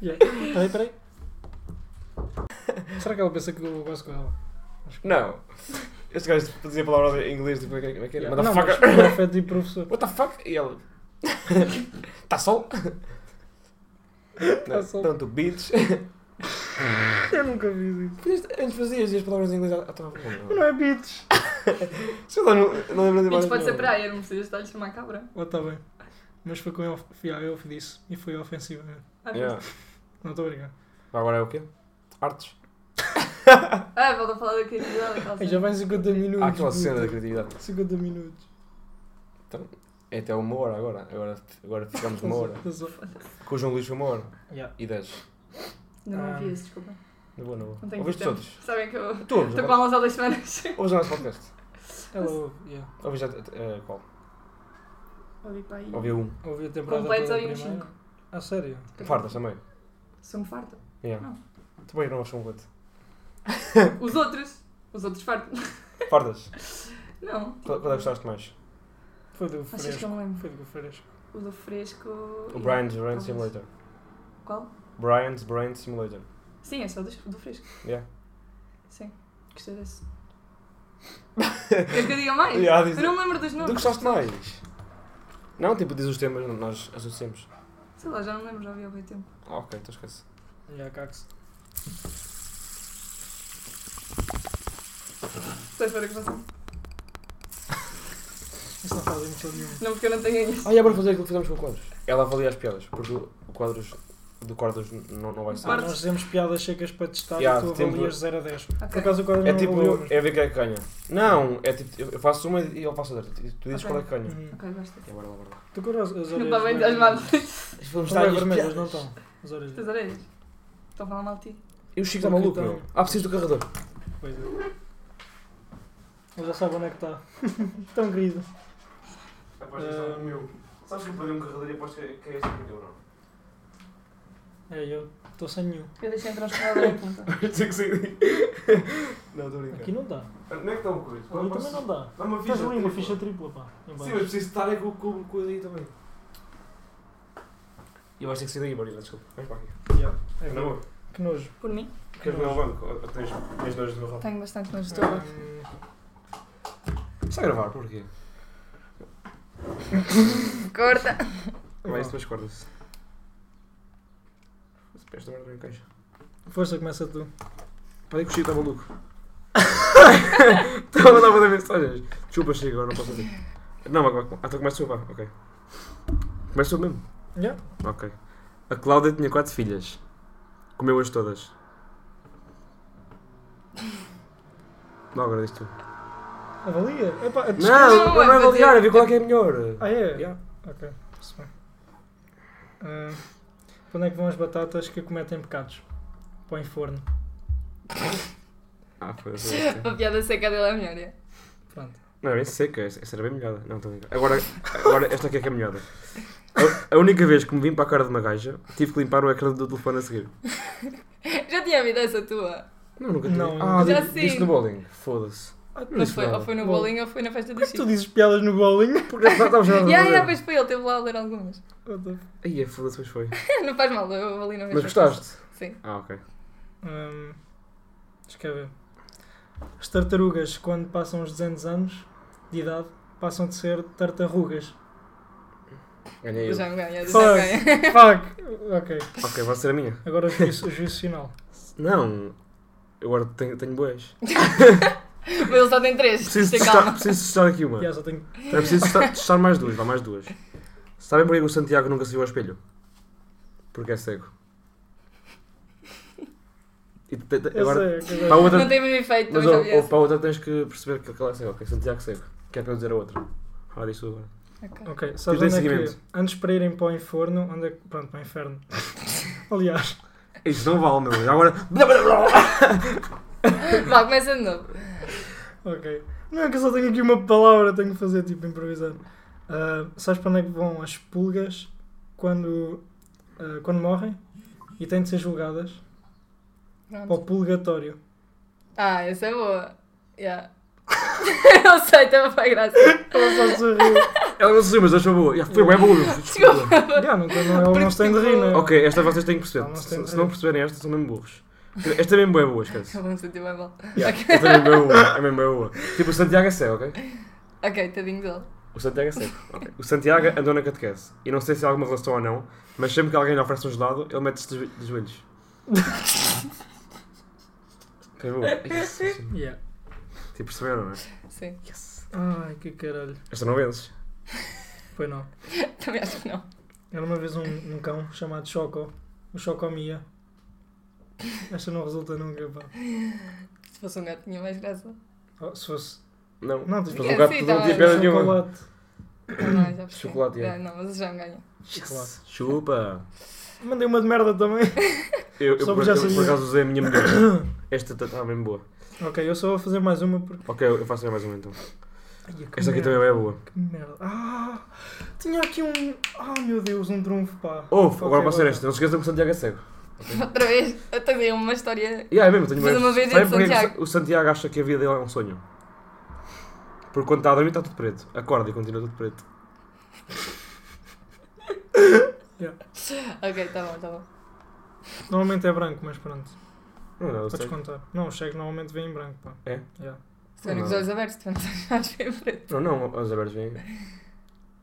Speaker 4: Yeah. Peraí, peraí. Será que ela pensa que eu gosto com ela?
Speaker 2: Não. Este gajo dizia palavras em inglês, tipo, como é que é?
Speaker 4: Yeah. Não, mas
Speaker 2: Motherfucker.
Speaker 4: prof é tipo professor.
Speaker 2: *laughs* What the fuck? E ele. Tá sol?
Speaker 4: Tá sol.
Speaker 2: Tanto bitch.
Speaker 4: Eu nunca vi isso.
Speaker 2: Podias- Antes fazias as palavras em inglês à à tua avó.
Speaker 4: Não é bitch.
Speaker 2: Sei lá, não, é não lembro de mais.
Speaker 3: Isto pode ser
Speaker 2: nenhuma.
Speaker 3: praia, não precisas estar-lhe chamar cabra.
Speaker 4: Ou está tá bem. Mas foi com ele, fui a eu que disse. E foi ofensiva. mesmo.
Speaker 3: Ah,
Speaker 2: Yeah.
Speaker 4: Não estou a brincar.
Speaker 2: Agora é o quê? Artes?
Speaker 3: Ah, volta a falar da criatividade. aquela
Speaker 4: Ai,
Speaker 3: cena.
Speaker 4: já vai em 50 minutos.
Speaker 2: Há aquela cena da
Speaker 4: puta.
Speaker 2: criatividade.
Speaker 4: 50 minutos.
Speaker 2: É até uma hora agora. Agora, agora ficamos uma hora.
Speaker 4: Tá só-
Speaker 2: Com o João Luís foi uma hora.
Speaker 4: Yeah.
Speaker 2: E 10.
Speaker 3: Não, não ouvi
Speaker 4: Ah.
Speaker 3: isso, desculpa.
Speaker 2: Na boa, na boa.
Speaker 3: Não tenho
Speaker 2: Ouviste
Speaker 3: tempo.
Speaker 2: todos?
Speaker 3: Sabem que eu
Speaker 2: Tu ouves
Speaker 3: estou com
Speaker 2: agora?
Speaker 3: aulas há duas semanas. *laughs*
Speaker 2: Ouves o nosso podcast?
Speaker 4: Ela ouve. Yeah.
Speaker 2: Ouvi já. eh, qual?
Speaker 3: Ouvi para aí.
Speaker 2: Ouvi um.
Speaker 4: Ouvi a temporada
Speaker 3: Completos
Speaker 4: toda
Speaker 3: ouvi uns
Speaker 4: primeiro.
Speaker 3: 5.
Speaker 4: Ah, sério?
Speaker 2: Fartas também.
Speaker 3: Sou-me farta.
Speaker 2: Yeah.
Speaker 3: Não.
Speaker 2: Também não ouves um quanto.
Speaker 3: Os outros. Os outros fartos.
Speaker 2: Fartas.
Speaker 3: *laughs* Não.
Speaker 2: Qual qual é que gostaste mais?
Speaker 4: Foi do
Speaker 3: Achas que eu
Speaker 4: fresco.
Speaker 3: me lembro?
Speaker 4: Foi do fresco.
Speaker 3: O do fresco.
Speaker 2: O
Speaker 3: e-
Speaker 2: Brian's Brain
Speaker 3: talvez.
Speaker 2: Simulator.
Speaker 3: Qual?
Speaker 2: Brian's Brain Simulator.
Speaker 3: Sim, é só do, do fresco.
Speaker 2: Yeah.
Speaker 3: Sim. Gostei desse. Queres que eu diga mais?
Speaker 2: Yeah, diz-
Speaker 3: Eu não me lembro
Speaker 2: Do
Speaker 3: dos
Speaker 2: que
Speaker 3: nomes.
Speaker 2: gostaste mais? Não, tipo, diz os temas, nós associamos.
Speaker 3: Sei lá, já não lembro, já ouvi há muito tempo.
Speaker 2: Ah, ok, então esquece.
Speaker 4: Yeah, cax.
Speaker 3: Estou à espera que façam.
Speaker 4: Isso não faz emoção nenhuma.
Speaker 3: Não, porque eu não tenho isso.
Speaker 2: Ah, e agora fazer aquilo que fizemos com o quadros. Ela avalia as piadas, porque o quadros do quadros não, não vai
Speaker 4: Ah,
Speaker 2: ser.
Speaker 3: Parte-
Speaker 4: nós fizemos piadas secas para testar
Speaker 2: Yeah,
Speaker 4: e tu
Speaker 2: temos-
Speaker 4: avalias 0 a 10. Por
Speaker 3: Ok.
Speaker 4: acaso o quadro
Speaker 2: É
Speaker 4: não
Speaker 2: tipo,
Speaker 4: avaliou, mas-
Speaker 2: é ver quem é que ganha. Não, é tipo, eu faço uma e ele faz outra. Tu tu dizes
Speaker 3: Ok.
Speaker 2: qual é que ganha.
Speaker 4: Uhum.
Speaker 3: Ok, gosto.
Speaker 2: E agora lá, agora lá.
Speaker 4: Tu cor as, as orelhas.
Speaker 3: Não está
Speaker 4: não
Speaker 3: bem
Speaker 4: é?
Speaker 3: entusiasmado.
Speaker 2: Vamos
Speaker 4: Estão bem vermelhas, não estão? As orelhas.
Speaker 3: Tens orelhas? Estão a falar mal de ti.
Speaker 2: E o Chico está maluco, meu. Ah, preciso do carregador.
Speaker 4: Pois é. Ele já sabe onde é que está. *laughs* Tão querido. Ah,
Speaker 2: é Sabes que eu perdi um carregador e aposto que é este que deu, não? *laughs*
Speaker 4: É, eu estou sem nenhum.
Speaker 3: Eu deixei entrar os caras na ponta.
Speaker 2: Tinha que sair *laughs* Não, estou a brincar.
Speaker 4: Aqui não dá.
Speaker 2: Onde é que estão coisas?
Speaker 4: Ali também não dá.
Speaker 2: Dá uma
Speaker 4: Estás ali uma ficha tripla, pá. em
Speaker 2: Sim,
Speaker 4: baixo.
Speaker 2: mas preciso estar é com o com, com aí também. Eu acho que sair daí, Barila, desculpa. Vais para aqui.
Speaker 4: Yeah, é
Speaker 2: É na
Speaker 4: verdade.
Speaker 2: boa.
Speaker 4: Que nojo.
Speaker 3: Por mim?
Speaker 2: Queres ver o banco? Ou tens, tens nojo de meu
Speaker 3: Tenho bastante nojo de todo.
Speaker 4: Hum,
Speaker 2: Está a gravar, porquê?
Speaker 3: Corta!
Speaker 2: Vai, isso depois corta-se. Se peste agora não encaixa.
Speaker 4: Força, começa tu.
Speaker 2: Parei que o Chico está *laughs* maluco. Estava a mandar mandar mensagens. Desculpa, Chico, agora não posso fazer. Não, mas ah, então começa o vá, ok. Começa o mesmo.
Speaker 4: Yeah.
Speaker 2: Ok. A Cláudia tinha quatro filhas. Comeu-as todas. Não, agora diz tu.
Speaker 4: Avalia. Epá, a descrição-
Speaker 2: Não,
Speaker 3: Não,
Speaker 2: agora não é
Speaker 3: é
Speaker 2: avaliar,
Speaker 3: fazer-
Speaker 2: é ver qual é que é melhor.
Speaker 4: Ah, é?
Speaker 2: Yeah.
Speaker 4: Ok, se bem. Ah, para onde é que vão as batatas que cometem pecados? Põe forno.
Speaker 2: Ah, foi. foi, foi.
Speaker 3: A piada seca dele é melhor, é?
Speaker 4: Pronto.
Speaker 2: Não, é bem seca, essa essa era bem molhada. Não, estou a brincar. Agora, agora esta aqui é que é molhada. A, a única vez que me vim para a cara de uma gaja, tive que limpar o ecrã do telefone a seguir.
Speaker 3: Já tinha havido essa tua.
Speaker 2: Não, nunca tinha.
Speaker 4: Não,
Speaker 2: ah,
Speaker 3: nunca.
Speaker 2: di-
Speaker 3: Já
Speaker 2: disse
Speaker 3: sim.
Speaker 2: no bowling. Foda-se.
Speaker 3: Mas foi, ou foi no
Speaker 4: Bom.
Speaker 3: bolinho ou foi na festa do
Speaker 4: Porquê que tu
Speaker 3: Chico.
Speaker 4: dizes piadas no bowling?
Speaker 2: Porque não estávamos nada a
Speaker 3: *laughs* Yeah, yeah,
Speaker 2: fazer.
Speaker 3: pois foi, ele teve lá a ler algumas. *laughs*
Speaker 4: What the f-
Speaker 2: Aí, é, foda-se, pois foi.
Speaker 3: Não faz mal, eu ali na
Speaker 2: Mas
Speaker 3: mesma.
Speaker 2: gostaste?
Speaker 3: Sim.
Speaker 2: Ah, ok.
Speaker 4: Hum, escreve. As tartarugas, quando passam os 200 anos de idade, passam de ser tartarugas.
Speaker 2: Ganhei eu.
Speaker 3: Já me ganha, já me ganha.
Speaker 4: Fuck! Fuck! Ok,
Speaker 2: Ok, vai ser a minha.
Speaker 4: agora o juízo, o juízo final.
Speaker 2: Não, eu agora tenho, tenho
Speaker 3: *laughs*
Speaker 2: boas.
Speaker 3: Mas ele só tem três.
Speaker 2: Preciso
Speaker 3: Tem
Speaker 2: testar,
Speaker 3: calma.
Speaker 2: preciso testar aqui uma.
Speaker 4: Yeah, só tenho...
Speaker 2: Então É preciso testar, testar mais duas, vá mais duas. Sabem porquê que o Santiago nunca se viu ao espelho? Porque é cego. E te- te-
Speaker 4: Eu
Speaker 2: agora, tá
Speaker 4: sei, é
Speaker 2: para
Speaker 4: que
Speaker 2: a
Speaker 4: agora-
Speaker 2: outra,
Speaker 3: Não tem mesmo efeito,
Speaker 2: mas
Speaker 3: também já vi
Speaker 2: ou, ou
Speaker 3: essa.
Speaker 2: para a outra tens que perceber que ele é cego, ok? Santiago cego. que é para eu dizer a outra. Ah, diz tu agora.
Speaker 3: Ok.
Speaker 4: Ok, sabes
Speaker 2: Tipo,
Speaker 4: onde
Speaker 2: tem
Speaker 4: é que.
Speaker 2: seguimento.
Speaker 4: Antes para irem para o inferno, onde é que. Pronto, para
Speaker 2: *laughs*
Speaker 4: o inferno. Aliás,
Speaker 2: Isso não vale, meu. Já Agora. Blá, blá, blá.
Speaker 3: Vá, começa de novo.
Speaker 4: ok. Não é que eu só tenho aqui uma palavra, tenho que fazer tipo improvisar. Ah, sabes para onde é que vão as pulgas quando, ah, quando morrem e têm de ser julgadas? Para
Speaker 3: Pronto.
Speaker 4: o purgatório.
Speaker 3: Ah, essa é boa. Yeah. *laughs* não sei, estava para a graça.
Speaker 4: Ela só sorriu.
Speaker 2: Ela não se mas achou boa. Já, Foi bem boa. meu. Desculpa.
Speaker 4: yeah, não, tem- não, ela não se tem de rir, não é?
Speaker 2: *laughs* Ok, esta vocês têm que
Speaker 4: Ela
Speaker 2: perceber.
Speaker 4: não se
Speaker 2: Se,
Speaker 4: tem-
Speaker 2: se não perceberem esta, são mesmo burros. Esta é mesmo bem boa, esquece.
Speaker 3: Eu vou me sentir bem mal.
Speaker 2: Yeah, Esta é mesmo bem boa. É mesmo bem boa. Tipo, o Santiago é cego, ok?
Speaker 3: Ok, tadinho dele.
Speaker 2: O Santiago é cego. Ok. O Santiago andou na catequese. E não sei se há alguma relação ou não, mas sempre que alguém lhe oferece um gelado, ele mete-se de joel- de joelhos. Foi boa. Isso, isso.
Speaker 4: Yeah.
Speaker 2: Tipo, perceberam, não é?
Speaker 3: Sim.
Speaker 4: Ai, que caralho.
Speaker 2: Esta não vences.
Speaker 4: Foi não.
Speaker 3: Também acho que não.
Speaker 4: Era uma vez um, um cão chamado Choco. O Choco Mia. Esta não resulta nunca, pá.
Speaker 3: Se fosse um gato, tinha mais graça.
Speaker 4: Oh, se fosse.
Speaker 2: Não.
Speaker 4: Não,
Speaker 2: Se
Speaker 4: tipo,
Speaker 2: fosse um gato,
Speaker 3: Sim,
Speaker 2: não
Speaker 3: tá
Speaker 2: tinha
Speaker 3: bem.
Speaker 2: piada nenhuma.
Speaker 4: chocolate.
Speaker 3: Não, já percebi.
Speaker 2: Chocolate, yeah.
Speaker 3: Ah, Não, mas já me ganha.
Speaker 4: Chocolate.
Speaker 2: Chupa.
Speaker 4: Mandei uma de merda também.
Speaker 2: Eu, eu,
Speaker 4: Só
Speaker 2: por,
Speaker 4: já
Speaker 2: eu
Speaker 4: sabia.
Speaker 2: por acaso usei a minha mulher.
Speaker 4: *coughs*
Speaker 2: Esta está mesmo boa.
Speaker 4: ok, eu só vou fazer mais uma porque.
Speaker 2: Ok, eu faço mais uma então.
Speaker 4: Ai, que
Speaker 2: Esta aqui
Speaker 4: merda,
Speaker 2: também é boa.
Speaker 4: Que merda. Ah! Tinha aqui um. Ah, meu Deus, um trunfo, pá.
Speaker 2: Ouve,
Speaker 4: Ok,
Speaker 2: agora posso ser
Speaker 4: bora.
Speaker 2: esta. Não se esqueçam que o Santiago é cego.
Speaker 3: Outra vez, eu tenho uma história.
Speaker 2: E yeah, é mesmo, tenho
Speaker 3: Mas uma vez
Speaker 2: Sabem
Speaker 3: é de
Speaker 2: porque é que
Speaker 3: Santiago.
Speaker 2: o Santiago acha que a vida dele é um sonho? Porque quando está a dormir está tudo preto. Acorda e continua tudo preto.
Speaker 3: Ok, tá bom, tá bom.
Speaker 4: Normalmente é branco, mas pronto.
Speaker 2: Não, não, eu
Speaker 4: Podes
Speaker 2: sei.
Speaker 4: contar. Não, o cheque normalmente vem em branco, pá.
Speaker 2: É?
Speaker 4: Yeah.
Speaker 3: Se forem com os
Speaker 2: Não.
Speaker 3: olhos abertos, portanto, *laughs* já os veem preto.
Speaker 2: Não, não, os abertos vêm.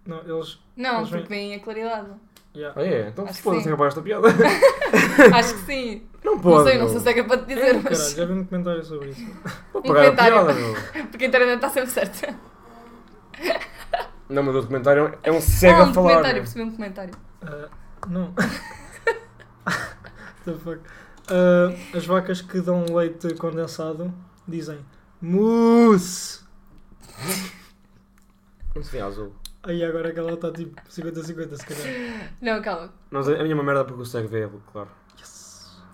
Speaker 4: Não, eles.
Speaker 3: Não,
Speaker 4: Eles veem-
Speaker 3: porque vem a claridade.
Speaker 4: Yeah.
Speaker 2: Ah, é? Então
Speaker 3: Acho que
Speaker 2: foda-se,
Speaker 3: sim.
Speaker 2: rapaz, esta piada. *laughs*
Speaker 3: Acho que sim.
Speaker 2: Não
Speaker 3: Não
Speaker 2: pode.
Speaker 3: sei, é não
Speaker 2: meu.
Speaker 3: sou cega para te dizer,
Speaker 4: Caralho,
Speaker 3: mas.
Speaker 4: já vi um comentário sobre isso.
Speaker 2: Vou pagar a
Speaker 3: Inventário.
Speaker 2: piada, meu.
Speaker 3: Porque a internet está sempre certa.
Speaker 2: Não, mas o documentário é um cego
Speaker 3: ah,
Speaker 2: a
Speaker 3: um
Speaker 2: falar.
Speaker 3: comentário,
Speaker 2: meu.
Speaker 3: percebi um comentário.
Speaker 4: Ah, não. *laughs* the fuck? Ah, as vacas que dão leite condensado dizem mousse.
Speaker 2: Não se vê azul.
Speaker 4: Aí agora que ela está tipo 50-50 se calhar.
Speaker 3: Não, calma.
Speaker 2: Não, a minha é uma merda porque o cego vê, claro.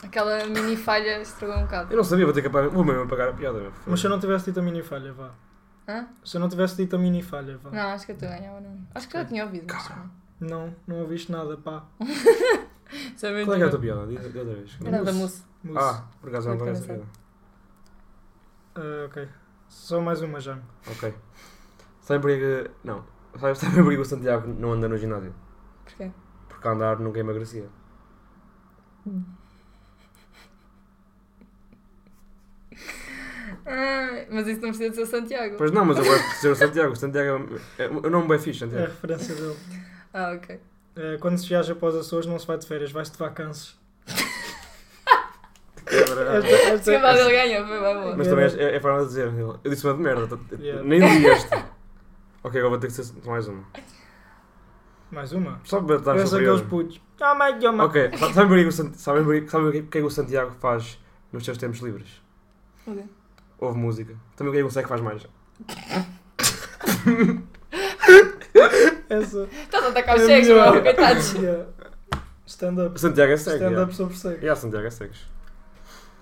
Speaker 3: Aquela mini falha estragou um bocado.
Speaker 2: Eu não sabia, vou ter que apagar. Vou mesmo apagar a piada, meu.
Speaker 4: Mas se eu não tivesse dito a mini falha, vá.
Speaker 3: Hã?
Speaker 4: Se eu não tivesse dito a mini falha, vá.
Speaker 3: Não, acho que eu estou a ganhar. Não. Acho que eu já tinha ouvido. mas não.
Speaker 4: Não, não ouviste nada, pá.
Speaker 3: Só mesmo.
Speaker 2: Qual é que é a tua piada? Diz diz outra vez.
Speaker 3: Era da moça.
Speaker 4: Mousse.
Speaker 2: Ah, por acaso não
Speaker 3: Muito
Speaker 2: conheço a piada.
Speaker 3: engraçado.
Speaker 4: Ah, ok. Só mais uma já.
Speaker 2: Ok. Sabem porquê que. Não. Sabem sabem porquê que o Santiago não anda no ginásio?
Speaker 3: Porquê?
Speaker 2: Porque andar nunca emagrecia.
Speaker 3: Ah, mas isso não precisa de ser Santiago.
Speaker 2: Pois não, mas eu gosto de ser o Santiago. O Santiago é. é- O nome é fixe,
Speaker 4: É a
Speaker 2: Santiago.
Speaker 4: referência dele.
Speaker 3: Ah, ok.
Speaker 4: Ah, quando se viaja para os Açores, não se vai de férias, vai-se de vacances. É, Esta,
Speaker 2: Mas
Speaker 4: esta,
Speaker 3: Chegava ele ganha, foi bem boa.
Speaker 4: Mas-
Speaker 2: É também é, é forma de dizer. Eu disse uma de merda. tá-
Speaker 4: *laughs* Yeah.
Speaker 2: Nem li esta. Ok, agora vou ter que ser mais um. uma.
Speaker 4: é.
Speaker 3: *laughs*
Speaker 4: Mais uma?
Speaker 2: Só para dar
Speaker 4: Pensa aqueles
Speaker 2: superior.
Speaker 4: putos. Oh my god, my-
Speaker 2: Ok, sa- sabem porquê que o San- sabem porquê- sabem porquê que o Santiago faz nos seus tempos livres?
Speaker 3: Ok.
Speaker 2: Ouve música. Também o que é que o Seco faz mais?
Speaker 4: Essa.
Speaker 3: Estás a atacar os
Speaker 4: É
Speaker 3: cegos,
Speaker 4: melhor.
Speaker 3: meu, coitados.
Speaker 4: *laughs* Yeah. Stand-up.
Speaker 2: Santiago é cego.
Speaker 4: Stand-up
Speaker 2: Yeah.
Speaker 4: sobre sexo.
Speaker 2: Yeah, Santiago é cego.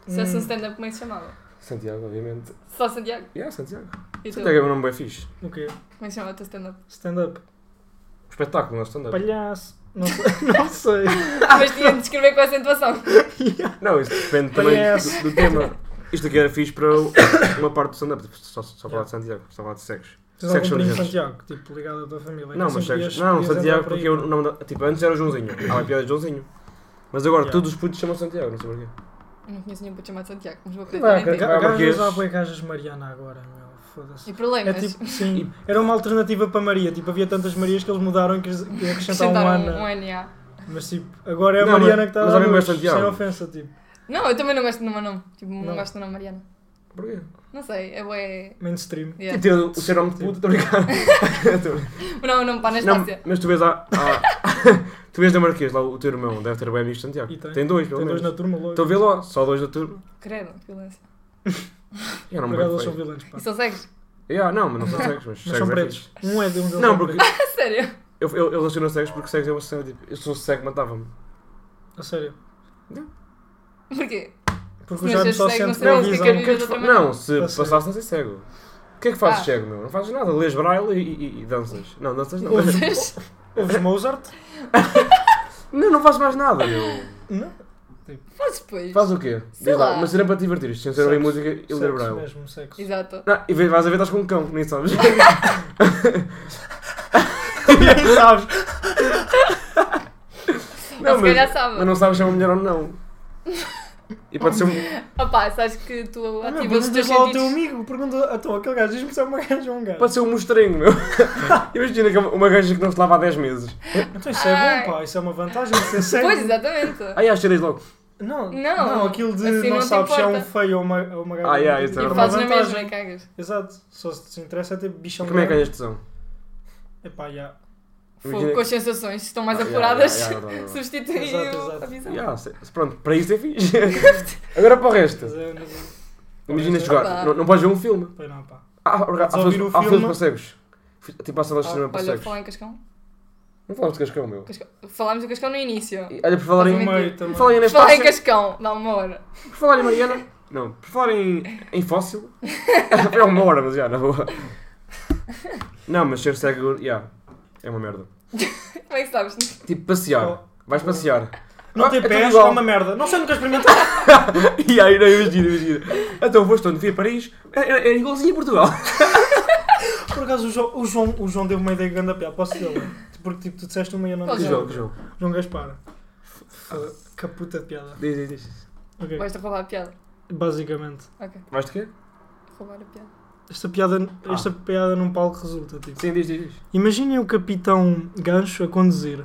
Speaker 3: Se fosse um
Speaker 4: Hum,
Speaker 3: stand-up, como é que se chamava?
Speaker 2: Santiago, obviamente.
Speaker 3: Só Santiago.
Speaker 2: Yeah, Santiago.
Speaker 3: E tu?
Speaker 2: Santiago é um nome bem fixe.
Speaker 4: O quê?
Speaker 3: Como é que se chama o teu stand-up?
Speaker 4: Stand-up.
Speaker 2: O espetáculo, não é stand-up.
Speaker 4: Palhaço. Não sei. *laughs* Não sei.
Speaker 3: Mas tinha de descrever com a acentuação.
Speaker 2: Não, isso depende também
Speaker 4: Palhaço.
Speaker 2: do, do
Speaker 4: *coughs*
Speaker 2: tema. Isto aqui era fixe para o- uma parte do stand-up, tipo, só, só falar de Santiago, só falar de sexo.
Speaker 4: Tens algum
Speaker 2: Sexo
Speaker 4: primo
Speaker 2: urgente.
Speaker 4: Santiago, tipo, ligado à tua família.
Speaker 2: Não,
Speaker 4: que
Speaker 2: mas
Speaker 4: sempre
Speaker 2: sexo.
Speaker 4: ias-
Speaker 2: Não,
Speaker 4: ias andar
Speaker 2: Santiago,
Speaker 4: por aí,
Speaker 2: porque eu
Speaker 4: pá.
Speaker 2: não, tipo, antes era o
Speaker 4: *coughs*
Speaker 2: Joãozinho, há piada de Joãozinho. Mas agora
Speaker 4: Yeah.
Speaker 2: todos os putos chamam Santiago, não sei porquê.
Speaker 3: Não conheço nenhum puto chamado Santiago, mas vou
Speaker 2: Vai,
Speaker 3: acreditar em ti.
Speaker 2: cagar.
Speaker 4: Ga-
Speaker 2: Marquês.
Speaker 4: Gajas há boi gajas Mariana agora, meu. Foda-se.
Speaker 3: E problemas.
Speaker 4: É
Speaker 3: *laughs*
Speaker 4: tipo, sim. Era uma alternativa para Maria. Tipo, havia tantas Marias que eles mudaram e acres- e acrescentaram um
Speaker 3: Acrescentaram um,
Speaker 4: Ana.
Speaker 3: N, já.
Speaker 4: Mas tipo, agora é a
Speaker 2: Não, mas-
Speaker 4: Mariana que está a
Speaker 2: mas
Speaker 4: dar
Speaker 2: há mesmo
Speaker 4: luz,
Speaker 2: Santiago.
Speaker 4: Sem ofensa, tipo.
Speaker 3: Não, eu também não gosto do meu nome. Tipo, não,
Speaker 4: Não.
Speaker 3: gosto do nome Mariana.
Speaker 2: Porquê?
Speaker 3: Não sei, é bué...
Speaker 4: Mainstream.
Speaker 3: Yeah.
Speaker 2: Tipo, ter Tipo, o ser nome de puto, estou
Speaker 4: *laughs*
Speaker 2: brincando.
Speaker 3: Mas não, não, é um para
Speaker 2: Tipo, não,
Speaker 3: Anastácia.
Speaker 2: mas tu vês a. *laughs* tu vês da Marquês, lá o teu irmão, deve ter bem amigos de Santiago.
Speaker 4: E tem.
Speaker 2: Tem dois, pelo
Speaker 4: Tem dois
Speaker 2: menos.
Speaker 4: na turma logo.
Speaker 2: Então vê lá, só dois da turma.
Speaker 3: Credo, violência.
Speaker 2: E era um
Speaker 4: Por acaso
Speaker 2: bem
Speaker 4: eles são
Speaker 2: feio.
Speaker 4: violentos, pá.
Speaker 3: E são cegos?
Speaker 2: Yeah, não, mas não são cegos, mas,
Speaker 4: Mas
Speaker 2: cegos
Speaker 4: são
Speaker 2: é
Speaker 4: pretos. Um é de um
Speaker 2: fixe.
Speaker 4: deles. é
Speaker 2: Não,
Speaker 4: preto.
Speaker 2: porque
Speaker 3: Sério?
Speaker 2: eu, eu, eu relaciono cegos porque cegos é uma cena tipo, eu sou cego, matava-me.
Speaker 4: A sério.
Speaker 3: Porquê?
Speaker 4: Porque
Speaker 3: Se
Speaker 4: o
Speaker 3: não
Speaker 4: Jaime
Speaker 3: és
Speaker 4: só
Speaker 3: cego, não
Speaker 4: sente com
Speaker 3: sei
Speaker 4: a
Speaker 3: o que
Speaker 4: visão.
Speaker 2: O
Speaker 3: quer
Speaker 2: que é que
Speaker 3: Eu
Speaker 2: tu fa-
Speaker 3: também
Speaker 2: Não,
Speaker 3: não.
Speaker 2: se
Speaker 4: Eu sei.
Speaker 2: passaste não sei cego. O que é que fazes
Speaker 3: Ah.
Speaker 2: cego, meu? Não fazes nada, lês braille e, e- e danças. Não, danças não.
Speaker 4: Ouves-
Speaker 3: Vocês-
Speaker 4: Ouves Mozart?
Speaker 2: não, não fazes mais nada, meu.
Speaker 4: Não.
Speaker 3: Fazes depois.
Speaker 2: Faz o quê?
Speaker 3: Sei
Speaker 2: Diz lá,
Speaker 3: lá.
Speaker 2: Mas será para te divertir, sem ser ouvir
Speaker 4: Sexo.
Speaker 2: música e ler
Speaker 4: Sexo
Speaker 2: braille.
Speaker 4: mesmo, sexo.
Speaker 3: Exato.
Speaker 2: Não, e vê- vais a ver, estás com um cão, nem
Speaker 4: *laughs*
Speaker 2: sabes.
Speaker 4: Nem sabes.
Speaker 3: Ou se calhar sabe.
Speaker 2: mas não sabes se é uma mulher ou não. E pode ser um.
Speaker 3: Opa, sabes que tu
Speaker 4: Ah, meu,
Speaker 3: ativas os
Speaker 4: Perguntas
Speaker 3: teus
Speaker 4: lá ao teu
Speaker 3: sentidos.
Speaker 4: amigo. Pergunta, então, aquele gajo diz-me se é uma *laughs* gaja ou um gajo.
Speaker 2: Pode ser um mostrengo, meu. *laughs* Imagina que é uma gaja que não se lava há 10 meses.
Speaker 4: Então isso é
Speaker 3: Ai.
Speaker 4: bom, pá. Isso é uma vantagem de ser cego.
Speaker 3: Pois, exatamente.
Speaker 2: Ai, ah, cheiras logo.
Speaker 4: Não,
Speaker 3: Não,
Speaker 4: não, aquilo de
Speaker 3: assim
Speaker 4: não,
Speaker 3: não te
Speaker 4: sabes se é um
Speaker 3: importa.
Speaker 4: feio ou uma, ou uma gaja.
Speaker 2: Ah, yeah,
Speaker 4: bonita,
Speaker 2: isso é
Speaker 4: é
Speaker 3: E
Speaker 4: uma
Speaker 3: fazes na
Speaker 4: vantagem.
Speaker 3: mesma e cagas.
Speaker 4: Exato. Só se te interessa é ter bichão
Speaker 2: Como é que
Speaker 4: grande.
Speaker 2: ganhas tesão?
Speaker 4: Epá, yeah.
Speaker 2: Imagina-
Speaker 3: Fogo, com as sensações estão mais
Speaker 2: Ah, yeah,
Speaker 3: apuradas. *laughs*
Speaker 2: yeah, yeah, yeah, yeah.
Speaker 3: Substituir
Speaker 4: Exato, exato.
Speaker 3: a *laughs* visão.
Speaker 2: Yeah, se- se- pronto, para isso é fixe. *laughs* Agora para o resto.
Speaker 4: Mas é- mas é-
Speaker 2: Imagina jogar.
Speaker 3: Opa.
Speaker 2: Não, não podes ver um filme.
Speaker 4: Pois não, pá.
Speaker 2: Há, há, há,
Speaker 4: Podes ouvir
Speaker 2: filmes-
Speaker 4: o
Speaker 2: há filmes
Speaker 4: filme.
Speaker 2: para cegos. Tipo, há salas de cinema para
Speaker 3: Olha,
Speaker 2: cegos.
Speaker 3: falar em Cascão.
Speaker 2: Não falamos de Cascão, meu.
Speaker 3: Cascão. Falámos do Cascão no início.
Speaker 2: E é Olha, por falar
Speaker 4: No
Speaker 2: em.
Speaker 3: Também-
Speaker 4: meio
Speaker 2: Por
Speaker 4: também.
Speaker 2: falar em
Speaker 3: Falar em
Speaker 2: Anastácia.
Speaker 3: Cascão, dá um uma hora.
Speaker 2: Por falar em Mariana. Não, por falar em, em fóssil. *laughs* é uma hora, mas já, na boa. Não, mas ser cego, já. É uma merda.
Speaker 3: Como é que sabes?
Speaker 2: Tipo, passear. Vais passear.
Speaker 4: Não
Speaker 2: Ah,
Speaker 4: ter
Speaker 2: é tudo
Speaker 4: pés
Speaker 2: igual.
Speaker 4: é uma merda. Não sei, nunca experimentei.
Speaker 2: *laughs* E aí, não, imagina, imagina. Então, foste onde? Fui a Paris. É, é, é igualzinho a Portugal.
Speaker 4: Por acaso, o João, o João, o João deu uma ideia grande a piada. Posso dizer? Porque tipo, tu disseste uma e eu não
Speaker 3: Qual
Speaker 2: Que
Speaker 4: disse.
Speaker 2: jogo, que jogo.
Speaker 4: João Gaspar. Foda-se, Que puta de piada.
Speaker 2: Diz, diz, diz.
Speaker 4: Ok.
Speaker 3: Vais-te roubar a piada.
Speaker 4: Basicamente.
Speaker 3: Ok,
Speaker 2: Mais de quê?
Speaker 3: roubar a piada.
Speaker 4: Esta piada,
Speaker 2: Ah.
Speaker 4: esta piada num palco resulta, tipo.
Speaker 2: Sim, diz, diz, diz.
Speaker 4: Imaginem o capitão gancho a conduzir.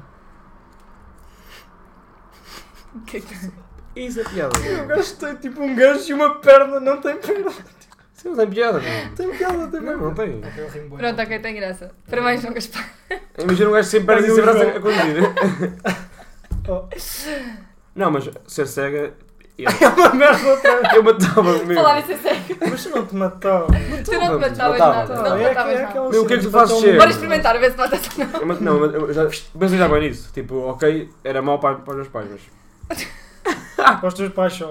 Speaker 3: O que é que
Speaker 2: Isso é piada.
Speaker 4: O gajo tem tipo um gancho e uma perna, não tem perna.
Speaker 2: Isso não tem piada, não.
Speaker 4: Tem piada também.
Speaker 2: Não, não tem.
Speaker 3: Pronto, ok, tem graça. Parabéns, João Gaspar.
Speaker 2: Imagina um gajo sem pernas e sem
Speaker 4: Olha o
Speaker 2: braço a
Speaker 4: João.
Speaker 2: conduzir.
Speaker 4: Oh. *laughs*
Speaker 2: Não, mas ser cega.
Speaker 4: É uma merda outra vez.
Speaker 2: Eu matava-me mesmo.
Speaker 3: Falar isso é
Speaker 2: Então
Speaker 3: sério.
Speaker 4: Mas tu não te matou.
Speaker 3: Tu não te
Speaker 2: Matava-me, matava-me.
Speaker 3: matavas nada. Não te
Speaker 4: é,
Speaker 3: matavas
Speaker 4: é
Speaker 3: nada.
Speaker 4: aquela
Speaker 2: Meu, o que é que
Speaker 4: cena
Speaker 2: tu fazes
Speaker 4: de
Speaker 2: ser?
Speaker 4: matar um
Speaker 3: Bora
Speaker 2: Agora
Speaker 4: gajo.
Speaker 3: experimentar, a ver se matas ou não.
Speaker 2: Eu mat- Não, mas eu já pensei já bem nisso. Tipo, ok, era mau para, para os meus pais, mas.
Speaker 4: Para os teus pais só. Só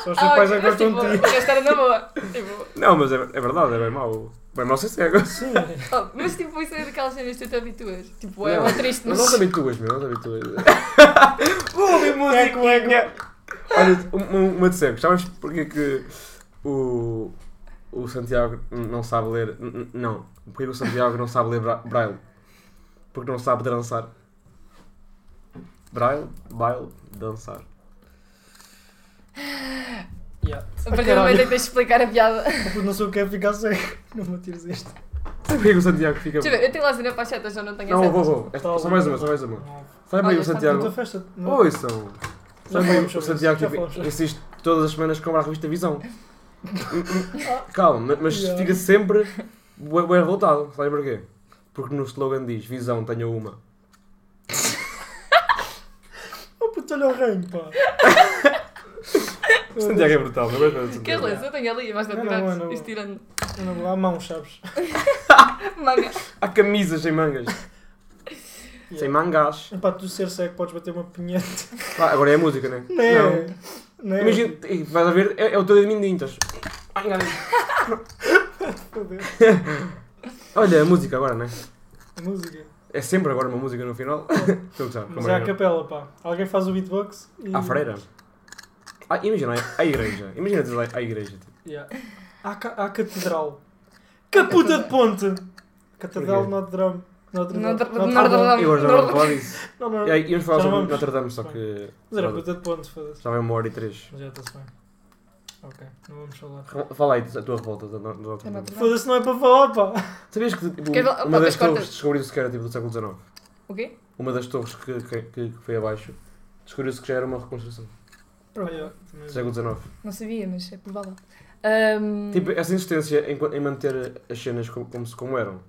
Speaker 4: os teus
Speaker 3: Ah, *laughs*
Speaker 4: pais
Speaker 3: ok,
Speaker 4: é que
Speaker 3: mas,
Speaker 4: gostam
Speaker 3: tipo,
Speaker 4: de ti.
Speaker 3: gastar na boa. Tipo,
Speaker 2: Não, mas é, é verdade, é bem mau. Bem mau ser cego.
Speaker 4: Sim.
Speaker 3: oh, mas tipo, isso é daquelas cenas que tu te habituas. Tipo, é
Speaker 2: Não.
Speaker 3: uma triste,
Speaker 2: Mas
Speaker 3: mas.
Speaker 2: não te habituas, meu, não te habituas.
Speaker 4: É que é
Speaker 3: Tá.
Speaker 2: Olha, um- uma de cegos, sabes porque que o, o Santiago não sabe ler. n- n- Não, porque o Santiago não sabe ler bra- braille? Porque não sabe dançar. Braille, baile, dançar.
Speaker 3: A partir do momento em que tens de explicar a piada.
Speaker 4: Não sei o que é ficar cego. *laughs* Não me atires isto.
Speaker 2: Sabe porquê que o Santiago fica.
Speaker 3: Deixa eu ver, eu tenho lá a cena para as setas, eu não tenho
Speaker 2: Não,
Speaker 3: setas.
Speaker 2: vou, vou. Esta, só mais uma, só mais uma. Sabe porquê que
Speaker 3: Olha,
Speaker 2: o
Speaker 3: está
Speaker 2: Santiago.
Speaker 4: Muita festa. não-
Speaker 2: Oi, são.
Speaker 4: Já
Speaker 2: Sabe
Speaker 4: falamos
Speaker 2: porquê que o
Speaker 4: sobre isso,
Speaker 2: Santiago
Speaker 4: já
Speaker 2: tipo,
Speaker 4: falamos sobre
Speaker 2: insiste todas as semanas que compra a revista
Speaker 4: *laughs*
Speaker 2: Visão? Calma, mas
Speaker 4: Yeah.
Speaker 2: fica sempre bem bem revoltado. Sabe porquê? Porque no slogan diz: Visão, tenha uma.
Speaker 4: Oh puto, olha o reino, pá.
Speaker 2: Santiago é brutal, não é verdade?
Speaker 3: Queres
Speaker 2: Santiago?
Speaker 3: ler? Eu tenho ali, mas não
Speaker 4: Não, não, não,
Speaker 3: tirar
Speaker 4: não.
Speaker 3: isto tirando
Speaker 4: Não, Há mãos, sabes?
Speaker 3: manga.
Speaker 2: Há camisas sem mangas. Sem mangas.
Speaker 4: Epá, tu ser cego podes bater uma pinheta. *laughs*
Speaker 2: Pá, agora é a música, né?
Speaker 4: Não é? Não é?
Speaker 2: Imagina, e vais a ver, é, é o teu dedo mindinho, estás. Ai, ai.
Speaker 4: Foder.
Speaker 2: Olha, a música agora, né?
Speaker 4: Música.
Speaker 2: É sempre agora uma música no
Speaker 4: Oh.
Speaker 2: final. *laughs* Estou a gostar,
Speaker 4: Mas
Speaker 2: como
Speaker 4: é
Speaker 2: é
Speaker 4: a
Speaker 2: que é?
Speaker 4: capela, pá. Alguém faz o beatbox e.
Speaker 2: À freira. Ah, imagina, a igreja. Imagina dizer lá, a igreja. tipo.
Speaker 4: Yeah. À, ca- à catedral. Caputa de ponte! Catedral
Speaker 2: Porquê?
Speaker 4: Notre Dame. Notre Dame.
Speaker 3: Notre-
Speaker 4: Notre
Speaker 3: Notre
Speaker 4: Dame.
Speaker 2: Ah, E agora já vamos falar disso.
Speaker 4: Não, não,
Speaker 2: E
Speaker 4: não.
Speaker 2: aí, íamos falar
Speaker 4: Já
Speaker 2: sobre
Speaker 4: vamos.
Speaker 2: Notre Dame, só que.
Speaker 4: Mas era puta de ponte, foda-se.
Speaker 2: Já vai uma hora e três.
Speaker 4: Mas já está-se bem. Ok, não vamos falar.
Speaker 2: Re- Fala aí da tua revolta da- da da Notre Dame.
Speaker 4: Foda-se, não é para falar, pá.
Speaker 2: Sabias que tipo,
Speaker 3: Quer
Speaker 2: uma
Speaker 3: falar- é opa,
Speaker 2: das
Speaker 3: mas corta.
Speaker 2: torres descobriu-se que era tipo do século XIX?
Speaker 3: O quê?
Speaker 2: uma das torres que, que, que que foi abaixo, descobriu-se que já era uma reconstrução
Speaker 4: Olha,
Speaker 2: do
Speaker 4: Oh, também- é
Speaker 2: século XIX.
Speaker 3: Não sabia, mas é provável. Ahm,
Speaker 2: Tipo, essa insistência em, em manter as cenas como, como, se- como eram.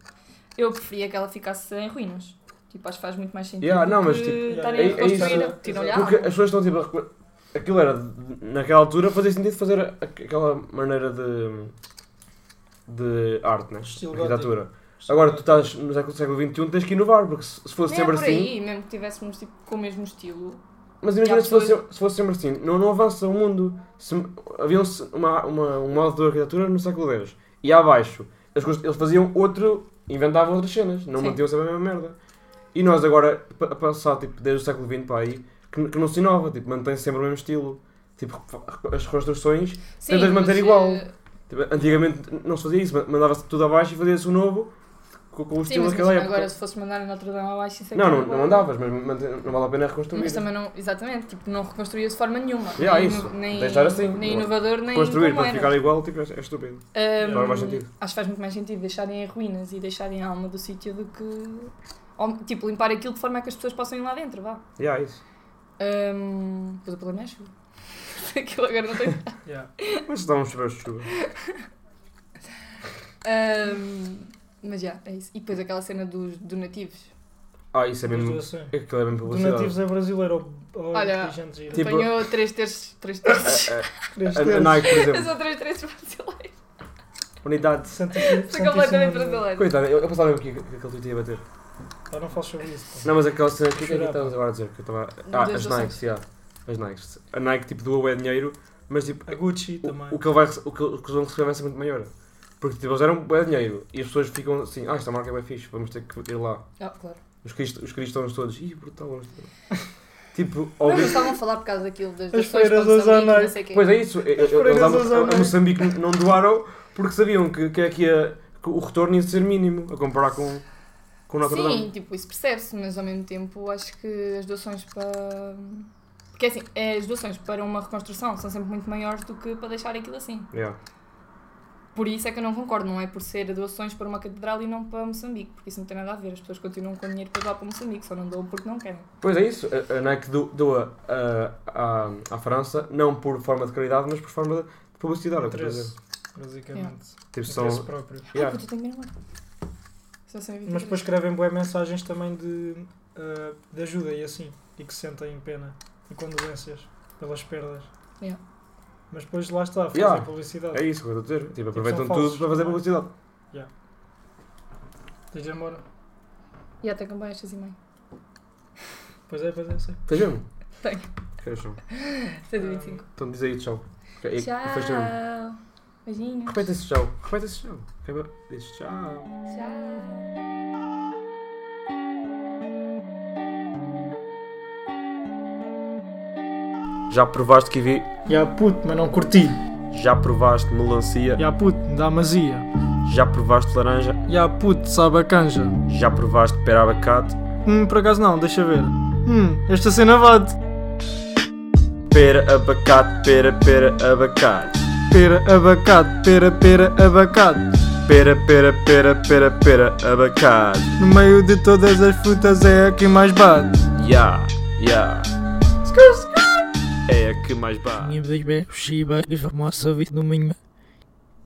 Speaker 3: Eu preferia que ela ficasse em ruínas. Tipo, acho que faz muito mais sentido
Speaker 2: Yeah, não,
Speaker 3: do
Speaker 2: mas,
Speaker 3: que
Speaker 2: tipo,
Speaker 3: estarem
Speaker 2: é-
Speaker 3: a
Speaker 2: é
Speaker 3: reconstruir.
Speaker 4: isso.
Speaker 3: Tiram-lhe a
Speaker 2: Porque
Speaker 3: água.
Speaker 2: as pessoas estão tipo. a recu- Aquilo era. de- Naquela altura fazia sentido fazer a- aquela maneira de. de arte, né?
Speaker 4: Estilo
Speaker 2: Arquitetura. Agora, tu estás no século século XXI, tens que inovar, porque se se fosse
Speaker 3: Nem é
Speaker 2: sempre
Speaker 3: por
Speaker 2: assim.
Speaker 3: aí, mesmo que tivéssemos tipo, com o mesmo estilo.
Speaker 2: Mas imagina
Speaker 3: Já
Speaker 2: se fosse,
Speaker 3: pessoas-
Speaker 2: se fosse sempre assim, não, não avança o mundo. Se, havia um, se- uma, uma, um modo de arquitetura no século X e abaixo eles, cons- eles faziam outro, inventavam outras cenas, não
Speaker 3: Sim.
Speaker 2: mantinham sempre a mesma merda. E nós agora, pa- a passar tipo, desde o século XX para aí, que, que não se inova, tipo, mantém sempre o mesmo estilo. Tipo, fa- as reconstruções,
Speaker 3: Sim,
Speaker 2: Tentas manter
Speaker 3: mas,
Speaker 2: igual.
Speaker 3: eh,
Speaker 2: tipo, antigamente não se fazia isso, ma- mandava-se tudo abaixo e fazia-se o novo com, com o
Speaker 3: Sim,
Speaker 2: estilo
Speaker 3: mas
Speaker 2: daquela
Speaker 3: imagina,
Speaker 2: época.
Speaker 3: agora se fosse mandar a Notre Dame abaixo, isso é
Speaker 2: Não,
Speaker 3: que
Speaker 2: não,
Speaker 3: era
Speaker 2: não
Speaker 3: bom.
Speaker 2: mandavas, mas mantém- não vale a pena reconstruir.
Speaker 3: Mas também não, exatamente, tipo, não reconstruía de forma nenhuma.
Speaker 2: Yeah,
Speaker 3: nem,
Speaker 2: isso.
Speaker 3: ino- nem,
Speaker 2: Deixar assim.
Speaker 3: nem inovador, nem
Speaker 2: Construir
Speaker 3: como
Speaker 2: para
Speaker 3: era.
Speaker 2: ficar igual tipo, é, é estúpido.
Speaker 3: Ahm,
Speaker 2: Faz mais sentido.
Speaker 3: Acho que faz muito mais sentido deixarem em ruínas e deixarem a alma do sítio do que. ou, tipo, limpar aquilo de forma a que as pessoas possam ir lá dentro, vá.
Speaker 2: Yeah, é isso.
Speaker 3: Ahm, Pois o problema é a chuva. *laughs* Aquilo agora não
Speaker 2: *laughs*
Speaker 3: tem.
Speaker 4: Yeah.
Speaker 2: Mas dá uns chuveiros de chuva.
Speaker 3: Ahm, mas já, é isso. E depois aquela cena dos donativos.
Speaker 2: Ah, isso é
Speaker 4: As
Speaker 2: mesmo.
Speaker 4: doações.
Speaker 2: Aquilo é mesmo
Speaker 4: Donativos
Speaker 2: publicidade.
Speaker 4: assim. é brasileiro ou, ou
Speaker 3: Olha,
Speaker 4: inteligente gira.
Speaker 2: Tipo-
Speaker 3: Apanhou 3 terços.
Speaker 2: *laughs*
Speaker 3: 3 terços.
Speaker 4: Três
Speaker 2: A- A,
Speaker 4: terços.
Speaker 2: Nike, por
Speaker 3: Eu
Speaker 2: exemplo.
Speaker 3: sou 3 terços brasileiros.
Speaker 2: Unidade.
Speaker 4: Santíssimo-
Speaker 3: Sou é
Speaker 2: é?
Speaker 3: completamente
Speaker 4: Santíssimo-
Speaker 3: brasileiro.
Speaker 2: Coitada, eu, eu pensava mesmo que, que aquele tweet ia bater.
Speaker 4: Pá, não fales sobre isso. pá.
Speaker 2: Não, mas aquela cena. O que é que estávamos agora a dizer? Que eu estava. Ah,
Speaker 3: Das
Speaker 2: as
Speaker 3: doações.
Speaker 2: Nikes, yeah. As Nikes. A Nike tipo doa é dinheiro, mas tipo.
Speaker 4: A Gucci também.
Speaker 2: O, o, que ele vai, rece- o, que, o que eles vão receber vai ser muito maior. Porque tipo, eles deram bué dinheiro e as pessoas ficam assim, ah, esta marca é bem fixe, vamos ter que ir lá.
Speaker 3: Ah, claro.
Speaker 2: Os, crist, os cristãos todos, ih, brutal. vamos ter *laughs* lá." tipo,
Speaker 3: Não, mas
Speaker 2: óbvio.
Speaker 3: estavam a falar por causa daquilo das
Speaker 4: As
Speaker 3: das pessoas
Speaker 4: feiras
Speaker 3: para
Speaker 4: das
Speaker 3: Moçambique,
Speaker 4: Anais.
Speaker 3: não sei o quê.
Speaker 2: Pois é isso, eles
Speaker 4: freiras
Speaker 2: a,
Speaker 4: usam, não
Speaker 2: a
Speaker 4: é?
Speaker 2: Moçambique n- não doaram porque sabiam que, que é que, ia, que o retorno ia ser mínimo a comparar com, com o Notre
Speaker 3: Sim,
Speaker 2: Dame.
Speaker 3: tipo, isso percebe-se, mas ao mesmo tempo acho que as doações para. Porque assim, as doações para uma reconstrução são sempre muito maiores do que para deixar aquilo assim.
Speaker 2: Yeah.
Speaker 3: Por isso é que eu não concordo, não é por ser doações para uma catedral e não para Moçambique, porque isso não tem nada a ver. As pessoas continuam com dinheiro para doar para Moçambique, só não doam porque não querem. Ah,
Speaker 2: Pois é isso, a, a Nike do- doa ah, à, à França não por forma de caridade, mas por forma de publicidade. é o que eu estou a
Speaker 4: Interesse,
Speaker 2: dizer.
Speaker 4: basicamente.
Speaker 2: Tipo, são,
Speaker 4: Interesse próprio.
Speaker 3: Ah,
Speaker 2: yeah.
Speaker 3: puta, tenho que ir embora. Só sem
Speaker 4: Mas depois escrevem boas mensagens também de, ah, de ajuda e assim. E que sentem pena e condolências pelas perdas.
Speaker 3: Yeah.
Speaker 4: Mas depois lá está, fazem
Speaker 2: Yeah.
Speaker 4: publicidade.
Speaker 2: É isso que eu estou a dizer. Tipo, aproveitam
Speaker 4: são falsos,
Speaker 2: tudo para fazer
Speaker 4: não é?
Speaker 2: publicidade.
Speaker 4: Tens de ir embora.
Speaker 3: E até campanha às seis e meia.
Speaker 4: Pois é, pois é, sei.
Speaker 2: Tens mesmo?
Speaker 3: Tenho.
Speaker 2: Fecham.
Speaker 3: Seis e vinte e cinco.
Speaker 2: Então diz aí tchau. Ok, e- fecha mesmo.
Speaker 3: Tchau. Beijinhos.
Speaker 2: Repete esse tchau. Repete esse tchau. Acaba- Diz tchau.
Speaker 3: Tchau.
Speaker 5: Já provaste kiwi?
Speaker 4: Ya puto, mas não curti.
Speaker 5: Já provaste melancia?
Speaker 4: Ya puto, me dá masia.
Speaker 5: Já provaste laranja?
Speaker 4: Ya puto, sabe a canja.
Speaker 5: Já provaste pera abacate?
Speaker 6: Hum, por acaso não, deixa ver. Hum, esta cena bate.
Speaker 5: Pera, abacate, pera, pera, abacate.
Speaker 6: Pera, abacate, pera, pera, abacate.
Speaker 5: Pera, pera, pera, pera, pera, abacate.
Speaker 6: No meio de todas as frutas é a que mais bate.
Speaker 5: Ya, ya. É a que mais bate.
Speaker 7: Minha bebê, Shiba, e vamos ouvir no manhã.